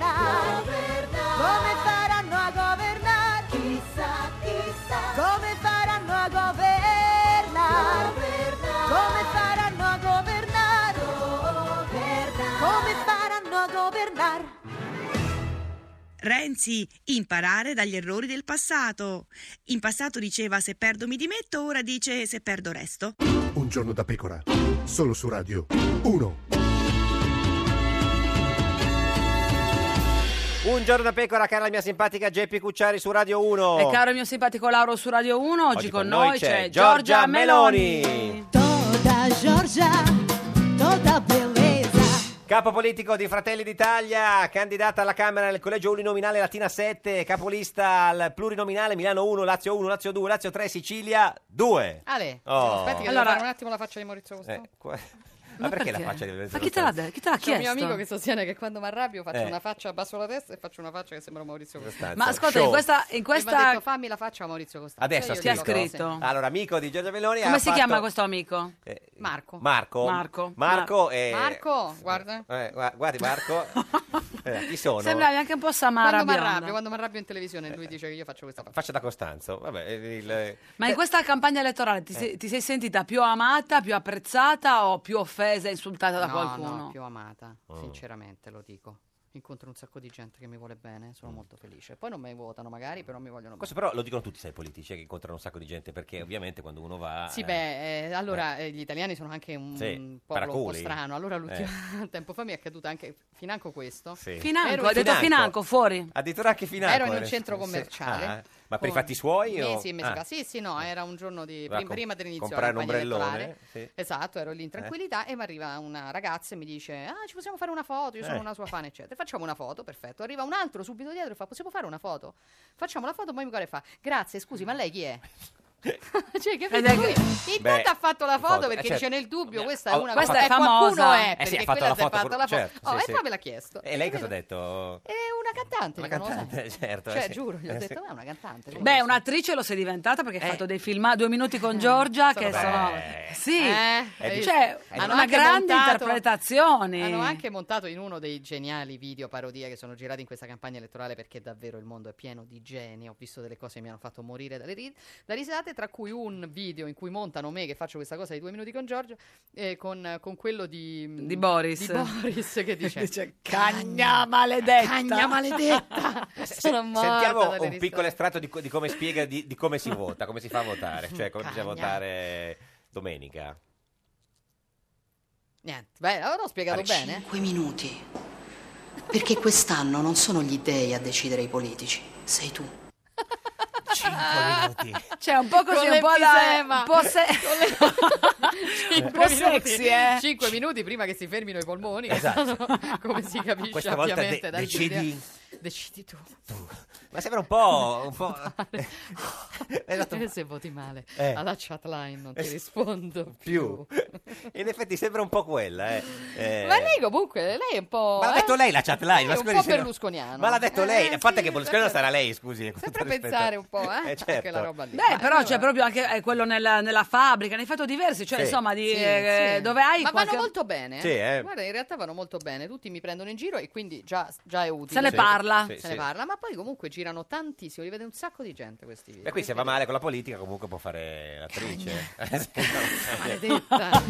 [SPEAKER 13] Come faranno a governare? Chissà, chissà. Come faranno a governare? Come faranno a governare? andar.
[SPEAKER 15] Renzi, imparare dagli errori del passato. In passato diceva se perdo mi dimetto, ora dice se perdo resto.
[SPEAKER 14] Un giorno da pecora. Solo su Radio 1.
[SPEAKER 2] Un giorno da pecora, cara la mia simpatica Geppi Cucciari su Radio 1.
[SPEAKER 1] E caro il mio simpatico Lauro su Radio 1, oggi,
[SPEAKER 2] Oggi
[SPEAKER 1] con noi c'è Giorgia Meloni.
[SPEAKER 2] Eh.
[SPEAKER 13] Toda Giorgia, toda beleza.
[SPEAKER 2] Capo politico di Fratelli d'Italia, candidata alla Camera del collegio uninominale Latina 7, capolista al plurinominale Milano 1, Lazio 1, Lazio 2, Lazio 3, Sicilia 2
[SPEAKER 17] Ale,
[SPEAKER 2] Oh.
[SPEAKER 17] aspetti che allora...
[SPEAKER 1] Allora-
[SPEAKER 17] devo fare un attimo la faccia di Maurizio Costanzo.
[SPEAKER 2] Eh, qua- Ma perché, la faccia di Lorenzo
[SPEAKER 1] Ma chi te l'ha, de- Ah, chi te l'ha
[SPEAKER 17] C'è un mio
[SPEAKER 1] chiesto?
[SPEAKER 17] amico che sostiene che quando mi arrabbio faccio
[SPEAKER 2] Eh.
[SPEAKER 17] una faccia, abbasso la testa e faccio una faccia che sembra Maurizio Costanzo.
[SPEAKER 1] Ma ascolta, in
[SPEAKER 2] show.
[SPEAKER 1] questa... In
[SPEAKER 17] E mi ha
[SPEAKER 1] questa...
[SPEAKER 17] detto fammi la faccia a Maurizio Costanzo.
[SPEAKER 2] Adesso
[SPEAKER 17] Io
[SPEAKER 2] ha
[SPEAKER 17] gli dico
[SPEAKER 2] scritto. Ah. Allora, amico di Giorgia Meloni
[SPEAKER 1] Come
[SPEAKER 2] ha
[SPEAKER 1] si
[SPEAKER 2] fatto-
[SPEAKER 1] chiama questo amico?
[SPEAKER 2] Eh,
[SPEAKER 17] Marco.
[SPEAKER 2] Marco?
[SPEAKER 1] Marco.
[SPEAKER 2] Marco,
[SPEAKER 17] sì.
[SPEAKER 2] eh,
[SPEAKER 17] Marco, guarda.
[SPEAKER 2] eh, gua- guardi Marco. Eh, chi sono?
[SPEAKER 1] Sembravi anche un po' Samara
[SPEAKER 17] quando mi
[SPEAKER 1] bionda.
[SPEAKER 17] arrabbio, quando mi arrabbio in televisione lui dice che io faccio questa faccia.
[SPEAKER 2] Faccia da Costanzo. Vabbè, eh, il-
[SPEAKER 1] Ma in questa campagna elettorale
[SPEAKER 17] Eh.
[SPEAKER 1] ti, sei, ti sei sentita più amata, più apprezzata o più offesa e insultata da
[SPEAKER 17] no,
[SPEAKER 1] qualcuno?
[SPEAKER 17] no, più amata,
[SPEAKER 2] Oh.
[SPEAKER 17] sinceramente lo dico. Incontro un sacco di gente che mi vuole bene, sono molto felice. Poi non mi votano magari, però mi vogliono
[SPEAKER 2] Mm. Questo
[SPEAKER 17] bene.
[SPEAKER 2] però lo dicono tutti, sai, i politici eh, che incontrano un sacco di gente, perché ovviamente quando uno va...
[SPEAKER 17] Sì,
[SPEAKER 2] eh,
[SPEAKER 17] beh, eh, allora eh, gli italiani sono anche un
[SPEAKER 2] Sì,
[SPEAKER 17] popolo un po'
[SPEAKER 2] paraculi.
[SPEAKER 17] strano. Allora, l'ultimo
[SPEAKER 2] Eh.
[SPEAKER 17] tempo fa mi è accaduto anche financo questo.
[SPEAKER 2] Sì.
[SPEAKER 1] Financo,
[SPEAKER 17] Ero
[SPEAKER 1] ha
[SPEAKER 17] in-
[SPEAKER 1] detto financo, fuori.
[SPEAKER 2] Addirittura anche Financo.
[SPEAKER 17] Ero in un
[SPEAKER 2] eh,
[SPEAKER 17] centro
[SPEAKER 2] sì.
[SPEAKER 17] commerciale.
[SPEAKER 2] Ah, ma per i
[SPEAKER 17] con-
[SPEAKER 2] fatti suoi? o-
[SPEAKER 17] Mesi, e mesi
[SPEAKER 2] ah,
[SPEAKER 17] fa. Sì, sì, no, era un giorno di,
[SPEAKER 2] Va a
[SPEAKER 17] prim-
[SPEAKER 2] com-
[SPEAKER 17] prima dell'inizio della
[SPEAKER 2] comprare un
[SPEAKER 17] campagna
[SPEAKER 2] ombrellone,
[SPEAKER 17] elettorale.
[SPEAKER 2] sì. Eh.
[SPEAKER 17] Esatto, ero lì in tranquillità e mi arriva una ragazza e mi dice ah, ci possiamo fare una foto, io sono
[SPEAKER 2] Eh.
[SPEAKER 17] una sua fan, eccetera. Facciamo una foto, perfetto. Arriva un altro subito dietro e fa possiamo fare una foto? Facciamo la foto, poi mi guarda e fa grazie, scusi, ma lei chi è? cioè, capito?
[SPEAKER 1] Ed è
[SPEAKER 17] Lui
[SPEAKER 1] che-
[SPEAKER 17] intanto
[SPEAKER 2] Beh,
[SPEAKER 17] ha fatto la foto
[SPEAKER 2] foto, eh,
[SPEAKER 17] perché
[SPEAKER 2] certo.
[SPEAKER 17] dice nel dubbio questa è
[SPEAKER 2] Oh,
[SPEAKER 17] una
[SPEAKER 2] questa
[SPEAKER 17] cosa
[SPEAKER 2] è
[SPEAKER 17] e qualcuno
[SPEAKER 1] famosa.
[SPEAKER 17] è
[SPEAKER 2] Eh sì,
[SPEAKER 17] perché
[SPEAKER 2] ha fatto
[SPEAKER 17] quella
[SPEAKER 2] la
[SPEAKER 17] si è
[SPEAKER 2] foto,
[SPEAKER 17] fatta la foto.
[SPEAKER 2] certo,
[SPEAKER 17] oh,
[SPEAKER 2] sì,
[SPEAKER 17] e
[SPEAKER 2] sì.
[SPEAKER 17] poi me l'ha chiesto.
[SPEAKER 2] E lei cosa ha
[SPEAKER 17] Capito?
[SPEAKER 2] detto?
[SPEAKER 17] È una cantante,
[SPEAKER 2] Una
[SPEAKER 17] dico, non lo so.
[SPEAKER 2] cantante, certo. eh,
[SPEAKER 17] Cioè,
[SPEAKER 2] sì.
[SPEAKER 17] giuro, gli ho
[SPEAKER 2] Eh, sì.
[SPEAKER 17] detto, ma è una cantante. come
[SPEAKER 1] Beh,
[SPEAKER 17] lo so?"
[SPEAKER 1] un'attrice lo sei diventata perché ha
[SPEAKER 17] Eh.
[SPEAKER 1] fatto dei film ah, due minuti con Giorgia che
[SPEAKER 2] Beh,
[SPEAKER 1] sono... Sì,
[SPEAKER 17] Eh, hai
[SPEAKER 1] cioè,
[SPEAKER 17] visto? Hanno
[SPEAKER 1] una
[SPEAKER 17] anche
[SPEAKER 1] grande
[SPEAKER 17] montato-
[SPEAKER 1] interpretazione.
[SPEAKER 17] Hanno anche montato in uno dei geniali video parodia che sono girati in questa campagna elettorale perché davvero il mondo è pieno di geni. Ho visto delle cose che mi hanno fatto morire dalle ri- da risate, tra cui un video in cui montano me che faccio questa cosa di due minuti con Giorgio, eh, con, con quello di, mm,
[SPEAKER 1] Di Boris.
[SPEAKER 17] di Boris che dice,
[SPEAKER 1] Dice, cagna maledetta.
[SPEAKER 17] Cagna maledetta.
[SPEAKER 19] Eh,
[SPEAKER 17] Sono morta
[SPEAKER 2] Sentiamo
[SPEAKER 17] dalle
[SPEAKER 2] un
[SPEAKER 17] risate.
[SPEAKER 2] piccolo estratto di, co- di come spiega di, di come si vota, come si fa a votare, cioè come bisogna
[SPEAKER 17] Cagna.
[SPEAKER 2] votare domenica.
[SPEAKER 17] Niente, beh, allora ho spiegato bene.
[SPEAKER 19] 5 minuti. Perché quest'anno non sono gli dei a decidere i politici, sei tu.
[SPEAKER 1] Cioè, un po' così,
[SPEAKER 17] Con
[SPEAKER 1] un po' da...
[SPEAKER 17] l'emfisema.
[SPEAKER 1] Un po' se- un po' sexy, eh.
[SPEAKER 17] 5 minuti prima che si fermino i polmoni, che
[SPEAKER 2] Esatto.
[SPEAKER 17] sono, come si capisce
[SPEAKER 2] Questa volta
[SPEAKER 17] ovviamente
[SPEAKER 2] de-
[SPEAKER 17] dal
[SPEAKER 2] decidi-
[SPEAKER 17] video. decidi tu.
[SPEAKER 2] Ma sembra un po'... Un po'... Esatto.
[SPEAKER 17] E se voti male
[SPEAKER 2] Eh.
[SPEAKER 17] alla chat line non ti
[SPEAKER 2] Eh sì.
[SPEAKER 17] rispondo più.
[SPEAKER 2] più. In effetti sembra un po' quella, eh. Eh,
[SPEAKER 17] Ma lei comunque, lei è un po'...
[SPEAKER 2] Ma l'ha
[SPEAKER 17] eh?
[SPEAKER 2] detto lei la chat live,
[SPEAKER 17] Lei
[SPEAKER 2] ma
[SPEAKER 17] è un
[SPEAKER 2] scusi,
[SPEAKER 17] po'
[SPEAKER 2] se no-
[SPEAKER 17] berlusconiano.
[SPEAKER 2] Ma l'ha detto lei,
[SPEAKER 17] Eh,
[SPEAKER 2] a parte
[SPEAKER 17] sì,
[SPEAKER 2] che Berlusconi
[SPEAKER 17] sempre-
[SPEAKER 2] sarà lei, scusi. con
[SPEAKER 17] Sempre
[SPEAKER 2] tutto rispetto.
[SPEAKER 17] pensare un po', eh,
[SPEAKER 2] Eh,
[SPEAKER 17] anche
[SPEAKER 2] certo.
[SPEAKER 17] la roba lì.
[SPEAKER 1] Beh,
[SPEAKER 17] Ma
[SPEAKER 1] però c'è
[SPEAKER 17] allora-
[SPEAKER 1] proprio anche eh, quello nella, nella fabbrica, nei fatto diversi, cioè
[SPEAKER 2] Sì.
[SPEAKER 1] insomma di,
[SPEAKER 17] Sì,
[SPEAKER 1] eh,
[SPEAKER 17] sì.
[SPEAKER 1] dove hai
[SPEAKER 17] Ma
[SPEAKER 1] qualche-
[SPEAKER 17] vanno molto bene. eh.
[SPEAKER 2] Sì, eh.
[SPEAKER 17] Guarda, in realtà vanno molto bene. Tutti mi prendono in giro e quindi già, già è utile.
[SPEAKER 1] Se ne Sì, parla.
[SPEAKER 2] sì,
[SPEAKER 17] Se
[SPEAKER 2] sì.
[SPEAKER 17] ne parla, ma poi comunque girano tantissimo. Li vede un sacco di gente questi video.
[SPEAKER 2] E qui se va male con la politica comunque può fare l'attrice.
[SPEAKER 17] Eh,
[SPEAKER 2] Eh,
[SPEAKER 17] Maledetta.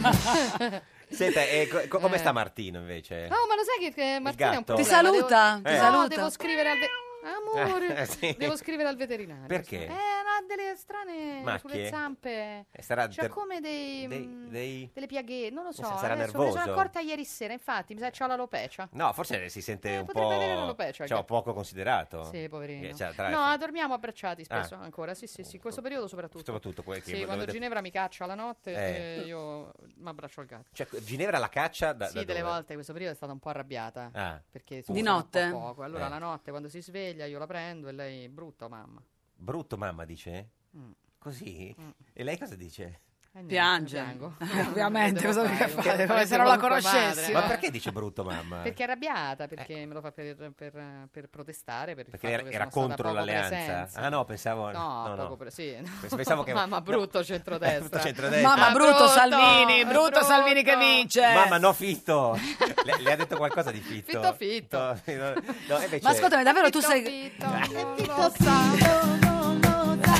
[SPEAKER 2] Senta, eh, co- co- come
[SPEAKER 17] Eh. Oh,
[SPEAKER 2] sta Martino invece?
[SPEAKER 17] No, ma lo sai che, che Martina è un
[SPEAKER 2] gatto.
[SPEAKER 17] po'.
[SPEAKER 2] Ti
[SPEAKER 1] saluta,
[SPEAKER 2] ti
[SPEAKER 17] No,
[SPEAKER 1] saluta.
[SPEAKER 17] devo scrivere al... ve- Amore,
[SPEAKER 2] Eh, sì.
[SPEAKER 17] devo scrivere al veterinario.
[SPEAKER 2] Perché?
[SPEAKER 17] Eh, ha delle strane
[SPEAKER 2] Macchie?
[SPEAKER 17] Eh, sulle zampe.
[SPEAKER 2] Eh, sarà
[SPEAKER 17] C'ha
[SPEAKER 2] del-
[SPEAKER 17] come dei, mm,
[SPEAKER 2] dei-
[SPEAKER 17] mh,
[SPEAKER 2] dei-
[SPEAKER 17] delle piaghe, non lo so.
[SPEAKER 2] Sarà
[SPEAKER 17] adesso me ne sono
[SPEAKER 2] nervoso?
[SPEAKER 17] accorta ieri sera, infatti, mi sa che c'ho l'alopecia.
[SPEAKER 2] No, forse si sente un
[SPEAKER 17] eh, potrebbe avere
[SPEAKER 2] po'...
[SPEAKER 17] l'alopecia,
[SPEAKER 2] cioè,
[SPEAKER 17] che-
[SPEAKER 2] poco considerato.
[SPEAKER 17] Sì, poverino.
[SPEAKER 2] Eh, cioè, tra-
[SPEAKER 17] No, dormiamo abbracciati spesso
[SPEAKER 2] Ah. oh.
[SPEAKER 17] ancora. Sì, sì, sì, in questo periodo soprattutto.
[SPEAKER 2] Soprattutto quelli che
[SPEAKER 17] Sì, quando
[SPEAKER 2] dovete-
[SPEAKER 17] Ginevra mi caccia la notte,
[SPEAKER 2] Eh.
[SPEAKER 17] eh, io mi abbraccio al gatto.
[SPEAKER 2] cioè, Ginevra la caccia da,
[SPEAKER 17] sì,
[SPEAKER 2] da
[SPEAKER 17] delle
[SPEAKER 2] dove?
[SPEAKER 17] volte questo periodo è stata un po' arrabbiata.
[SPEAKER 2] Ah.
[SPEAKER 17] Perché
[SPEAKER 1] Di
[SPEAKER 17] sono un po'
[SPEAKER 1] notte?
[SPEAKER 17] poco. Allora
[SPEAKER 2] Eh.
[SPEAKER 17] la notte quando si sveglia io la prendo e lei brutto, mamma.
[SPEAKER 2] Brutto mamma dice?
[SPEAKER 17] Mm.
[SPEAKER 2] Così?
[SPEAKER 17] Mm.
[SPEAKER 2] E lei cosa dice?
[SPEAKER 17] Eh, niente,
[SPEAKER 1] Piange.
[SPEAKER 17] piango.
[SPEAKER 1] Eh, ovviamente,
[SPEAKER 17] Che devo
[SPEAKER 1] cosa mica
[SPEAKER 17] fare?
[SPEAKER 1] fate?
[SPEAKER 17] Io
[SPEAKER 1] Come se
[SPEAKER 17] parlo
[SPEAKER 1] non la
[SPEAKER 17] con tuo
[SPEAKER 1] conoscessi,
[SPEAKER 17] padre,
[SPEAKER 2] Ma
[SPEAKER 17] eh.
[SPEAKER 2] perché dice brutto mamma? Eh.
[SPEAKER 17] Perché è arrabbiata, perché me lo fa per, per- per protestare. Per il
[SPEAKER 2] Perché
[SPEAKER 17] fatto
[SPEAKER 2] era,
[SPEAKER 17] che
[SPEAKER 2] era
[SPEAKER 17] sono
[SPEAKER 2] contro
[SPEAKER 17] stata poco
[SPEAKER 2] l'alleanza?
[SPEAKER 17] presenza.
[SPEAKER 2] Ah no, pensavo...
[SPEAKER 17] No,
[SPEAKER 2] no,
[SPEAKER 17] poco
[SPEAKER 2] no.
[SPEAKER 17] pre- sì.
[SPEAKER 2] Pens- Pensavo che...
[SPEAKER 17] Mamma,
[SPEAKER 2] no.
[SPEAKER 17] brutto centrodestra.
[SPEAKER 2] Brutto centrodestra.
[SPEAKER 1] Mamma,
[SPEAKER 17] Ah,
[SPEAKER 1] brutto, Salvini, brutto,
[SPEAKER 17] brutto.
[SPEAKER 1] Salvini che vince.
[SPEAKER 17] Eh.
[SPEAKER 2] Mamma, no, Fitto! le, le ha detto qualcosa di Fitto?
[SPEAKER 17] Fitto, Fitto.
[SPEAKER 2] No, no, invece-
[SPEAKER 1] Ma Eh, ascoltami, davvero tu
[SPEAKER 17] Fitto,
[SPEAKER 1] sei...
[SPEAKER 17] Fitto, non lo sa.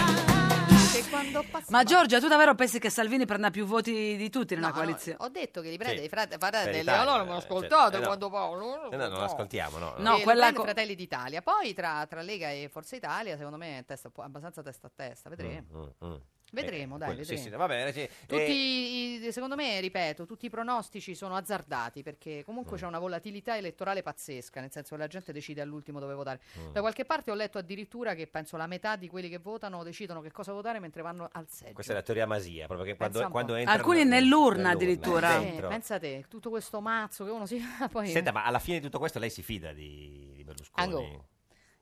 [SPEAKER 17] Che quando passa.
[SPEAKER 1] Ma Giorgia, tu davvero pensi che Salvini prenda più voti di tutti nella
[SPEAKER 17] No, no,
[SPEAKER 1] coalizione?
[SPEAKER 17] ho detto che li prende
[SPEAKER 1] Sì.
[SPEAKER 17] i frate- fratelli
[SPEAKER 1] Per
[SPEAKER 17] dell'Italia.
[SPEAKER 1] l'Italia,
[SPEAKER 17] Allora non ho
[SPEAKER 1] eh,
[SPEAKER 17] ascoltato
[SPEAKER 1] certo. Eh, no.
[SPEAKER 17] quando Paolo.
[SPEAKER 2] Eh, no, non ascoltiamo, no.
[SPEAKER 1] No,
[SPEAKER 17] No,
[SPEAKER 1] quella
[SPEAKER 17] quella
[SPEAKER 1] co-
[SPEAKER 17] Fratelli d'Italia. Poi tra, tra Lega e Forza Italia, secondo me è testa- abbastanza testa a testa. Vedremo.
[SPEAKER 2] Mm, mm, mm.
[SPEAKER 17] Vedremo,
[SPEAKER 2] Eh,
[SPEAKER 17] dai,
[SPEAKER 2] quello- sì,
[SPEAKER 17] vedremo.
[SPEAKER 2] sì, va bene, sì.
[SPEAKER 17] Tutti,
[SPEAKER 2] Eh,
[SPEAKER 17] i- secondo me, ripeto, tutti i pronostici sono azzardati perché
[SPEAKER 2] Mm.
[SPEAKER 17] comunque c'è una volatilità elettorale pazzesca, nel senso che la gente decide all'ultimo dove votare.
[SPEAKER 2] Mm.
[SPEAKER 17] Da qualche parte ho letto addirittura che penso la metà di quelli che votano decidono che cosa votare mentre vanno al seggio.
[SPEAKER 2] Questa è la teoria masia, proprio che quando,
[SPEAKER 17] Pensa un
[SPEAKER 2] quando
[SPEAKER 17] po'.
[SPEAKER 2] entrano-
[SPEAKER 1] Alcuni nell'urna addirittura.
[SPEAKER 17] Eh,
[SPEAKER 2] dentro.
[SPEAKER 17] pensa te, tutto questo mazzo che uno si fa poi...
[SPEAKER 2] Senta, ma alla fine di tutto questo lei si fida di, di Berlusconi?
[SPEAKER 17] Angò.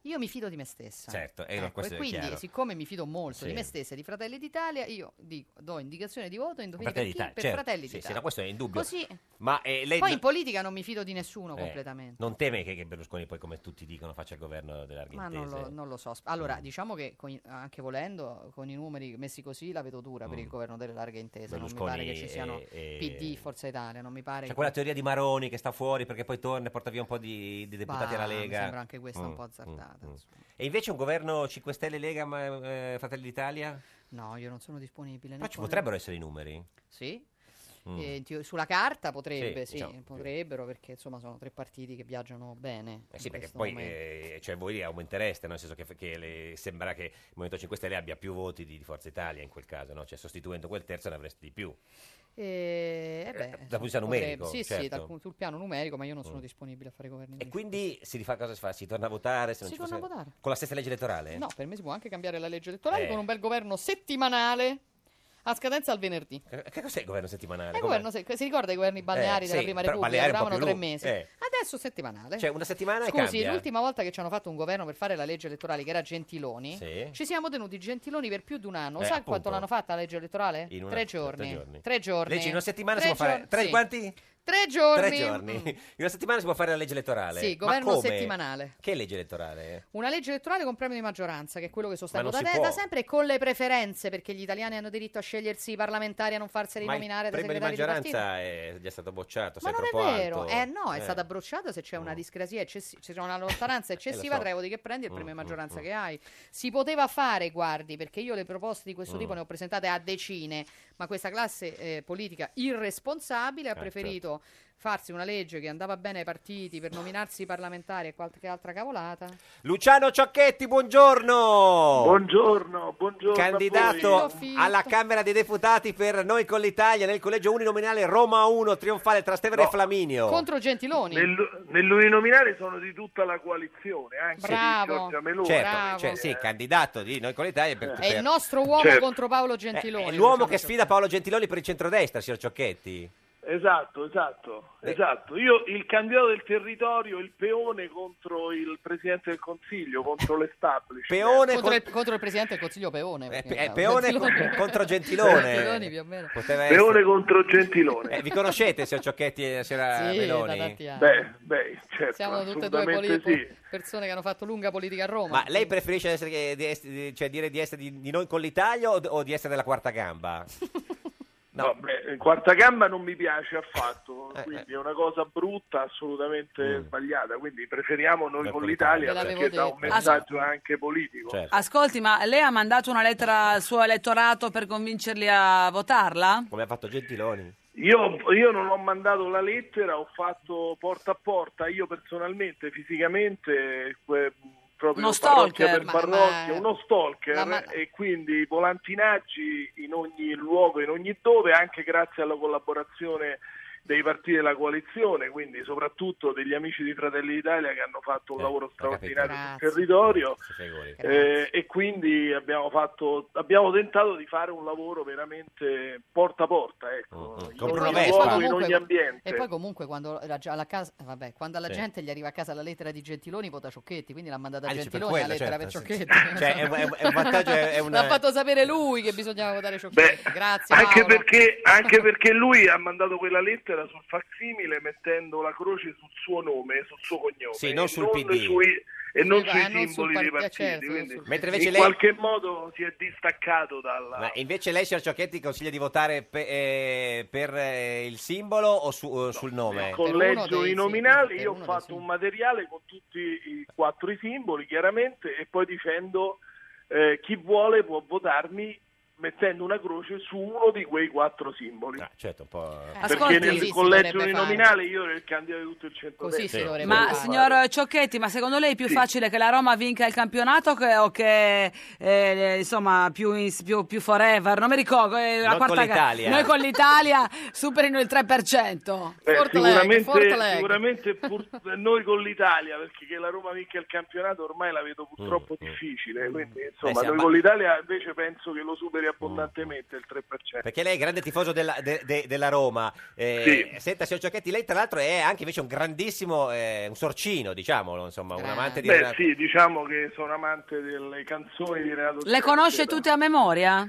[SPEAKER 17] Io mi fido di me stessa.
[SPEAKER 2] Certo, eh, no,
[SPEAKER 17] Ecco,
[SPEAKER 2] questo
[SPEAKER 17] e
[SPEAKER 2] è
[SPEAKER 17] quindi,
[SPEAKER 2] chiaro.
[SPEAKER 17] siccome mi fido molto di
[SPEAKER 2] Sì.
[SPEAKER 17] me stessa e di Fratelli d'Italia, io dico- do indicazione di voto indovini per,
[SPEAKER 2] Fratelli
[SPEAKER 17] chi?
[SPEAKER 2] d'Italia,
[SPEAKER 17] Per
[SPEAKER 2] certo.
[SPEAKER 17] Fratelli
[SPEAKER 2] Sì, sì,
[SPEAKER 17] d'Italia.
[SPEAKER 2] no, questo è indubbio.
[SPEAKER 17] Così.
[SPEAKER 2] Ma eh, lei
[SPEAKER 17] Poi
[SPEAKER 2] no-
[SPEAKER 17] in politica non mi fido di nessuno
[SPEAKER 2] eh,
[SPEAKER 17] completamente.
[SPEAKER 2] Non teme che, che Berlusconi poi, come tutti dicono, faccia il governo
[SPEAKER 17] Ma
[SPEAKER 2] dell'Argentina?
[SPEAKER 17] non lo, non lo so.
[SPEAKER 2] Mm.
[SPEAKER 17] Allora, diciamo che con i- anche volendo, con i numeri messi così, la vedo dura per
[SPEAKER 2] Mm.
[SPEAKER 17] il governo delle larghe intese. Non mi
[SPEAKER 2] Berlusconi
[SPEAKER 17] pare che ci
[SPEAKER 2] e-
[SPEAKER 17] siano
[SPEAKER 2] e-
[SPEAKER 17] PD, Forza Italia, non mi pare
[SPEAKER 2] C'è
[SPEAKER 17] che...
[SPEAKER 2] quella teoria di Maroni che sta fuori perché poi torna e porta via un po' di, di deputati
[SPEAKER 17] Bah,
[SPEAKER 2] alla
[SPEAKER 17] mi
[SPEAKER 2] Lega.
[SPEAKER 17] sembra anche questa un
[SPEAKER 2] Mm,
[SPEAKER 17] po'
[SPEAKER 2] azzardata. E invece un governo 5 Stelle Lega ma, eh, Fratelli d'Italia?
[SPEAKER 17] No, io non sono disponibile.
[SPEAKER 2] Ma ci potrebbero essere i numeri?
[SPEAKER 17] Sì.
[SPEAKER 2] Mm.
[SPEAKER 17] Eh, in teo- sulla carta potrebbe,
[SPEAKER 2] Sì,
[SPEAKER 17] sì,
[SPEAKER 2] diciamo.
[SPEAKER 17] potrebbero perché insomma sono tre partiti che viaggiano bene.
[SPEAKER 2] Eh
[SPEAKER 17] in
[SPEAKER 2] sì, perché
[SPEAKER 17] questo
[SPEAKER 2] poi
[SPEAKER 17] momento.
[SPEAKER 2] eh, cioè voi aumentereste, no? nel senso che, che le- sembra che il Movimento 5 Stelle abbia più voti di, di Forza Italia in quel caso, no? cioè sostituendo quel terzo ne avreste di più.
[SPEAKER 17] Eh, eh beh,
[SPEAKER 2] dal
[SPEAKER 17] insomma,
[SPEAKER 2] punto di vista
[SPEAKER 17] potrebbe-
[SPEAKER 2] numerico,
[SPEAKER 17] Sì, sì,
[SPEAKER 2] certo.
[SPEAKER 17] dal- sul piano numerico, ma io non sono
[SPEAKER 2] Mm. Eh,
[SPEAKER 17] disponibile a fare governi.
[SPEAKER 2] E quindi si rifà cosa si fa? Si torna a votare? Se non
[SPEAKER 17] Si
[SPEAKER 2] ci fosse-
[SPEAKER 17] torna a votare.
[SPEAKER 2] Con la stessa legge elettorale?
[SPEAKER 17] No, per me si può anche cambiare la legge elettorale
[SPEAKER 2] Eh.
[SPEAKER 17] con un bel governo settimanale a scadenza al venerdì.
[SPEAKER 2] Che che cos'è il governo settimanale?
[SPEAKER 17] Eh,
[SPEAKER 2] Com'è?
[SPEAKER 17] governo se- si ricorda i governi balneari
[SPEAKER 2] Eh,
[SPEAKER 17] della
[SPEAKER 2] sì,
[SPEAKER 17] prima
[SPEAKER 2] però
[SPEAKER 17] repubblica
[SPEAKER 2] balneari un po'
[SPEAKER 17] duravano tre
[SPEAKER 2] più
[SPEAKER 17] mesi
[SPEAKER 2] lunghi,
[SPEAKER 17] adesso settimanale
[SPEAKER 2] Cioè, una settimana e
[SPEAKER 17] scusi
[SPEAKER 2] cambia.
[SPEAKER 17] l'ultima volta che ci hanno fatto un governo per fare la legge elettorale che era Gentiloni
[SPEAKER 2] Sì.
[SPEAKER 17] ci siamo tenuti Gentiloni per più di un
[SPEAKER 2] Eh,
[SPEAKER 17] anno sa
[SPEAKER 2] appunto.
[SPEAKER 17] quanto l'hanno fatta la legge elettorale?
[SPEAKER 2] In una-
[SPEAKER 17] tre, giorni.
[SPEAKER 2] tre giorni.
[SPEAKER 17] tre giorni
[SPEAKER 2] Lei dice, in una settimana
[SPEAKER 17] Tre
[SPEAKER 2] si può fare-
[SPEAKER 17] giorni-
[SPEAKER 2] tre-
[SPEAKER 17] sì.
[SPEAKER 2] quanti?
[SPEAKER 17] tre giorni
[SPEAKER 2] Tre giorni. In una settimana si può fare la legge elettorale?
[SPEAKER 17] Sì,
[SPEAKER 2] Ma
[SPEAKER 17] governo
[SPEAKER 2] come?
[SPEAKER 17] settimanale.
[SPEAKER 2] Che legge elettorale?
[SPEAKER 17] una legge elettorale con premio di maggioranza, che è quello che sostengo
[SPEAKER 2] Ma
[SPEAKER 17] da,
[SPEAKER 2] non si
[SPEAKER 17] te- da
[SPEAKER 2] può.
[SPEAKER 17] sempre, e con le preferenze, perché gli italiani hanno diritto a scegliersi i parlamentari, a non farsi
[SPEAKER 2] Ma
[SPEAKER 17] rinominare
[SPEAKER 2] il
[SPEAKER 17] da
[SPEAKER 2] premio di
[SPEAKER 17] segretari di partito.
[SPEAKER 2] maggioranza è già stato bocciato,
[SPEAKER 17] Ma
[SPEAKER 2] Certo, sei
[SPEAKER 17] non è
[SPEAKER 2] troppo
[SPEAKER 17] vero,
[SPEAKER 2] alto.
[SPEAKER 17] eh no, è
[SPEAKER 2] Eh. Mm.
[SPEAKER 17] stata bruciata se c'è una discrasia eccessiva, c'è una lontananza eccessiva
[SPEAKER 2] so.
[SPEAKER 17] tra i voti che prendi e il premio di
[SPEAKER 2] Mm,
[SPEAKER 17] maggioranza
[SPEAKER 2] mm,
[SPEAKER 17] che hai. Si poteva fare, guardi, perché io le proposte di questo
[SPEAKER 2] Mm.
[SPEAKER 17] tipo ne ho presentate a decine, ma questa classe eh, politica irresponsabile ha
[SPEAKER 4] Eh,
[SPEAKER 17] preferito
[SPEAKER 2] certo.
[SPEAKER 17] farsi una legge che andava bene ai partiti per nominarsi i parlamentari e qualche altra cavolata.
[SPEAKER 2] Luciano Ciocchetti, buongiorno!
[SPEAKER 22] Buongiorno, buongiorno.
[SPEAKER 2] Candidato
[SPEAKER 22] a voi.
[SPEAKER 2] alla Camera dei Deputati per Noi con l'Italia nel collegio uninominale Roma 1, trionfale tra Stevere e Flaminio.
[SPEAKER 17] Contro Gentiloni.
[SPEAKER 22] Nel- Nell'uninominale sono di tutta la coalizione, eh. anche
[SPEAKER 17] Bravo.
[SPEAKER 22] di Giorgia Meloni.
[SPEAKER 2] certo, cioè, sì, candidato di Noi con l'Italia per,
[SPEAKER 17] È
[SPEAKER 2] per-
[SPEAKER 17] il nostro uomo
[SPEAKER 22] Certo.
[SPEAKER 17] contro diciamo Paolo
[SPEAKER 2] Eh, è
[SPEAKER 17] Gentiloni.
[SPEAKER 2] l'uomo
[SPEAKER 17] Luciano
[SPEAKER 2] che sfida Paolo Gentiloni per il centrodestra, signor Ciocchetti.
[SPEAKER 22] Esatto, esatto, esatto. Io il candidato del territorio, il peone contro il Presidente del Consiglio, contro l'establishment.
[SPEAKER 17] Peone Eh, contro, il, contro il presidente del Consiglio Peone. perché-
[SPEAKER 22] eh, Peone
[SPEAKER 2] con- contro Gentilone.
[SPEAKER 17] Gentiloni più o meno.
[SPEAKER 2] Poteva
[SPEAKER 22] Peone
[SPEAKER 2] essere.
[SPEAKER 22] contro Gentilone.
[SPEAKER 2] Eh, vi conoscete, signor Ciocchetti e signora
[SPEAKER 17] Sì,
[SPEAKER 2] Meloni?
[SPEAKER 17] da tanti anni.
[SPEAKER 22] Beh, beh, certo,
[SPEAKER 17] Siamo tutte e due
[SPEAKER 22] assolutamente
[SPEAKER 17] poli-
[SPEAKER 22] sì.
[SPEAKER 17] persone che hanno fatto lunga politica a Roma.
[SPEAKER 2] Ma lei preferisce essere che- di essere- di- cioè dire di essere di, di noi con l'Italia o, o di essere della quarta gamba? No,
[SPEAKER 22] Beh, quarta gamba non mi piace affatto, quindi è una cosa brutta, assolutamente sbagliato. Quindi preferiamo noi con l'Italia
[SPEAKER 1] Ve l'avevo
[SPEAKER 22] perché dà un
[SPEAKER 1] detto.
[SPEAKER 22] messaggio anche politico.
[SPEAKER 1] Ascolti, ma lei ha mandato una lettera al suo elettorato per convincerli a votarla?
[SPEAKER 2] Come ha fatto Gentiloni?
[SPEAKER 22] Io, io non ho mandato la lettera, ho fatto porta a porta, io personalmente, fisicamente, que- proprio
[SPEAKER 1] Uno
[SPEAKER 22] parrocchia
[SPEAKER 1] stalker,
[SPEAKER 22] per
[SPEAKER 1] ma-
[SPEAKER 22] parrocchia,
[SPEAKER 1] ma-
[SPEAKER 22] uno stalker
[SPEAKER 1] ma- ma-
[SPEAKER 22] e quindi volantinaggi in ogni luogo, in ogni dove, anche grazie alla collaborazione dei partiti della coalizione, quindi soprattutto degli amici di Fratelli d'Italia che hanno fatto un lavoro straordinario sul
[SPEAKER 21] Grazie.
[SPEAKER 22] territorio.
[SPEAKER 2] Figuri.
[SPEAKER 22] Eh, e quindi abbiamo, fatto, abbiamo tentato di fare un lavoro veramente porta a porta, ecco, in
[SPEAKER 2] Compro
[SPEAKER 22] ogni
[SPEAKER 2] una Vespa.
[SPEAKER 22] luogo, in
[SPEAKER 17] Comunque-
[SPEAKER 22] ogni ambiente.
[SPEAKER 17] E poi comunque quando, la- alla, casa- vabbè, quando alla
[SPEAKER 2] Sì.
[SPEAKER 17] gente gli arriva a casa la lettera di Gentiloni vota Ciocchetti, quindi l'ha mandata
[SPEAKER 2] Ah, dici, per
[SPEAKER 17] Gentiloni la
[SPEAKER 2] quello,
[SPEAKER 17] lettera
[SPEAKER 2] certo,
[SPEAKER 17] per
[SPEAKER 2] sì.
[SPEAKER 17] Ciocchetti.
[SPEAKER 2] Cioè, è un- è un- è un vantaggio, è- è un-
[SPEAKER 17] L'ha fatto sapere lui che bisognava votare Ciocchetti. Grazie
[SPEAKER 22] Anche
[SPEAKER 17] Paolo.
[SPEAKER 22] perché, anche perché lui ha mandato quella lettera sul facsimile mettendo la croce sul suo nome, sul suo cognome,
[SPEAKER 2] Sì, non
[SPEAKER 22] e
[SPEAKER 2] sul PD.
[SPEAKER 22] sui- e non
[SPEAKER 2] Sì,
[SPEAKER 22] sui
[SPEAKER 2] ma non sul
[SPEAKER 22] simboli dei
[SPEAKER 2] partito,
[SPEAKER 22] partiti.
[SPEAKER 2] certo, non
[SPEAKER 22] quindi
[SPEAKER 2] sul- Mentre invece
[SPEAKER 22] in
[SPEAKER 2] lei-
[SPEAKER 22] qualche modo si è distaccato dalla...
[SPEAKER 2] Ma invece lei, signor Ciocchetti, consiglia di votare pe- eh, per eh, il simbolo o su- o sul nome?
[SPEAKER 22] collegio i nominali, io ho fatto un materiale con tutti i quattro i simboli, chiaramente, e poi dicendo eh, chi vuole può votarmi mettendo una croce su uno di quei quattro simboli.
[SPEAKER 2] Certo, un po'...
[SPEAKER 22] Perché nel
[SPEAKER 1] Ascolti,
[SPEAKER 22] collegio
[SPEAKER 1] dovrebbe
[SPEAKER 22] uninominale io ero il candidato di tutto il centro
[SPEAKER 17] Così si dovrebbe
[SPEAKER 1] Ma signor Ciocchetti, ma secondo lei è più facile che la Roma vinca il campionato che- o che eh, insomma più, in- più, più forever? Non mi ricordo, eh, la
[SPEAKER 22] Noi
[SPEAKER 1] quarta
[SPEAKER 22] con
[SPEAKER 1] ga-
[SPEAKER 22] l'Italia.
[SPEAKER 1] Noi con l'Italia superino il 3%.
[SPEAKER 22] Beh, Eh, sicuramente, sicuramente pur- noi con l'Italia, perché che la Roma vinca il campionato ormai la vedo purtroppo difficile, quindi insomma
[SPEAKER 2] Mm, Eh, sì,
[SPEAKER 22] noi
[SPEAKER 2] ma- Mm,
[SPEAKER 22] con l'Italia invece penso che lo superi abbondantemente il 3%.
[SPEAKER 2] Perché lei è grande tifoso della, de- de- della Roma. Eh, Senta, signor Ciocchetti, lei tra l'altro è anche invece un grandissimo, eh, un sorcino, diciamolo, insomma, un amante di...
[SPEAKER 22] Beh
[SPEAKER 2] Renato-
[SPEAKER 22] sì, diciamo che sono amante delle canzoni di Renato
[SPEAKER 1] Le
[SPEAKER 22] Zero.
[SPEAKER 1] conosce tutte a memoria?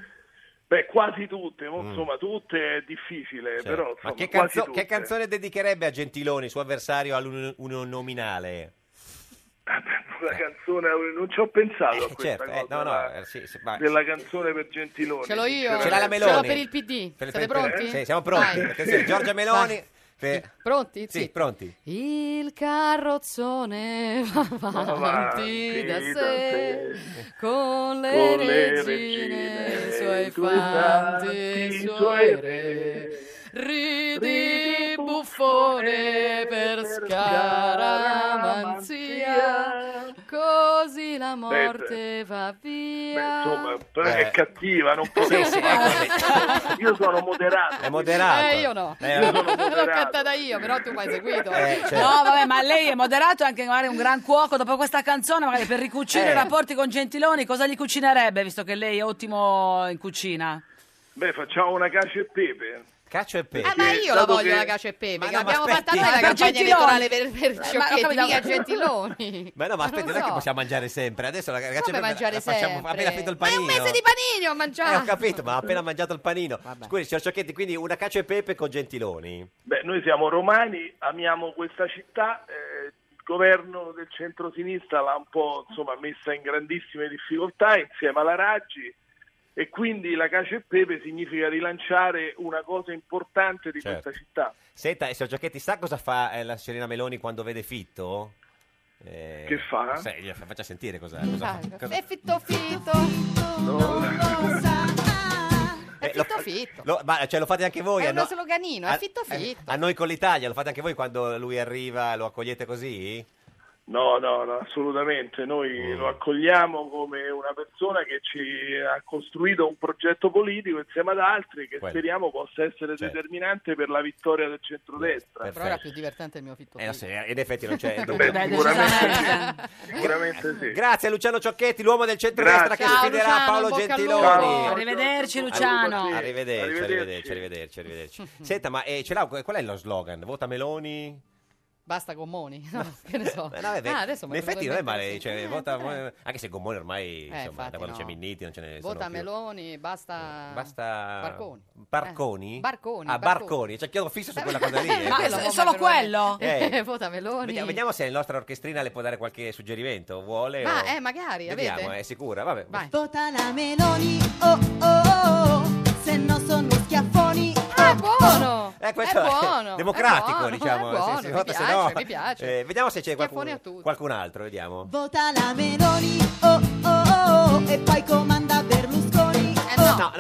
[SPEAKER 22] Beh, quasi tutte, mo, insomma tutte è difficile,
[SPEAKER 2] Cioè,
[SPEAKER 22] però insomma,
[SPEAKER 2] Mm. ma che,
[SPEAKER 22] quasi
[SPEAKER 2] canzo- che
[SPEAKER 22] tutte.
[SPEAKER 2] canzone dedicherebbe a Gentiloni, suo avversario all'uninominale?
[SPEAKER 22] La canzone, non ci ho pensato a
[SPEAKER 2] Eh,
[SPEAKER 22] questa
[SPEAKER 2] certo, eh,
[SPEAKER 22] cosa
[SPEAKER 2] no, no,
[SPEAKER 22] ma-
[SPEAKER 2] eh, sì, sì, ma-
[SPEAKER 22] della canzone per Gentiloni.
[SPEAKER 17] Ce l'ho io.
[SPEAKER 2] Ce l'ha la
[SPEAKER 17] Ce l'ho
[SPEAKER 2] Meloni.
[SPEAKER 17] per il PD.
[SPEAKER 2] Per-
[SPEAKER 17] Siete
[SPEAKER 2] per-
[SPEAKER 17] pronti?
[SPEAKER 2] Sì, siamo pronti.
[SPEAKER 17] Vai.
[SPEAKER 2] Attenzione, Giorgia Meloni.
[SPEAKER 17] Vai.
[SPEAKER 2] per-
[SPEAKER 17] Pronti?
[SPEAKER 2] Sì,
[SPEAKER 17] Zitti.
[SPEAKER 2] pronti.
[SPEAKER 17] Il carrozzone Oh, va avanti da sé con le
[SPEAKER 13] Con le
[SPEAKER 17] regine, i suoi
[SPEAKER 13] i suoi
[SPEAKER 17] fanti,
[SPEAKER 13] fanti,
[SPEAKER 17] i
[SPEAKER 13] i
[SPEAKER 17] suoi
[SPEAKER 13] suoi
[SPEAKER 17] re. Ridi buffone per scaramanzia, così la morte va via.
[SPEAKER 22] Insomma, però è cattiva, non posso
[SPEAKER 2] Eh. Sì, sì,
[SPEAKER 22] ecco, Io sono moderato.
[SPEAKER 2] È moderato.
[SPEAKER 17] Eh, io no.
[SPEAKER 2] Eh,
[SPEAKER 17] L'ho
[SPEAKER 2] allora-
[SPEAKER 17] cantata io, però tu mi hai seguito.
[SPEAKER 2] Eh, certo.
[SPEAKER 1] No, vabbè, ma lei è moderato e anche magari un gran cuoco. Dopo questa canzone, magari per ricucire
[SPEAKER 22] Eh.
[SPEAKER 1] i rapporti con Gentiloni, cosa gli cucinerebbe, visto che lei è ottimo in cucina?
[SPEAKER 22] Beh, facciamo una cacio e pepe.
[SPEAKER 2] Cacio e pepe.
[SPEAKER 17] Ah, ma io la voglio la cacio e pepe, che abbiamo fatta noi la
[SPEAKER 1] Ma per
[SPEAKER 17] campagna
[SPEAKER 1] Gentiloni.
[SPEAKER 17] elettorale per, per
[SPEAKER 2] Eh,
[SPEAKER 1] Ma- ma-
[SPEAKER 17] Ciocchetti,
[SPEAKER 1] capito-
[SPEAKER 17] mica Gentiloni.
[SPEAKER 2] Ma no, ma aspetta,
[SPEAKER 17] non
[SPEAKER 2] non è che
[SPEAKER 17] so.
[SPEAKER 2] possiamo mangiare sempre. Adesso la ragazza
[SPEAKER 17] Come mangiare
[SPEAKER 2] facciamo
[SPEAKER 17] sempre?
[SPEAKER 2] appena finito il
[SPEAKER 17] Ma è
[SPEAKER 2] panino.
[SPEAKER 17] un mese di panini
[SPEAKER 2] Eh,
[SPEAKER 17] ho
[SPEAKER 2] ho
[SPEAKER 17] mangiato.
[SPEAKER 2] capito, ma ha appena mangiato il panino. Scusi, signor Ciocchetti, quindi una cacio e pepe con Gentiloni.
[SPEAKER 22] Beh, noi siamo romani, amiamo questa città. eh, il governo del centrosinistra l'ha un po' insomma, messa in grandissime difficoltà insieme alla Raggi. E quindi la cacio e pepe significa rilanciare una cosa importante di
[SPEAKER 2] Certo.
[SPEAKER 22] questa città.
[SPEAKER 2] Senta, eh, signor Ciocchetti, sa cosa fa eh, la signorina Meloni quando vede Fitto? Eh,
[SPEAKER 22] Che fa?
[SPEAKER 2] sai, gliela fa- faccia sentire cosa, cosa,
[SPEAKER 17] Ah,
[SPEAKER 2] cosa-
[SPEAKER 17] È fitto fitto,
[SPEAKER 2] Eh, lo-
[SPEAKER 17] ah, fitto Eh, fitto.
[SPEAKER 2] lo- ma cioè, lo fate anche voi?
[SPEAKER 17] È
[SPEAKER 2] a
[SPEAKER 17] uno
[SPEAKER 2] no-
[SPEAKER 17] sloganino,
[SPEAKER 2] a-
[SPEAKER 17] è fitto
[SPEAKER 2] eh,
[SPEAKER 17] fitto.
[SPEAKER 2] A noi con l'Italia, lo fate anche voi quando lui arriva, lo accogliete così?
[SPEAKER 22] No, no, no, assolutamente. Noi
[SPEAKER 2] Mm.
[SPEAKER 22] lo accogliamo come una persona che ci ha costruito un progetto politico insieme ad altri che
[SPEAKER 2] Quello.
[SPEAKER 22] speriamo possa essere
[SPEAKER 2] Certo.
[SPEAKER 22] determinante per la vittoria del centrodestra.
[SPEAKER 17] Però era più divertente il mio fitto
[SPEAKER 2] Eh, lo
[SPEAKER 17] fitto.
[SPEAKER 2] so, in effetti non c'è dubbio.
[SPEAKER 22] Beh,
[SPEAKER 17] Eh,
[SPEAKER 22] sicuramente sì. Sicuramente sì.
[SPEAKER 2] Grazie Luciano Ciocchetti, l'uomo del centrodestra
[SPEAKER 22] Grazie.
[SPEAKER 2] che
[SPEAKER 22] Ciao,
[SPEAKER 2] sfiderà
[SPEAKER 22] Luciano,
[SPEAKER 2] Paolo
[SPEAKER 22] bocca al
[SPEAKER 2] Gentiloni.
[SPEAKER 1] lupo. Arrivederci, Luciano.
[SPEAKER 2] Arrivederci,
[SPEAKER 22] Arrivederci.
[SPEAKER 2] arrivederci, arrivederci, arrivederci. Senta, ma eh, ce l'ha- qual è lo slogan? Vota Meloni?
[SPEAKER 17] Basta con Moni, no, che ne so.
[SPEAKER 2] Eh, no, beh,
[SPEAKER 17] Ah, adesso
[SPEAKER 2] in
[SPEAKER 17] mi è venuto
[SPEAKER 2] effetti
[SPEAKER 17] in
[SPEAKER 2] non è
[SPEAKER 17] mente
[SPEAKER 2] male,
[SPEAKER 17] adesso.
[SPEAKER 2] cioè,
[SPEAKER 17] Eh,
[SPEAKER 2] vota,
[SPEAKER 17] vabbè. Eh,
[SPEAKER 2] anche se Gommone ormai, insomma,
[SPEAKER 17] infatti
[SPEAKER 2] da quando
[SPEAKER 17] no.
[SPEAKER 2] c'è Minniti non ce ne Eh, sono
[SPEAKER 17] Vota
[SPEAKER 2] più. Eh,
[SPEAKER 17] Meloni, basta...
[SPEAKER 2] Basta
[SPEAKER 17] Barconi.
[SPEAKER 2] Barconi?
[SPEAKER 17] Eh, Barconi,
[SPEAKER 2] Ah,
[SPEAKER 17] Barconi.
[SPEAKER 2] Barconi, cioè chiedo fisso su quella cosa lì. eh.
[SPEAKER 17] Ma quello,
[SPEAKER 1] s-
[SPEAKER 17] vota
[SPEAKER 1] solo
[SPEAKER 17] Meloni.
[SPEAKER 1] quello?
[SPEAKER 17] Eh, vota Meloni.
[SPEAKER 2] Vediamo, vediamo se la nostra orchestrina le può dare qualche suggerimento. Vuole
[SPEAKER 17] Ma,
[SPEAKER 13] Ah,
[SPEAKER 2] o-
[SPEAKER 17] eh, magari,
[SPEAKER 2] Vediamo,
[SPEAKER 17] avete?
[SPEAKER 2] è sicura. Vabbè.
[SPEAKER 13] Vota la Meloni, oh oh, oh, se no sono schiaffoni. Ah,
[SPEAKER 17] buono!
[SPEAKER 2] Eh, questo
[SPEAKER 13] È buono,
[SPEAKER 2] democratico,
[SPEAKER 13] è buono,
[SPEAKER 2] diciamo.
[SPEAKER 13] è buono,
[SPEAKER 2] sì,
[SPEAKER 13] mi
[SPEAKER 2] vota, se
[SPEAKER 13] piace,
[SPEAKER 2] no-
[SPEAKER 13] mi piace.
[SPEAKER 2] Eh, vediamo se c'è
[SPEAKER 13] Schiaffone
[SPEAKER 2] qualcun,
[SPEAKER 13] a tutti.
[SPEAKER 2] qualcun altro, vediamo.
[SPEAKER 13] Vota la Meloni, oh oh, oh, e poi comanda Berlusconi. Eh no,
[SPEAKER 17] eh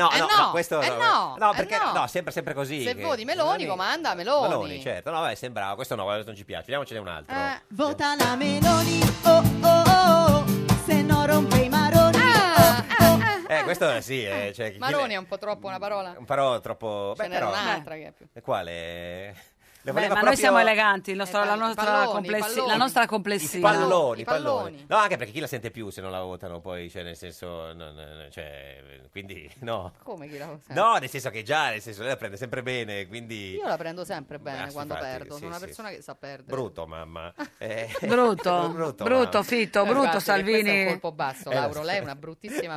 [SPEAKER 17] no, eh no,
[SPEAKER 2] questo
[SPEAKER 17] eh
[SPEAKER 2] no,
[SPEAKER 17] no, eh
[SPEAKER 2] perché
[SPEAKER 17] no.
[SPEAKER 2] sempre, sempre così.
[SPEAKER 17] Se
[SPEAKER 2] che-
[SPEAKER 17] voti Meloni, comanda Meloni.
[SPEAKER 2] Meloni, certo. No, beh, sembrava, questo no, questo non ci piace. Vediamocene un altro.
[SPEAKER 13] Vota la Meloni, oh oh, oh, oh, se no rompe i maroni. Ah,
[SPEAKER 2] Eh, questo sì, eh, cioè, chi- chi-
[SPEAKER 17] Maroni è un po' troppo una parola.
[SPEAKER 2] Però troppo...
[SPEAKER 17] Ce
[SPEAKER 2] beh, però...
[SPEAKER 17] n'era un'altra che è più...
[SPEAKER 2] E Quale?
[SPEAKER 1] Beh,
[SPEAKER 2] Le
[SPEAKER 1] ma
[SPEAKER 2] voleva
[SPEAKER 1] noi
[SPEAKER 2] proprio-
[SPEAKER 1] siamo eleganti, il
[SPEAKER 17] Eh,
[SPEAKER 1] nostro- la,
[SPEAKER 17] palloni,
[SPEAKER 1] nostra
[SPEAKER 17] palloni,
[SPEAKER 1] complessi-
[SPEAKER 17] palloni.
[SPEAKER 1] la nostra
[SPEAKER 2] I
[SPEAKER 1] complessina.
[SPEAKER 2] palloni,
[SPEAKER 17] I
[SPEAKER 2] i
[SPEAKER 17] palloni.
[SPEAKER 2] palloni. No, anche perché chi la sente più se non la votano poi, cioè nel senso, no, no, no, cioè, quindi no.
[SPEAKER 17] Come chi la usa?
[SPEAKER 2] No, nel senso che già, nel senso, lei la prende sempre bene, quindi...
[SPEAKER 17] Io la prendo sempre bene
[SPEAKER 2] Ah, sì,
[SPEAKER 17] quando
[SPEAKER 2] infatti,
[SPEAKER 17] perdo.
[SPEAKER 2] sì,
[SPEAKER 17] Sono una
[SPEAKER 2] sì,
[SPEAKER 17] persona
[SPEAKER 2] sì.
[SPEAKER 17] che sa perdere.
[SPEAKER 2] Brutto, mamma.
[SPEAKER 17] Ah.
[SPEAKER 2] Eh,
[SPEAKER 1] Brutto, brutto,
[SPEAKER 2] mamma.
[SPEAKER 17] Eh, guardi, Questo
[SPEAKER 1] Fitto, brutto
[SPEAKER 17] è un
[SPEAKER 1] Salvini.
[SPEAKER 17] colpo basso,
[SPEAKER 2] Eh,
[SPEAKER 17] Lauro.
[SPEAKER 2] lo so.
[SPEAKER 17] Lei è una bruttissima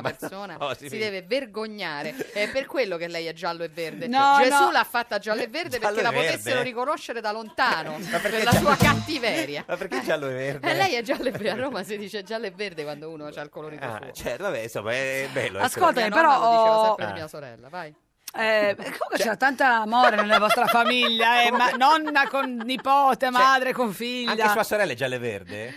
[SPEAKER 2] Ma
[SPEAKER 17] persona.
[SPEAKER 2] no,
[SPEAKER 17] si
[SPEAKER 2] sì.
[SPEAKER 17] deve vergognare. È per quello che lei è giallo e verde.
[SPEAKER 1] No,
[SPEAKER 17] Gesù
[SPEAKER 1] no.
[SPEAKER 17] l'ha fatta giallo e verde
[SPEAKER 2] Giallo
[SPEAKER 17] perché
[SPEAKER 2] e
[SPEAKER 17] la
[SPEAKER 2] verde?
[SPEAKER 17] potessero riconoscere da lontano per
[SPEAKER 2] perché
[SPEAKER 17] la
[SPEAKER 2] già-
[SPEAKER 17] sua cattiveria.
[SPEAKER 2] Ma perché giallo e verde?
[SPEAKER 17] E lei è giallo e verde. A Roma si dice giallo e verde quando uno ha il colore
[SPEAKER 2] Ah,
[SPEAKER 17] suo.
[SPEAKER 2] certo, vabbè, insomma, è bello.
[SPEAKER 1] Ascoltami,
[SPEAKER 2] ecco.
[SPEAKER 17] Mia nonna
[SPEAKER 1] però-
[SPEAKER 17] lo diceva sempre
[SPEAKER 2] Ah.
[SPEAKER 17] di mia sorella. Vai.
[SPEAKER 1] Eh, comunque c'era tanto amore nella vostra famiglia, eh, ma nonna con nipote, madre con figlia.
[SPEAKER 2] Anche sua sorella è giallo e verde?
[SPEAKER 17] Eh,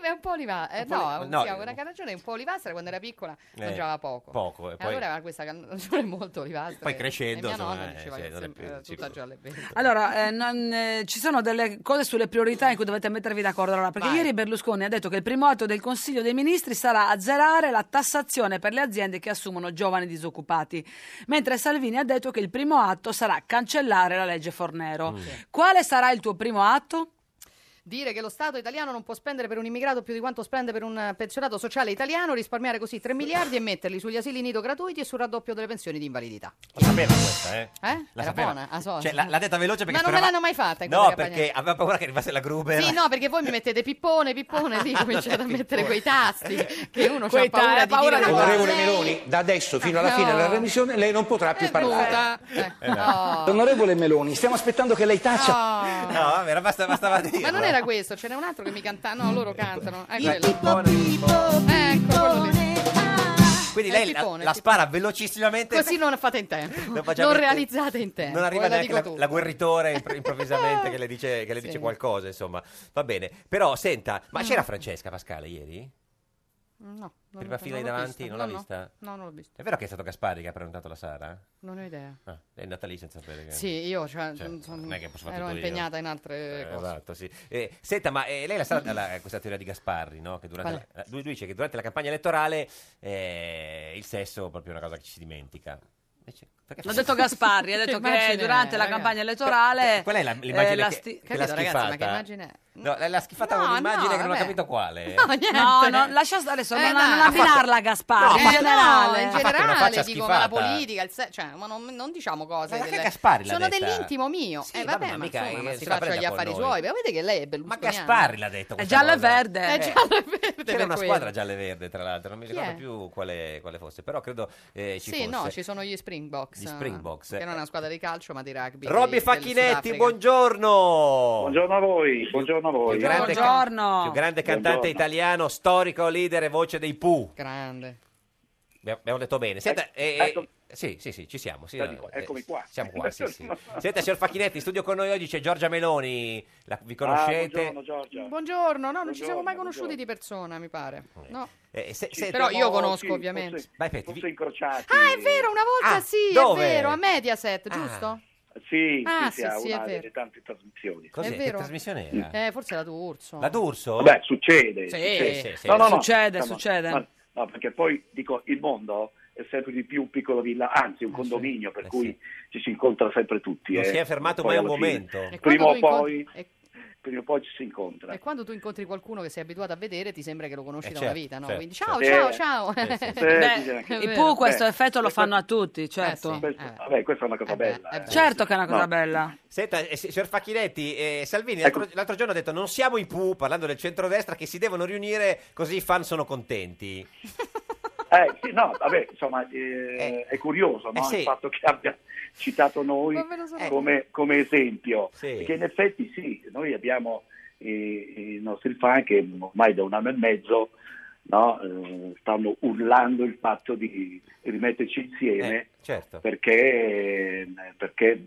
[SPEAKER 17] beh, è un po' olivastra.
[SPEAKER 2] Un po'
[SPEAKER 17] no,
[SPEAKER 2] oli- no,
[SPEAKER 17] sì,
[SPEAKER 2] io-
[SPEAKER 17] una canaggione un po' olivastra quando era piccola
[SPEAKER 2] Eh,
[SPEAKER 17] mangiava poco.
[SPEAKER 2] poco, e
[SPEAKER 17] E
[SPEAKER 2] poi-
[SPEAKER 17] allora aveva questa canaggione molto olivastra.
[SPEAKER 2] Poi
[SPEAKER 17] e-
[SPEAKER 2] crescendo,
[SPEAKER 17] E mia
[SPEAKER 2] insomma,
[SPEAKER 17] nonna
[SPEAKER 2] eh,
[SPEAKER 17] diceva
[SPEAKER 2] sì,
[SPEAKER 17] che
[SPEAKER 2] non è
[SPEAKER 17] sem-
[SPEAKER 2] più-
[SPEAKER 17] era
[SPEAKER 2] sì,
[SPEAKER 17] tutta gialla e bella.
[SPEAKER 1] Allora, eh, non, eh, ci sono delle cose sulle priorità in cui dovete mettervi d'accordo. Allora, perché ieri Berlusconi ha detto che il primo atto del Consiglio dei Ministri sarà azzerare la tassazione per le aziende che assumono giovani disoccupati, mentre Salvini ha detto che il primo atto sarà cancellare la legge
[SPEAKER 23] Mm.
[SPEAKER 1] Fornero. Quale sarà il tuo primo atto?
[SPEAKER 17] Dire che lo Stato italiano non può spendere per un immigrato più di quanto spende per un eh, pensionato sociale italiano, risparmiare così 3 miliardi e metterli sugli asili nido gratuiti e sul raddoppio delle pensioni di invalidità.
[SPEAKER 2] La sapeva questa, eh?
[SPEAKER 17] Eh?
[SPEAKER 2] La
[SPEAKER 17] Era
[SPEAKER 2] sapeva.
[SPEAKER 17] buona, ah, so-
[SPEAKER 2] Cioè, l'ha, l'ha detta veloce perché
[SPEAKER 17] Ma non me
[SPEAKER 2] sperava-
[SPEAKER 17] l'hanno mai fatta in
[SPEAKER 2] No,
[SPEAKER 17] questa
[SPEAKER 2] perché
[SPEAKER 17] campagna.
[SPEAKER 2] aveva paura che arrivasse la Gruber.
[SPEAKER 17] Sì, no, perché voi mi mettete pippone, pippone, lì cominciate a mettere quei tasti che uno c'ha
[SPEAKER 1] Quei
[SPEAKER 17] paura
[SPEAKER 1] ta-
[SPEAKER 17] di
[SPEAKER 1] paura
[SPEAKER 17] dire.
[SPEAKER 1] di-
[SPEAKER 17] una cosa.
[SPEAKER 10] Onorevole Meloni, da adesso fino alla
[SPEAKER 17] No.
[SPEAKER 10] fine della remissione lei non potrà più parlare.
[SPEAKER 17] Eh, no.
[SPEAKER 10] Onorevole Meloni, stiamo aspettando che lei taccia.
[SPEAKER 17] No.
[SPEAKER 2] No, vabbè, era basta, bastava eh. dire.
[SPEAKER 17] Ma non era questo, ce n'è un altro che mi canta. No, loro cantano. Eh,
[SPEAKER 2] La
[SPEAKER 17] quello.
[SPEAKER 2] pippone,
[SPEAKER 17] Ecco, quello lì.
[SPEAKER 2] Quindi
[SPEAKER 17] È
[SPEAKER 2] lei
[SPEAKER 17] il
[SPEAKER 2] la,
[SPEAKER 17] pippone,
[SPEAKER 2] la
[SPEAKER 17] il
[SPEAKER 2] spara velocissimamente.
[SPEAKER 17] Così non fate in tempo.
[SPEAKER 2] Non
[SPEAKER 17] Non,
[SPEAKER 2] facciamo in tempo.
[SPEAKER 17] realizzate in tempo.
[SPEAKER 2] Non arriva
[SPEAKER 17] Ve la
[SPEAKER 2] neanche
[SPEAKER 17] dico
[SPEAKER 2] la,
[SPEAKER 17] tu.
[SPEAKER 2] la guerritore impr- improvvisamente che le dice, che le
[SPEAKER 17] Sì.
[SPEAKER 2] dice qualcosa, insomma. Va bene. Però, senta, ma
[SPEAKER 17] Mm.
[SPEAKER 2] c'era Francesca Pascale ieri?
[SPEAKER 17] No, non l'ho-
[SPEAKER 2] Prima fila
[SPEAKER 17] non
[SPEAKER 2] di
[SPEAKER 17] l'ho
[SPEAKER 2] davanti,
[SPEAKER 17] vista.
[SPEAKER 2] non l'ha
[SPEAKER 17] No, no.
[SPEAKER 2] vista?
[SPEAKER 17] No, non l'ho vista.
[SPEAKER 2] È vero che è stato Gasparri che ha prenotato la Sara?
[SPEAKER 17] Non ho idea.
[SPEAKER 2] Ah, è andata lì senza sapere che...
[SPEAKER 17] Sì, io cioè,
[SPEAKER 2] Cioè,
[SPEAKER 17] non so-
[SPEAKER 2] non è che posso fare
[SPEAKER 17] ero
[SPEAKER 2] tutto io.
[SPEAKER 17] impegnata in altre
[SPEAKER 2] Eh,
[SPEAKER 17] cose.
[SPEAKER 2] Esatto, sì. Eh, senta, ma eh, lei la sa la- questa teoria di Gasparri, no? Che durante
[SPEAKER 17] Qual
[SPEAKER 2] la- lui dice che durante la campagna elettorale eh, il sesso è proprio una cosa che ci si dimentica. Invece, perché-
[SPEAKER 1] L'ha detto Gasparri, ha detto che
[SPEAKER 17] Immagine,
[SPEAKER 1] durante la
[SPEAKER 17] ragazzi.
[SPEAKER 1] campagna elettorale...
[SPEAKER 2] Qual Cioè, è la-
[SPEAKER 1] eh,
[SPEAKER 2] l'immagine
[SPEAKER 1] la
[SPEAKER 2] che,
[SPEAKER 1] sti-
[SPEAKER 2] che l'ha
[SPEAKER 17] Capito,
[SPEAKER 2] schifata?
[SPEAKER 17] ragazzi, ma che immagine è?
[SPEAKER 2] No, lei l'ha schifata
[SPEAKER 1] No,
[SPEAKER 2] con un'immagine
[SPEAKER 1] no,
[SPEAKER 2] che non ho
[SPEAKER 1] vabbè.
[SPEAKER 2] capito quale.
[SPEAKER 1] No,
[SPEAKER 17] niente.
[SPEAKER 1] No, no, lascia stare adesso,
[SPEAKER 17] Eh,
[SPEAKER 1] non,
[SPEAKER 17] dai.
[SPEAKER 1] non abbinarla a
[SPEAKER 17] No,
[SPEAKER 1] Gasparri, in
[SPEAKER 17] ma-
[SPEAKER 1] generale.
[SPEAKER 17] no, in
[SPEAKER 2] Ha fatto una
[SPEAKER 17] generale
[SPEAKER 2] faccia
[SPEAKER 17] dico ma la
[SPEAKER 2] schifata.
[SPEAKER 17] politica, il se- cioè, ma non, non diciamo cose.
[SPEAKER 2] Ma anche
[SPEAKER 17] delle-
[SPEAKER 2] Gasparri l'ha
[SPEAKER 17] Sono
[SPEAKER 2] detta.
[SPEAKER 17] dell'intimo mio.
[SPEAKER 2] Sì,
[SPEAKER 17] eh,
[SPEAKER 2] vabbè,
[SPEAKER 17] vabbè,
[SPEAKER 2] ma
[SPEAKER 17] ma
[SPEAKER 2] mica-
[SPEAKER 17] insomma,
[SPEAKER 2] eh,
[SPEAKER 17] ma
[SPEAKER 2] se
[SPEAKER 17] si
[SPEAKER 2] la prenda
[SPEAKER 17] faccia gli
[SPEAKER 2] con
[SPEAKER 17] affari
[SPEAKER 2] noi.
[SPEAKER 17] suoi. Ma vedete che lei è
[SPEAKER 2] Ma
[SPEAKER 17] berlusconiana.
[SPEAKER 2] Gasparri l'ha detto.
[SPEAKER 1] È
[SPEAKER 2] questa
[SPEAKER 1] giallo e
[SPEAKER 2] cosa.
[SPEAKER 1] verde.
[SPEAKER 17] È
[SPEAKER 1] Eh.
[SPEAKER 17] giallo e verde.
[SPEAKER 2] C'era
[SPEAKER 17] per
[SPEAKER 2] una
[SPEAKER 17] quello.
[SPEAKER 2] squadra giallo e verde, tra l'altro, non mi
[SPEAKER 17] Chi
[SPEAKER 2] ricordo
[SPEAKER 17] è?
[SPEAKER 2] più quale, quale fosse, però credo eh, ci
[SPEAKER 17] sì,
[SPEAKER 2] fosse.
[SPEAKER 17] no, ci sono gli Springboks.
[SPEAKER 2] Gli Springboks,
[SPEAKER 17] Che non
[SPEAKER 2] eh.
[SPEAKER 17] è una squadra di calcio, ma di rugby.
[SPEAKER 2] Robby
[SPEAKER 17] del- del
[SPEAKER 2] Facchinetti,
[SPEAKER 17] Sudafrica.
[SPEAKER 2] buongiorno. Buongiorno
[SPEAKER 23] a voi, buongiorno a voi.
[SPEAKER 2] Più grande,
[SPEAKER 1] Buongiorno.
[SPEAKER 2] più grande cantante
[SPEAKER 23] Buongiorno.
[SPEAKER 2] italiano, storico leader e voce dei Pooh.
[SPEAKER 17] Grande.
[SPEAKER 2] Abbiamo detto bene. Senta, eh, eh, sì, sì, sì, ci siamo. sì,
[SPEAKER 23] Eccomi
[SPEAKER 2] no,
[SPEAKER 23] qua, eccomi
[SPEAKER 2] eh,
[SPEAKER 23] qua.
[SPEAKER 2] Siamo qua, sì, sì. Senta, signor Facchinetti, in studio con noi oggi c'è Giorgia Meloni, la- vi
[SPEAKER 23] Ah,
[SPEAKER 2] conoscete?
[SPEAKER 23] buongiorno Giorgia.
[SPEAKER 17] Buongiorno, no, non ci siamo mai
[SPEAKER 23] Buongiorno,
[SPEAKER 17] conosciuti di persona, mi pare. No.
[SPEAKER 2] Eh, se-
[SPEAKER 23] Ci
[SPEAKER 2] se-
[SPEAKER 17] Però io
[SPEAKER 23] siamo-
[SPEAKER 17] conosco,
[SPEAKER 23] sì,
[SPEAKER 17] ovviamente.
[SPEAKER 23] forse-
[SPEAKER 2] Vai, Petti,
[SPEAKER 23] forse incrociati.
[SPEAKER 17] Ah, è vero, una volta
[SPEAKER 23] Ah,
[SPEAKER 17] sì,
[SPEAKER 23] dove? Ah.
[SPEAKER 17] è vero, a Mediaset, giusto?
[SPEAKER 23] Sì,
[SPEAKER 17] Ah,
[SPEAKER 23] sì,
[SPEAKER 17] sì,
[SPEAKER 23] a
[SPEAKER 17] sì,
[SPEAKER 23] una
[SPEAKER 17] è vero.
[SPEAKER 23] delle tante trasmissioni.
[SPEAKER 17] Cos'è? È Che vero.
[SPEAKER 2] trasmissione
[SPEAKER 17] Eh, forse era tu, Urso.
[SPEAKER 23] La
[SPEAKER 2] D'Urso?
[SPEAKER 23] Vabbè, succede.
[SPEAKER 17] Sì.
[SPEAKER 23] succede.
[SPEAKER 17] Sì, sì, sì.
[SPEAKER 23] No, no, no,
[SPEAKER 1] Succede,
[SPEAKER 23] insomma,
[SPEAKER 1] succede.
[SPEAKER 23] ma- no, perché poi, dico, il mondo è sempre di più un piccolo villa, anzi
[SPEAKER 2] Eh,
[SPEAKER 23] un condominio, per cui ci si incontra sempre tutti.
[SPEAKER 2] Non
[SPEAKER 23] eh.
[SPEAKER 2] si è fermato
[SPEAKER 23] Poi
[SPEAKER 2] mai un
[SPEAKER 23] alla fine-
[SPEAKER 2] momento. E
[SPEAKER 23] Prima o,
[SPEAKER 17] quando tu
[SPEAKER 23] poi,
[SPEAKER 17] incontri- e-
[SPEAKER 23] prima o poi ci si incontra.
[SPEAKER 17] E quando tu incontri qualcuno che sei abituato a vedere, ti sembra che lo conosci
[SPEAKER 23] Eh,
[SPEAKER 17] da
[SPEAKER 23] certo,
[SPEAKER 17] una vita, no?
[SPEAKER 23] certo,
[SPEAKER 17] Quindi ciao,
[SPEAKER 23] certo.
[SPEAKER 17] ciao, ciao.
[SPEAKER 23] Eh, sì, sì.
[SPEAKER 1] Beh,
[SPEAKER 23] Eh, bisogna che-
[SPEAKER 1] I
[SPEAKER 23] È
[SPEAKER 1] Pooh
[SPEAKER 23] vero.
[SPEAKER 1] questo
[SPEAKER 23] Beh,
[SPEAKER 1] effetto lo
[SPEAKER 23] questo- eh,
[SPEAKER 1] fanno a tutti, certo.
[SPEAKER 23] Questo- vabbè, questa è una cosa bella. eh.
[SPEAKER 1] Certo che è una cosa
[SPEAKER 23] No.
[SPEAKER 1] bella.
[SPEAKER 2] Senta, eh, si- signor Facchinetti, eh, Salvini
[SPEAKER 23] Ecco.
[SPEAKER 2] l'altro, l'altro giorno ha detto non siamo i Pooh, parlando del centrodestra, che si devono riunire così i fan sono contenti.
[SPEAKER 23] Eh, sì, no, vabbè, insomma, eh, è curioso no,
[SPEAKER 2] eh, sì.
[SPEAKER 23] il fatto che abbia citato noi
[SPEAKER 17] Ma ve lo sono-
[SPEAKER 23] come, come esempio,
[SPEAKER 2] Sì.
[SPEAKER 23] perché in effetti sì, noi abbiamo eh, i nostri fan che ormai da un anno e mezzo no, eh, stanno urlando il fatto di rimetterci insieme
[SPEAKER 2] Certo.
[SPEAKER 23] perché, perché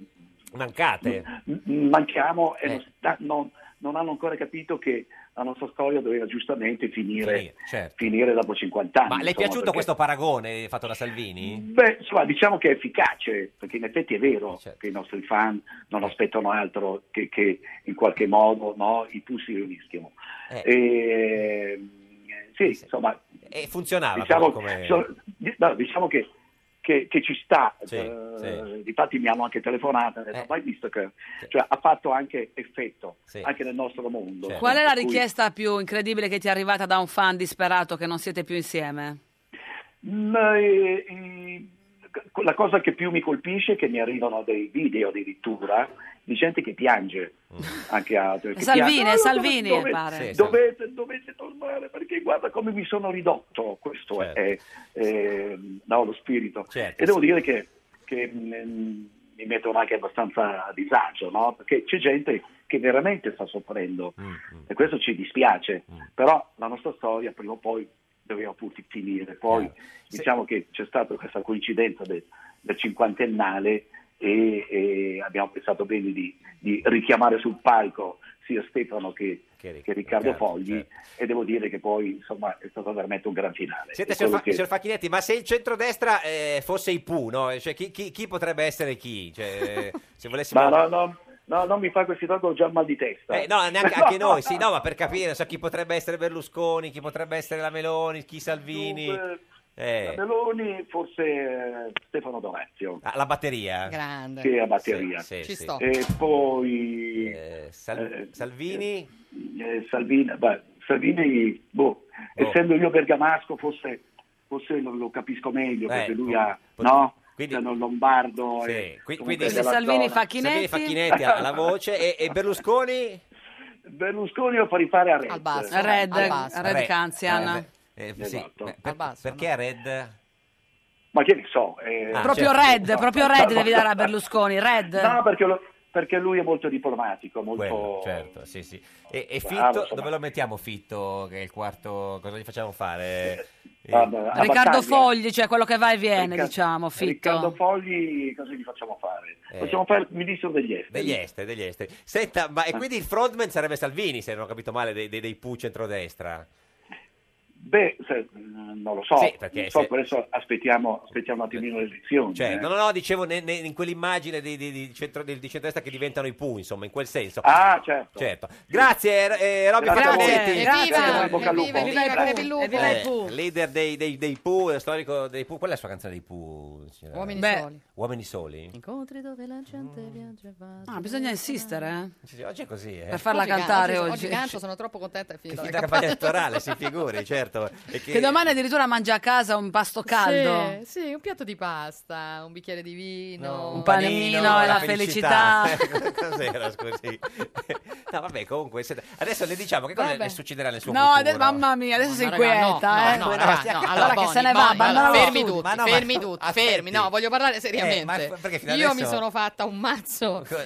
[SPEAKER 2] Mancate.
[SPEAKER 23] m- manchiamo e
[SPEAKER 2] Eh.
[SPEAKER 23] non, sta- non- non hanno ancora capito che la nostra storia doveva giustamente finire,
[SPEAKER 2] Finire, certo.
[SPEAKER 23] finire dopo 50 anni.
[SPEAKER 2] Ma le è
[SPEAKER 23] insomma,
[SPEAKER 2] piaciuto
[SPEAKER 23] perché-
[SPEAKER 2] questo paragone fatto da Salvini?
[SPEAKER 23] Beh, insomma, diciamo che è efficace, perché in effetti è
[SPEAKER 2] Eh,
[SPEAKER 23] vero
[SPEAKER 2] certo.
[SPEAKER 23] che i nostri fan non aspettano altro che, che in qualche modo no, i Pooh si riuniscono.
[SPEAKER 2] Eh.
[SPEAKER 23] E, Ehm, sì, insomma,
[SPEAKER 2] E funzionava però
[SPEAKER 23] diciamo,
[SPEAKER 2] come...
[SPEAKER 23] so- di- no, diciamo che, che- che ci sta.
[SPEAKER 2] Sì, Eh.
[SPEAKER 23] eh,
[SPEAKER 2] sì.
[SPEAKER 23] Difatti mi hanno anche telefonato, ho detto, "Ma hai visto che cioè, ha fatto anche effetto, anche nel nostro mondo.
[SPEAKER 2] Eh. Certo.
[SPEAKER 1] Qual è la
[SPEAKER 23] Per cui-
[SPEAKER 1] richiesta più incredibile che ti è arrivata da un fan disperato che non siete più insieme?
[SPEAKER 23] Ma, eh, eh, la cosa che più mi colpisce è che mi arrivano dei video addirittura di gente che piange anche altri. che
[SPEAKER 1] Salvini,
[SPEAKER 23] piange. "Ah, no,
[SPEAKER 1] Salvini,
[SPEAKER 23] dove-
[SPEAKER 1] pare." Mm. Sì, sì.
[SPEAKER 23] Dovete, dovete tornare perché guarda come mi sono ridotto. Questo è
[SPEAKER 1] Certo.
[SPEAKER 23] eh, no, lo spirito. e devo dire che, che, mm, mi mettono anche abbastanza a disagio, no? perché c'è gente che veramente sta soffrendo e questo ci dispiace,
[SPEAKER 2] Mm.
[SPEAKER 23] però la nostra storia prima o poi doveva pur finire. Poi diciamo che c'è stata questa coincidenza del, del cinquantennale e, e abbiamo pensato bene di, di richiamare sul palco
[SPEAKER 4] sia Stefano che,
[SPEAKER 2] che certo.
[SPEAKER 4] Riccardo, Fogli e devo dire che poi insomma è stato veramente un gran finale.
[SPEAKER 2] Senta,
[SPEAKER 4] È
[SPEAKER 2] signor,
[SPEAKER 4] quello
[SPEAKER 2] Fa- signor Facchinetti, ma se il centrodestra eh, fosse i Pooh, no? Cioè, chi, chi- chi potrebbe essere chi? Cioè, se
[SPEAKER 4] che-
[SPEAKER 2] volessimo...
[SPEAKER 4] Ma no, no, no, non mi fa questi tanto ho già mal di testa.
[SPEAKER 2] Eh, no, neanche anche noi, sì, no, ma per capire, non so, chi potrebbe essere Berlusconi, chi potrebbe essere la Meloni, chi Salvini,
[SPEAKER 4] Dunque,
[SPEAKER 2] eh,
[SPEAKER 4] La Meloni, forse eh, Stefano Dorazio.
[SPEAKER 2] ah, la batteria.
[SPEAKER 17] Grande.
[SPEAKER 4] Sì, la batteria.
[SPEAKER 2] Sì, sì, sì.
[SPEAKER 4] E poi...
[SPEAKER 2] Eh,
[SPEAKER 4] eh,
[SPEAKER 2] Salvini?
[SPEAKER 4] Salvini, beh, Salvini, boh, essendo io bergamasco, forse, forse lo, lo capisco meglio,
[SPEAKER 2] Eh,
[SPEAKER 4] perché lui
[SPEAKER 2] po-
[SPEAKER 4] ha...
[SPEAKER 2] po-
[SPEAKER 4] no? Sono lombardo
[SPEAKER 2] Sì,
[SPEAKER 4] e
[SPEAKER 2] qui-
[SPEAKER 4] comunque
[SPEAKER 2] quindi-
[SPEAKER 4] della
[SPEAKER 1] Salvini
[SPEAKER 4] zona.
[SPEAKER 2] Salvini
[SPEAKER 1] Facchinetti?
[SPEAKER 2] Facchinetti alla voce e, e Berlusconi?
[SPEAKER 4] Berlusconi lo fa rifare a Red.
[SPEAKER 17] Al basso.
[SPEAKER 1] A Red,
[SPEAKER 17] Al basso.
[SPEAKER 1] a Red
[SPEAKER 2] Re-
[SPEAKER 1] Canzian.
[SPEAKER 2] eh, eh, sì, per- perché a Red?
[SPEAKER 4] Esatto. Ma che ne so. eh,
[SPEAKER 1] proprio
[SPEAKER 4] certo,
[SPEAKER 1] Red,
[SPEAKER 4] no,
[SPEAKER 1] proprio
[SPEAKER 4] no,
[SPEAKER 1] Red
[SPEAKER 4] no,
[SPEAKER 1] devi dare a
[SPEAKER 4] no,
[SPEAKER 1] Berlusconi, Red.
[SPEAKER 4] No, perché, lo- perché lui è molto diplomatico, molto...
[SPEAKER 2] Quello, certo, sì, sì. E, e Fitto,
[SPEAKER 4] Oh. Bravo, insomma.
[SPEAKER 2] dove lo mettiamo Fitto, che è il quarto, cosa gli facciamo fare? Eh,
[SPEAKER 1] Riccardo Fogli, cioè quello che va e viene,
[SPEAKER 4] Ricca-
[SPEAKER 1] diciamo, Fitto.
[SPEAKER 4] Riccardo Fogli, cosa gli facciamo fare?
[SPEAKER 2] Eh.
[SPEAKER 4] Facciamo fare il ministro degli esteri.
[SPEAKER 2] Degli esteri, degli esteri. Senta, ma
[SPEAKER 4] Eh.
[SPEAKER 2] e quindi il frontman sarebbe Salvini, se non ho capito male, dei, dei, dei PU centrodestra?
[SPEAKER 4] Beh, se- mm, non lo so,
[SPEAKER 2] Sì, perché
[SPEAKER 4] Non so,
[SPEAKER 2] se-
[SPEAKER 4] per adesso aspettiamo, aspettiamo un attimino le elezioni.
[SPEAKER 2] Cioè,
[SPEAKER 4] eh.
[SPEAKER 2] no, no, no, dicevo ne- ne- in quell'immagine di, di, di centro, di, di centrodestra che diventano i PU, insomma, in quel senso.
[SPEAKER 4] Ah, certo.
[SPEAKER 2] Certo. Grazie, eh, eh, Robby
[SPEAKER 4] Grazie a voi.
[SPEAKER 2] Facchinetti.
[SPEAKER 4] Grazie, grazie, bocca al lupo.
[SPEAKER 17] Evviva i
[SPEAKER 2] Eh,
[SPEAKER 17] Pooh.
[SPEAKER 2] leader dei, dei, dei Pooh, eh, storico dei Pooh. Qual è la sua canzone dei Pooh? signora?
[SPEAKER 17] Uomini Beh. soli.
[SPEAKER 2] Uomini soli?
[SPEAKER 17] Incontri dove la gente
[SPEAKER 23] Mm.
[SPEAKER 17] viaggia e va.
[SPEAKER 1] Ah, bisogna insistere, eh.
[SPEAKER 2] Sì, sì, oggi è così, eh.
[SPEAKER 1] Per farla
[SPEAKER 17] Oggi can-
[SPEAKER 1] cantare
[SPEAKER 17] oggi-
[SPEAKER 1] oggi.
[SPEAKER 17] Oggi canto, sono troppo contenta. eh, È
[SPEAKER 2] Che
[SPEAKER 17] finita
[SPEAKER 2] finita
[SPEAKER 17] la
[SPEAKER 2] la campagna
[SPEAKER 17] campagna.
[SPEAKER 2] elettorale, si figuri, certo. E che,
[SPEAKER 1] Che domani addirittura mangia a casa un pasto caldo.
[SPEAKER 17] Sì, sì, un piatto di pasta, un bicchiere di vino.
[SPEAKER 1] un panino, e la felicità.
[SPEAKER 2] Cos'era, scusi? No, vabbè, comunque, se- adesso le diciamo che cosa
[SPEAKER 1] Vabbè.
[SPEAKER 2] le succederà nel suo
[SPEAKER 1] No,
[SPEAKER 2] futuro.
[SPEAKER 1] ade- mamma mia, adesso sei
[SPEAKER 17] No, raga, no,
[SPEAKER 1] inquieta, eh.
[SPEAKER 17] Ah, no, no, raga, no, allora
[SPEAKER 1] allora che se ne va,
[SPEAKER 17] allora,
[SPEAKER 1] abbandonalo
[SPEAKER 17] fermi
[SPEAKER 1] tutti.
[SPEAKER 17] tutti,
[SPEAKER 1] Ma no, ma-
[SPEAKER 17] fermi tutti, fermi. No, voglio parlare
[SPEAKER 2] Eh, ma
[SPEAKER 17] seriamente.
[SPEAKER 2] f- perché fino
[SPEAKER 17] Io
[SPEAKER 2] adesso-
[SPEAKER 17] mi sono fatta un mazzo
[SPEAKER 2] Co-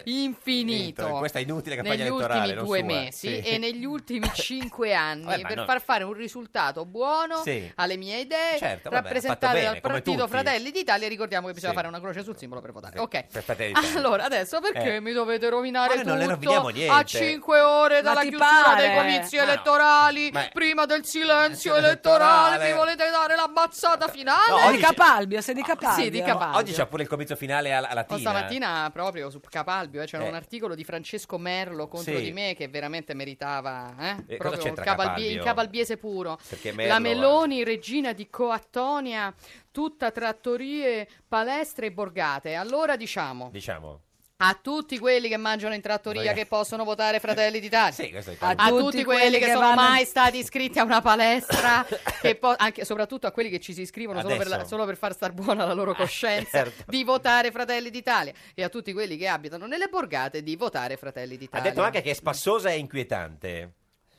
[SPEAKER 17] infinito.
[SPEAKER 2] Questa inutile campagna
[SPEAKER 17] negli
[SPEAKER 2] elettorale,
[SPEAKER 17] ultimi
[SPEAKER 2] non
[SPEAKER 17] due
[SPEAKER 2] sua,
[SPEAKER 17] mesi
[SPEAKER 2] sì.
[SPEAKER 17] e negli ultimi cinque anni
[SPEAKER 2] Vabbè, ma
[SPEAKER 17] per
[SPEAKER 2] no.
[SPEAKER 17] far fare un risultato buono
[SPEAKER 2] Sì.
[SPEAKER 17] alle mie idee
[SPEAKER 2] Certo, vabbè, ha fatto
[SPEAKER 17] rappresentate
[SPEAKER 2] bene,
[SPEAKER 17] dal
[SPEAKER 2] come
[SPEAKER 17] partito
[SPEAKER 2] tutti.
[SPEAKER 17] Fratelli d'Italia. Ricordiamo che bisogna
[SPEAKER 2] Sì.
[SPEAKER 17] fare una croce sul simbolo per votare.
[SPEAKER 2] Sì,
[SPEAKER 17] Ok.
[SPEAKER 2] per Fratelli d'Italia.
[SPEAKER 17] Allora, adesso perché
[SPEAKER 2] Eh.
[SPEAKER 17] mi dovete rovinare
[SPEAKER 2] Ma noi non le
[SPEAKER 17] tutto
[SPEAKER 2] roviniamo
[SPEAKER 17] a
[SPEAKER 2] niente. Ah,
[SPEAKER 17] cinque ore
[SPEAKER 1] Ma
[SPEAKER 17] dalla
[SPEAKER 1] ti
[SPEAKER 17] chiusura dei
[SPEAKER 1] pare?
[SPEAKER 17] comizi
[SPEAKER 1] Ma no.
[SPEAKER 17] elettorali,
[SPEAKER 2] Ma-
[SPEAKER 17] prima del silenzio
[SPEAKER 2] Silenzio
[SPEAKER 17] elettorale,
[SPEAKER 2] elettorale.
[SPEAKER 17] mi volete dare la mazzata finale?
[SPEAKER 2] No, oggi
[SPEAKER 1] Ah, Di Capalbio, sei di Capalbio.
[SPEAKER 17] Sì, di Capalbio.
[SPEAKER 2] Oggi c'è pure il comizio finale alla, alla
[SPEAKER 17] Oh,
[SPEAKER 2] Tina.
[SPEAKER 17] stamattina proprio su Capalbio eh, c'era
[SPEAKER 2] Eh.
[SPEAKER 17] un articolo di Francesco Merlo contro
[SPEAKER 2] Sì.
[SPEAKER 17] di me che veramente meritava eh,
[SPEAKER 2] Eh, cosa
[SPEAKER 17] proprio il
[SPEAKER 2] c'entra
[SPEAKER 17] cabalbie- il
[SPEAKER 2] Capalbio?
[SPEAKER 17] cabalbiese puro.
[SPEAKER 2] Perché
[SPEAKER 17] La
[SPEAKER 2] Merlo-
[SPEAKER 17] Meloni, regina di Coattonia, tutta trattorie, palestre e borgate. Allora diciamo
[SPEAKER 2] Diciamo.
[SPEAKER 17] a tutti quelli che mangiano in trattoria
[SPEAKER 2] Ragazzi.
[SPEAKER 17] che possono votare Fratelli d'Italia.
[SPEAKER 2] Sì, questo è il
[SPEAKER 17] a,
[SPEAKER 2] caso.
[SPEAKER 17] tutti, quelli che, sono
[SPEAKER 1] vanno-
[SPEAKER 17] mai stati iscritti a una palestra, che po- anche, soprattutto a quelli che ci si iscrivono solo per, la-
[SPEAKER 2] Adesso.
[SPEAKER 17] solo per far star buona la loro coscienza,
[SPEAKER 2] certo.
[SPEAKER 17] di votare Fratelli d'Italia e a tutti quelli che abitano nelle borgate di votare Fratelli
[SPEAKER 2] Ha
[SPEAKER 17] d'Italia.
[SPEAKER 2] detto anche che è spassosa e inquietante.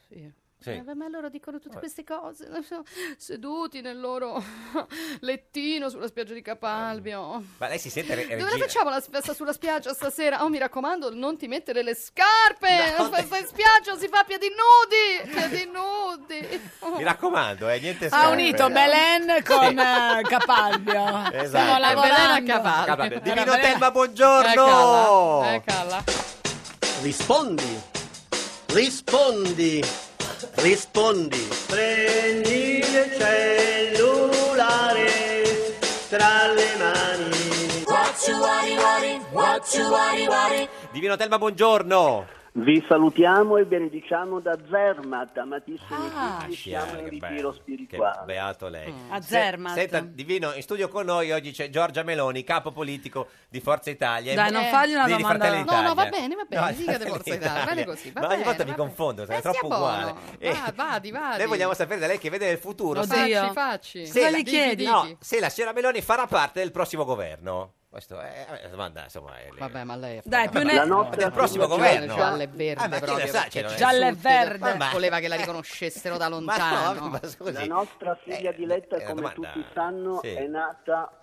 [SPEAKER 17] Sì.
[SPEAKER 2] Sì.
[SPEAKER 17] Eh, ma loro dicono tutte
[SPEAKER 2] Vabbè.
[SPEAKER 17] queste cose, non so, seduti nel loro lettino sulla spiaggia di Capalbio.
[SPEAKER 2] Ma lei si sente re-
[SPEAKER 17] Dove la
[SPEAKER 2] regina?
[SPEAKER 17] facciamo la festa sulla spiaggia stasera? Oh, mi raccomando, non ti mettere le scarpe!
[SPEAKER 2] No,
[SPEAKER 17] la festa in spiaggia si fa a piedi nudi! Piedi nudi! Oh.
[SPEAKER 2] Mi raccomando, eh, niente
[SPEAKER 1] Ha
[SPEAKER 2] scarpe.
[SPEAKER 1] unito Belen
[SPEAKER 2] Sì.
[SPEAKER 1] con eh, Capalbio.
[SPEAKER 2] Esatto.
[SPEAKER 1] Stiamo
[SPEAKER 17] Belen a
[SPEAKER 1] lavorando.
[SPEAKER 17] cavallo.
[SPEAKER 2] Capalbio.
[SPEAKER 17] Era
[SPEAKER 2] Divino
[SPEAKER 17] Belen-
[SPEAKER 2] Telma, buongiorno!
[SPEAKER 17] Eccola, eccola.
[SPEAKER 5] Rispondi, rispondi, rispondi. Prendi il cellulare tra le mani.
[SPEAKER 2] Divino Telma, buongiorno!
[SPEAKER 5] Vi salutiamo e benediciamo da Zermatt, amatissimi
[SPEAKER 17] Ah.
[SPEAKER 5] tutti, siamo
[SPEAKER 2] Chiara,
[SPEAKER 5] in
[SPEAKER 2] ah, che
[SPEAKER 5] ritiro
[SPEAKER 2] bello,
[SPEAKER 5] spirituale.
[SPEAKER 2] Che beato lei.
[SPEAKER 17] Mm.
[SPEAKER 1] A
[SPEAKER 2] Se-
[SPEAKER 1] Zermatt.
[SPEAKER 2] senta, Divino, in studio con noi oggi c'è Giorgia Meloni, capo politico di Forza Italia.
[SPEAKER 1] Dai, non fagli una
[SPEAKER 2] di- di
[SPEAKER 1] domanda-
[SPEAKER 2] Fratelli
[SPEAKER 17] Eh, No, no,
[SPEAKER 2] d'Italia.
[SPEAKER 17] va bene, va bene,
[SPEAKER 2] No,
[SPEAKER 17] dica di
[SPEAKER 2] Fratelli
[SPEAKER 17] Forza Italia, vale
[SPEAKER 2] d'Italia.
[SPEAKER 17] così, va
[SPEAKER 2] Ma ogni
[SPEAKER 17] bene,
[SPEAKER 2] volta
[SPEAKER 17] va
[SPEAKER 2] mi
[SPEAKER 17] bene.
[SPEAKER 2] confondo,
[SPEAKER 17] Eh,
[SPEAKER 2] è
[SPEAKER 17] sia
[SPEAKER 2] troppo
[SPEAKER 17] buono.
[SPEAKER 2] uguale. Eh,
[SPEAKER 17] Va, vadi, vadi.
[SPEAKER 2] Noi vogliamo sapere da lei che vede il futuro.
[SPEAKER 17] Lo
[SPEAKER 2] se-
[SPEAKER 17] facci, facci.
[SPEAKER 2] se
[SPEAKER 17] Cosa
[SPEAKER 2] la-
[SPEAKER 17] gli chiedi?
[SPEAKER 2] no, se la signora Meloni farà parte del prossimo governo. Questo è è una domanda, insomma. È
[SPEAKER 17] Vabbè, ma lei è
[SPEAKER 1] Dai, più ne-
[SPEAKER 2] La
[SPEAKER 1] La
[SPEAKER 2] nostra
[SPEAKER 1] nostra
[SPEAKER 2] del prossimo
[SPEAKER 17] Gialla-
[SPEAKER 2] governo.
[SPEAKER 17] gialla e verde
[SPEAKER 2] Ah, ma chi
[SPEAKER 17] proprio,
[SPEAKER 2] lo sa, cioè,
[SPEAKER 17] perché ci
[SPEAKER 2] non è-
[SPEAKER 1] Gialla e verde.
[SPEAKER 17] Ma-
[SPEAKER 2] Ma-
[SPEAKER 17] voleva che la riconoscessero da lontano.
[SPEAKER 2] ma scusi. Eh,
[SPEAKER 5] La nostra figlia diletta, come
[SPEAKER 2] domanda-
[SPEAKER 5] tutti sanno,
[SPEAKER 2] sì.
[SPEAKER 5] è nata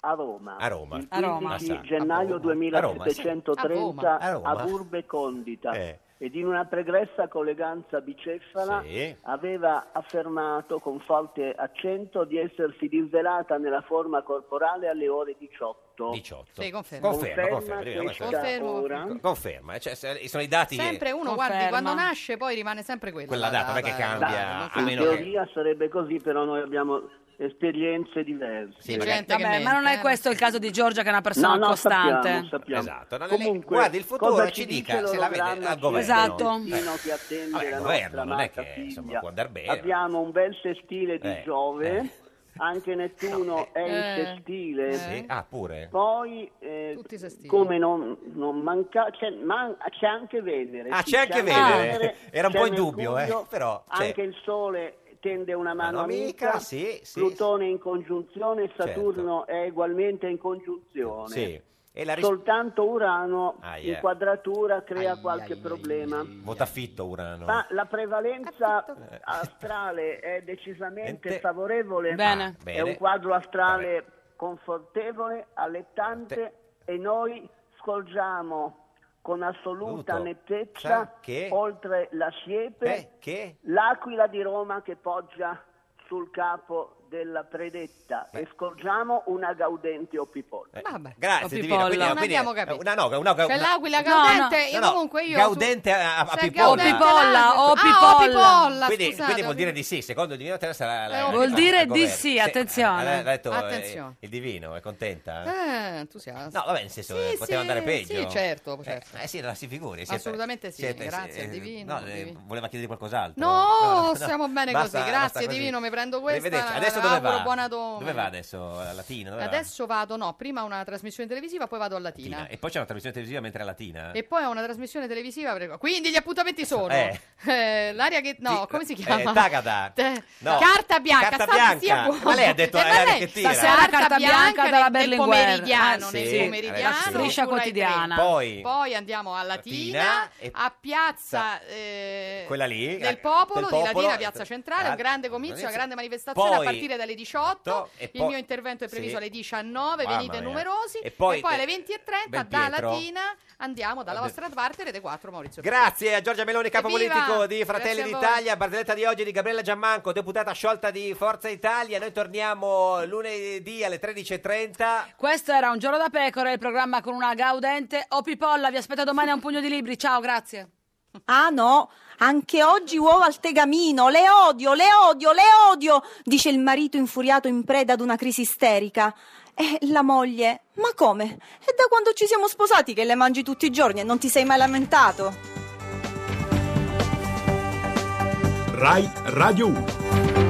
[SPEAKER 5] a Roma.
[SPEAKER 2] A Roma.
[SPEAKER 5] Il
[SPEAKER 2] A Roma.
[SPEAKER 5] 15
[SPEAKER 2] Ah, sa.
[SPEAKER 5] gennaio
[SPEAKER 2] A Roma. A Roma, sì.
[SPEAKER 5] 2730
[SPEAKER 2] A Roma.
[SPEAKER 5] a Urbe Condita.
[SPEAKER 2] Eh.
[SPEAKER 5] ed in una pregressa colleganza bicefala
[SPEAKER 2] Sì.
[SPEAKER 5] aveva affermato con forte accento di essersi disvelata nella forma corporale alle ore 18.
[SPEAKER 2] 18.
[SPEAKER 17] Sì, confermo.
[SPEAKER 2] Conferma,
[SPEAKER 17] Conferma
[SPEAKER 2] conferma, perché ormai
[SPEAKER 17] questa
[SPEAKER 2] sono-
[SPEAKER 17] ora.
[SPEAKER 2] Conferma, cioè, se- sono i dati che-
[SPEAKER 17] Sempre uno, guardi, quando nasce poi rimane sempre quella.
[SPEAKER 2] Quella data, non è che cambia, a
[SPEAKER 5] in
[SPEAKER 2] meno
[SPEAKER 5] teoria sarebbe così, però noi abbiamo esperienze diverse.
[SPEAKER 1] Vabbè, ma non è questo il caso di Giorgia che è una
[SPEAKER 5] No,
[SPEAKER 1] persona
[SPEAKER 5] no,
[SPEAKER 1] costante.
[SPEAKER 5] sappiamo, sappiamo.
[SPEAKER 2] Esatto, no,
[SPEAKER 5] Comunque,
[SPEAKER 2] guardi, il futuro
[SPEAKER 5] cosa
[SPEAKER 2] ci
[SPEAKER 5] ci
[SPEAKER 2] dica
[SPEAKER 5] dice
[SPEAKER 2] se la vede
[SPEAKER 5] l'ologramma
[SPEAKER 2] al governo.
[SPEAKER 5] Esatto.
[SPEAKER 2] Eh.
[SPEAKER 5] che attende
[SPEAKER 2] Vabbè,
[SPEAKER 5] la
[SPEAKER 2] il
[SPEAKER 5] nostra
[SPEAKER 2] governo non è
[SPEAKER 5] amata
[SPEAKER 2] che insomma, può andare bene.
[SPEAKER 5] Abbiamo un bel sestile di
[SPEAKER 2] Eh,
[SPEAKER 5] Giove, anche Nettuno è in
[SPEAKER 2] Eh,
[SPEAKER 5] sestile.
[SPEAKER 2] Sì? Ah, pure?
[SPEAKER 5] Poi, eh,
[SPEAKER 17] Tutti sestili.
[SPEAKER 5] come non, non manca, c'è, man- c'è anche Venere.
[SPEAKER 2] Ah,
[SPEAKER 5] sì,
[SPEAKER 2] c'è anche Venere. Era un
[SPEAKER 5] c'è
[SPEAKER 2] po' in dubbio,
[SPEAKER 5] Mercurio,
[SPEAKER 2] eh, però c'è.
[SPEAKER 5] Anche il Sole tende una mano
[SPEAKER 2] Mano amica,
[SPEAKER 5] amica,
[SPEAKER 2] sì, sì. Certo.
[SPEAKER 5] Plutone in congiunzione, Saturno è ugualmente in congiunzione.
[SPEAKER 2] Sì. E la ris-
[SPEAKER 5] Soltanto Urano
[SPEAKER 2] Ah,
[SPEAKER 5] in
[SPEAKER 2] yeah.
[SPEAKER 5] quadratura crea qualche problema.
[SPEAKER 2] Vota fitto Urano. Eh,
[SPEAKER 5] Ma la prevalenza astrale è decisamente
[SPEAKER 2] Mente.
[SPEAKER 5] favorevole.
[SPEAKER 2] Bene. Ah,
[SPEAKER 5] È
[SPEAKER 2] bene.
[SPEAKER 5] un quadro astrale confortevole, allettante e noi scorgiamo con assoluta
[SPEAKER 2] Assoluto.
[SPEAKER 5] nettezza
[SPEAKER 2] Sa che-
[SPEAKER 5] oltre la siepe
[SPEAKER 2] Eh, che?
[SPEAKER 5] l'aquila di Roma che poggia sul capo della predetta e scorgiamo una gaudente opipol.
[SPEAKER 2] Eh, Grazie, Divina. Quindi,
[SPEAKER 17] Non
[SPEAKER 2] quindi,
[SPEAKER 17] abbiamo
[SPEAKER 2] eh,
[SPEAKER 17] capito.
[SPEAKER 2] Una, no, una, una,
[SPEAKER 17] C'è l'aquila
[SPEAKER 2] No,
[SPEAKER 17] gaudente,
[SPEAKER 2] no,
[SPEAKER 17] e
[SPEAKER 2] no,
[SPEAKER 17] comunque io...
[SPEAKER 2] Gaudente a, a
[SPEAKER 17] Se è
[SPEAKER 2] Pipolla.
[SPEAKER 17] gaudente Pipolla,
[SPEAKER 1] o
[SPEAKER 17] l'altro- Ah, o
[SPEAKER 1] Pipolla.
[SPEAKER 17] Pipolla,
[SPEAKER 2] Ah, quindi,
[SPEAKER 17] scusate,
[SPEAKER 2] quindi
[SPEAKER 17] ho
[SPEAKER 2] vuol dire di sì, secondo il divino terra sarà la-
[SPEAKER 17] Eh,
[SPEAKER 2] la-
[SPEAKER 17] vuol
[SPEAKER 2] la-
[SPEAKER 1] dire
[SPEAKER 2] al
[SPEAKER 1] di
[SPEAKER 2] governo.
[SPEAKER 1] sì,
[SPEAKER 2] eh,
[SPEAKER 1] attenzione.
[SPEAKER 2] ha detto, eh,
[SPEAKER 17] Attenzione.
[SPEAKER 2] il divino è contenta?
[SPEAKER 17] Eh, entusiasta.
[SPEAKER 2] No, vabbè, nel senso,
[SPEAKER 17] Sì,
[SPEAKER 2] eh, poteva
[SPEAKER 17] sì,
[SPEAKER 2] andare peggio.
[SPEAKER 17] Sì, certo,
[SPEAKER 2] Eh,
[SPEAKER 17] certo.
[SPEAKER 2] Eh, sì, no, si figuri.
[SPEAKER 17] Assolutamente sì, grazie al divino,
[SPEAKER 2] no, eh,
[SPEAKER 17] divino.
[SPEAKER 2] voleva chiedere qualcos'altro.
[SPEAKER 17] No,
[SPEAKER 2] no.
[SPEAKER 17] stiamo bene
[SPEAKER 2] Basta-
[SPEAKER 17] così,
[SPEAKER 2] basta
[SPEAKER 17] grazie
[SPEAKER 2] così.
[SPEAKER 17] divino, mi prendo questa.
[SPEAKER 2] Arrivederci.
[SPEAKER 17] la-
[SPEAKER 2] Adesso
[SPEAKER 17] la
[SPEAKER 2] dove
[SPEAKER 17] auguro
[SPEAKER 2] va?
[SPEAKER 17] buona domenica.
[SPEAKER 2] Dove va adesso? A Latina? Dove va?
[SPEAKER 17] Adesso vado, no, prima una trasmissione televisiva, poi vado a Latina.
[SPEAKER 2] Latina. eh. E poi c'è una trasmissione televisiva mentre è Latina?
[SPEAKER 17] E poi ho una trasmissione televisiva. per- Quindi gli appuntamenti sono.
[SPEAKER 2] Eh.
[SPEAKER 17] eh, l'aria che. No, come si chiama?
[SPEAKER 2] Eh, Tagada.
[SPEAKER 17] Te-
[SPEAKER 2] No.
[SPEAKER 17] Carta bianca,
[SPEAKER 2] Carta
[SPEAKER 17] sta che sia
[SPEAKER 2] bianca.
[SPEAKER 17] buono.
[SPEAKER 2] Ma lei ha detto
[SPEAKER 17] Eh, ma
[SPEAKER 2] l'aria
[SPEAKER 17] lei-
[SPEAKER 2] che tira.
[SPEAKER 17] stasera
[SPEAKER 1] Carta
[SPEAKER 17] carta
[SPEAKER 1] bianca
[SPEAKER 17] bianca
[SPEAKER 1] della
[SPEAKER 17] nel-
[SPEAKER 1] Berlinguer.
[SPEAKER 17] Nel pomeridiano,
[SPEAKER 1] Ah,
[SPEAKER 17] nel
[SPEAKER 2] sì,
[SPEAKER 17] pomeridiano.
[SPEAKER 2] ragazzi.
[SPEAKER 1] Striscia
[SPEAKER 17] su Rai
[SPEAKER 1] quotidiana.
[SPEAKER 17] 3.
[SPEAKER 2] Poi-
[SPEAKER 17] Poi andiamo a Latina,
[SPEAKER 2] Latina e-
[SPEAKER 17] a Piazza eh,
[SPEAKER 2] Quella lì,
[SPEAKER 17] del
[SPEAKER 2] eh,
[SPEAKER 17] Popolo,
[SPEAKER 2] del
[SPEAKER 17] di Latina,
[SPEAKER 2] Popolo,
[SPEAKER 17] Piazza Centrale. Un
[SPEAKER 2] Gra-
[SPEAKER 17] grande comizio, una
[SPEAKER 2] Poi-
[SPEAKER 17] grande manifestazione a partire dalle 18.
[SPEAKER 2] e
[SPEAKER 17] Il
[SPEAKER 2] poi-
[SPEAKER 17] mio intervento è previso
[SPEAKER 2] sì.
[SPEAKER 17] alle 19.
[SPEAKER 2] Mamma
[SPEAKER 17] Venite
[SPEAKER 2] mia.
[SPEAKER 17] numerosi.
[SPEAKER 2] E poi de-
[SPEAKER 17] alle 20.30
[SPEAKER 2] Bel
[SPEAKER 17] da
[SPEAKER 2] Pietro.
[SPEAKER 17] Latina andiamo dalla
[SPEAKER 2] Vabbè.
[SPEAKER 17] vostra parte, Rete 4 Maurizio.
[SPEAKER 2] Grazie a Giorgia Meloni, capo
[SPEAKER 17] Evviva!
[SPEAKER 2] politico di
[SPEAKER 17] Grazie
[SPEAKER 2] Fratelli
[SPEAKER 17] a voi.
[SPEAKER 2] d'Italia, barzelletta di oggi di Gabriella Giammanco, deputata sciolta di Forza Italia. Noi torniamo lunedì alle 13.30.
[SPEAKER 1] Questo era Un giorno da pecora, il programma con una gaudente o Pipolla. Vi aspetto domani a un pugno di libri. Ciao, grazie.
[SPEAKER 6] Ah no, anche oggi uova al tegamino, le odio, le odio, le odio, dice il marito infuriato in preda ad una crisi isterica. E la moglie, ma come? È da quando ci siamo sposati che le mangi tutti i giorni e non ti sei mai lamentato?
[SPEAKER 7] Rai Radio 1.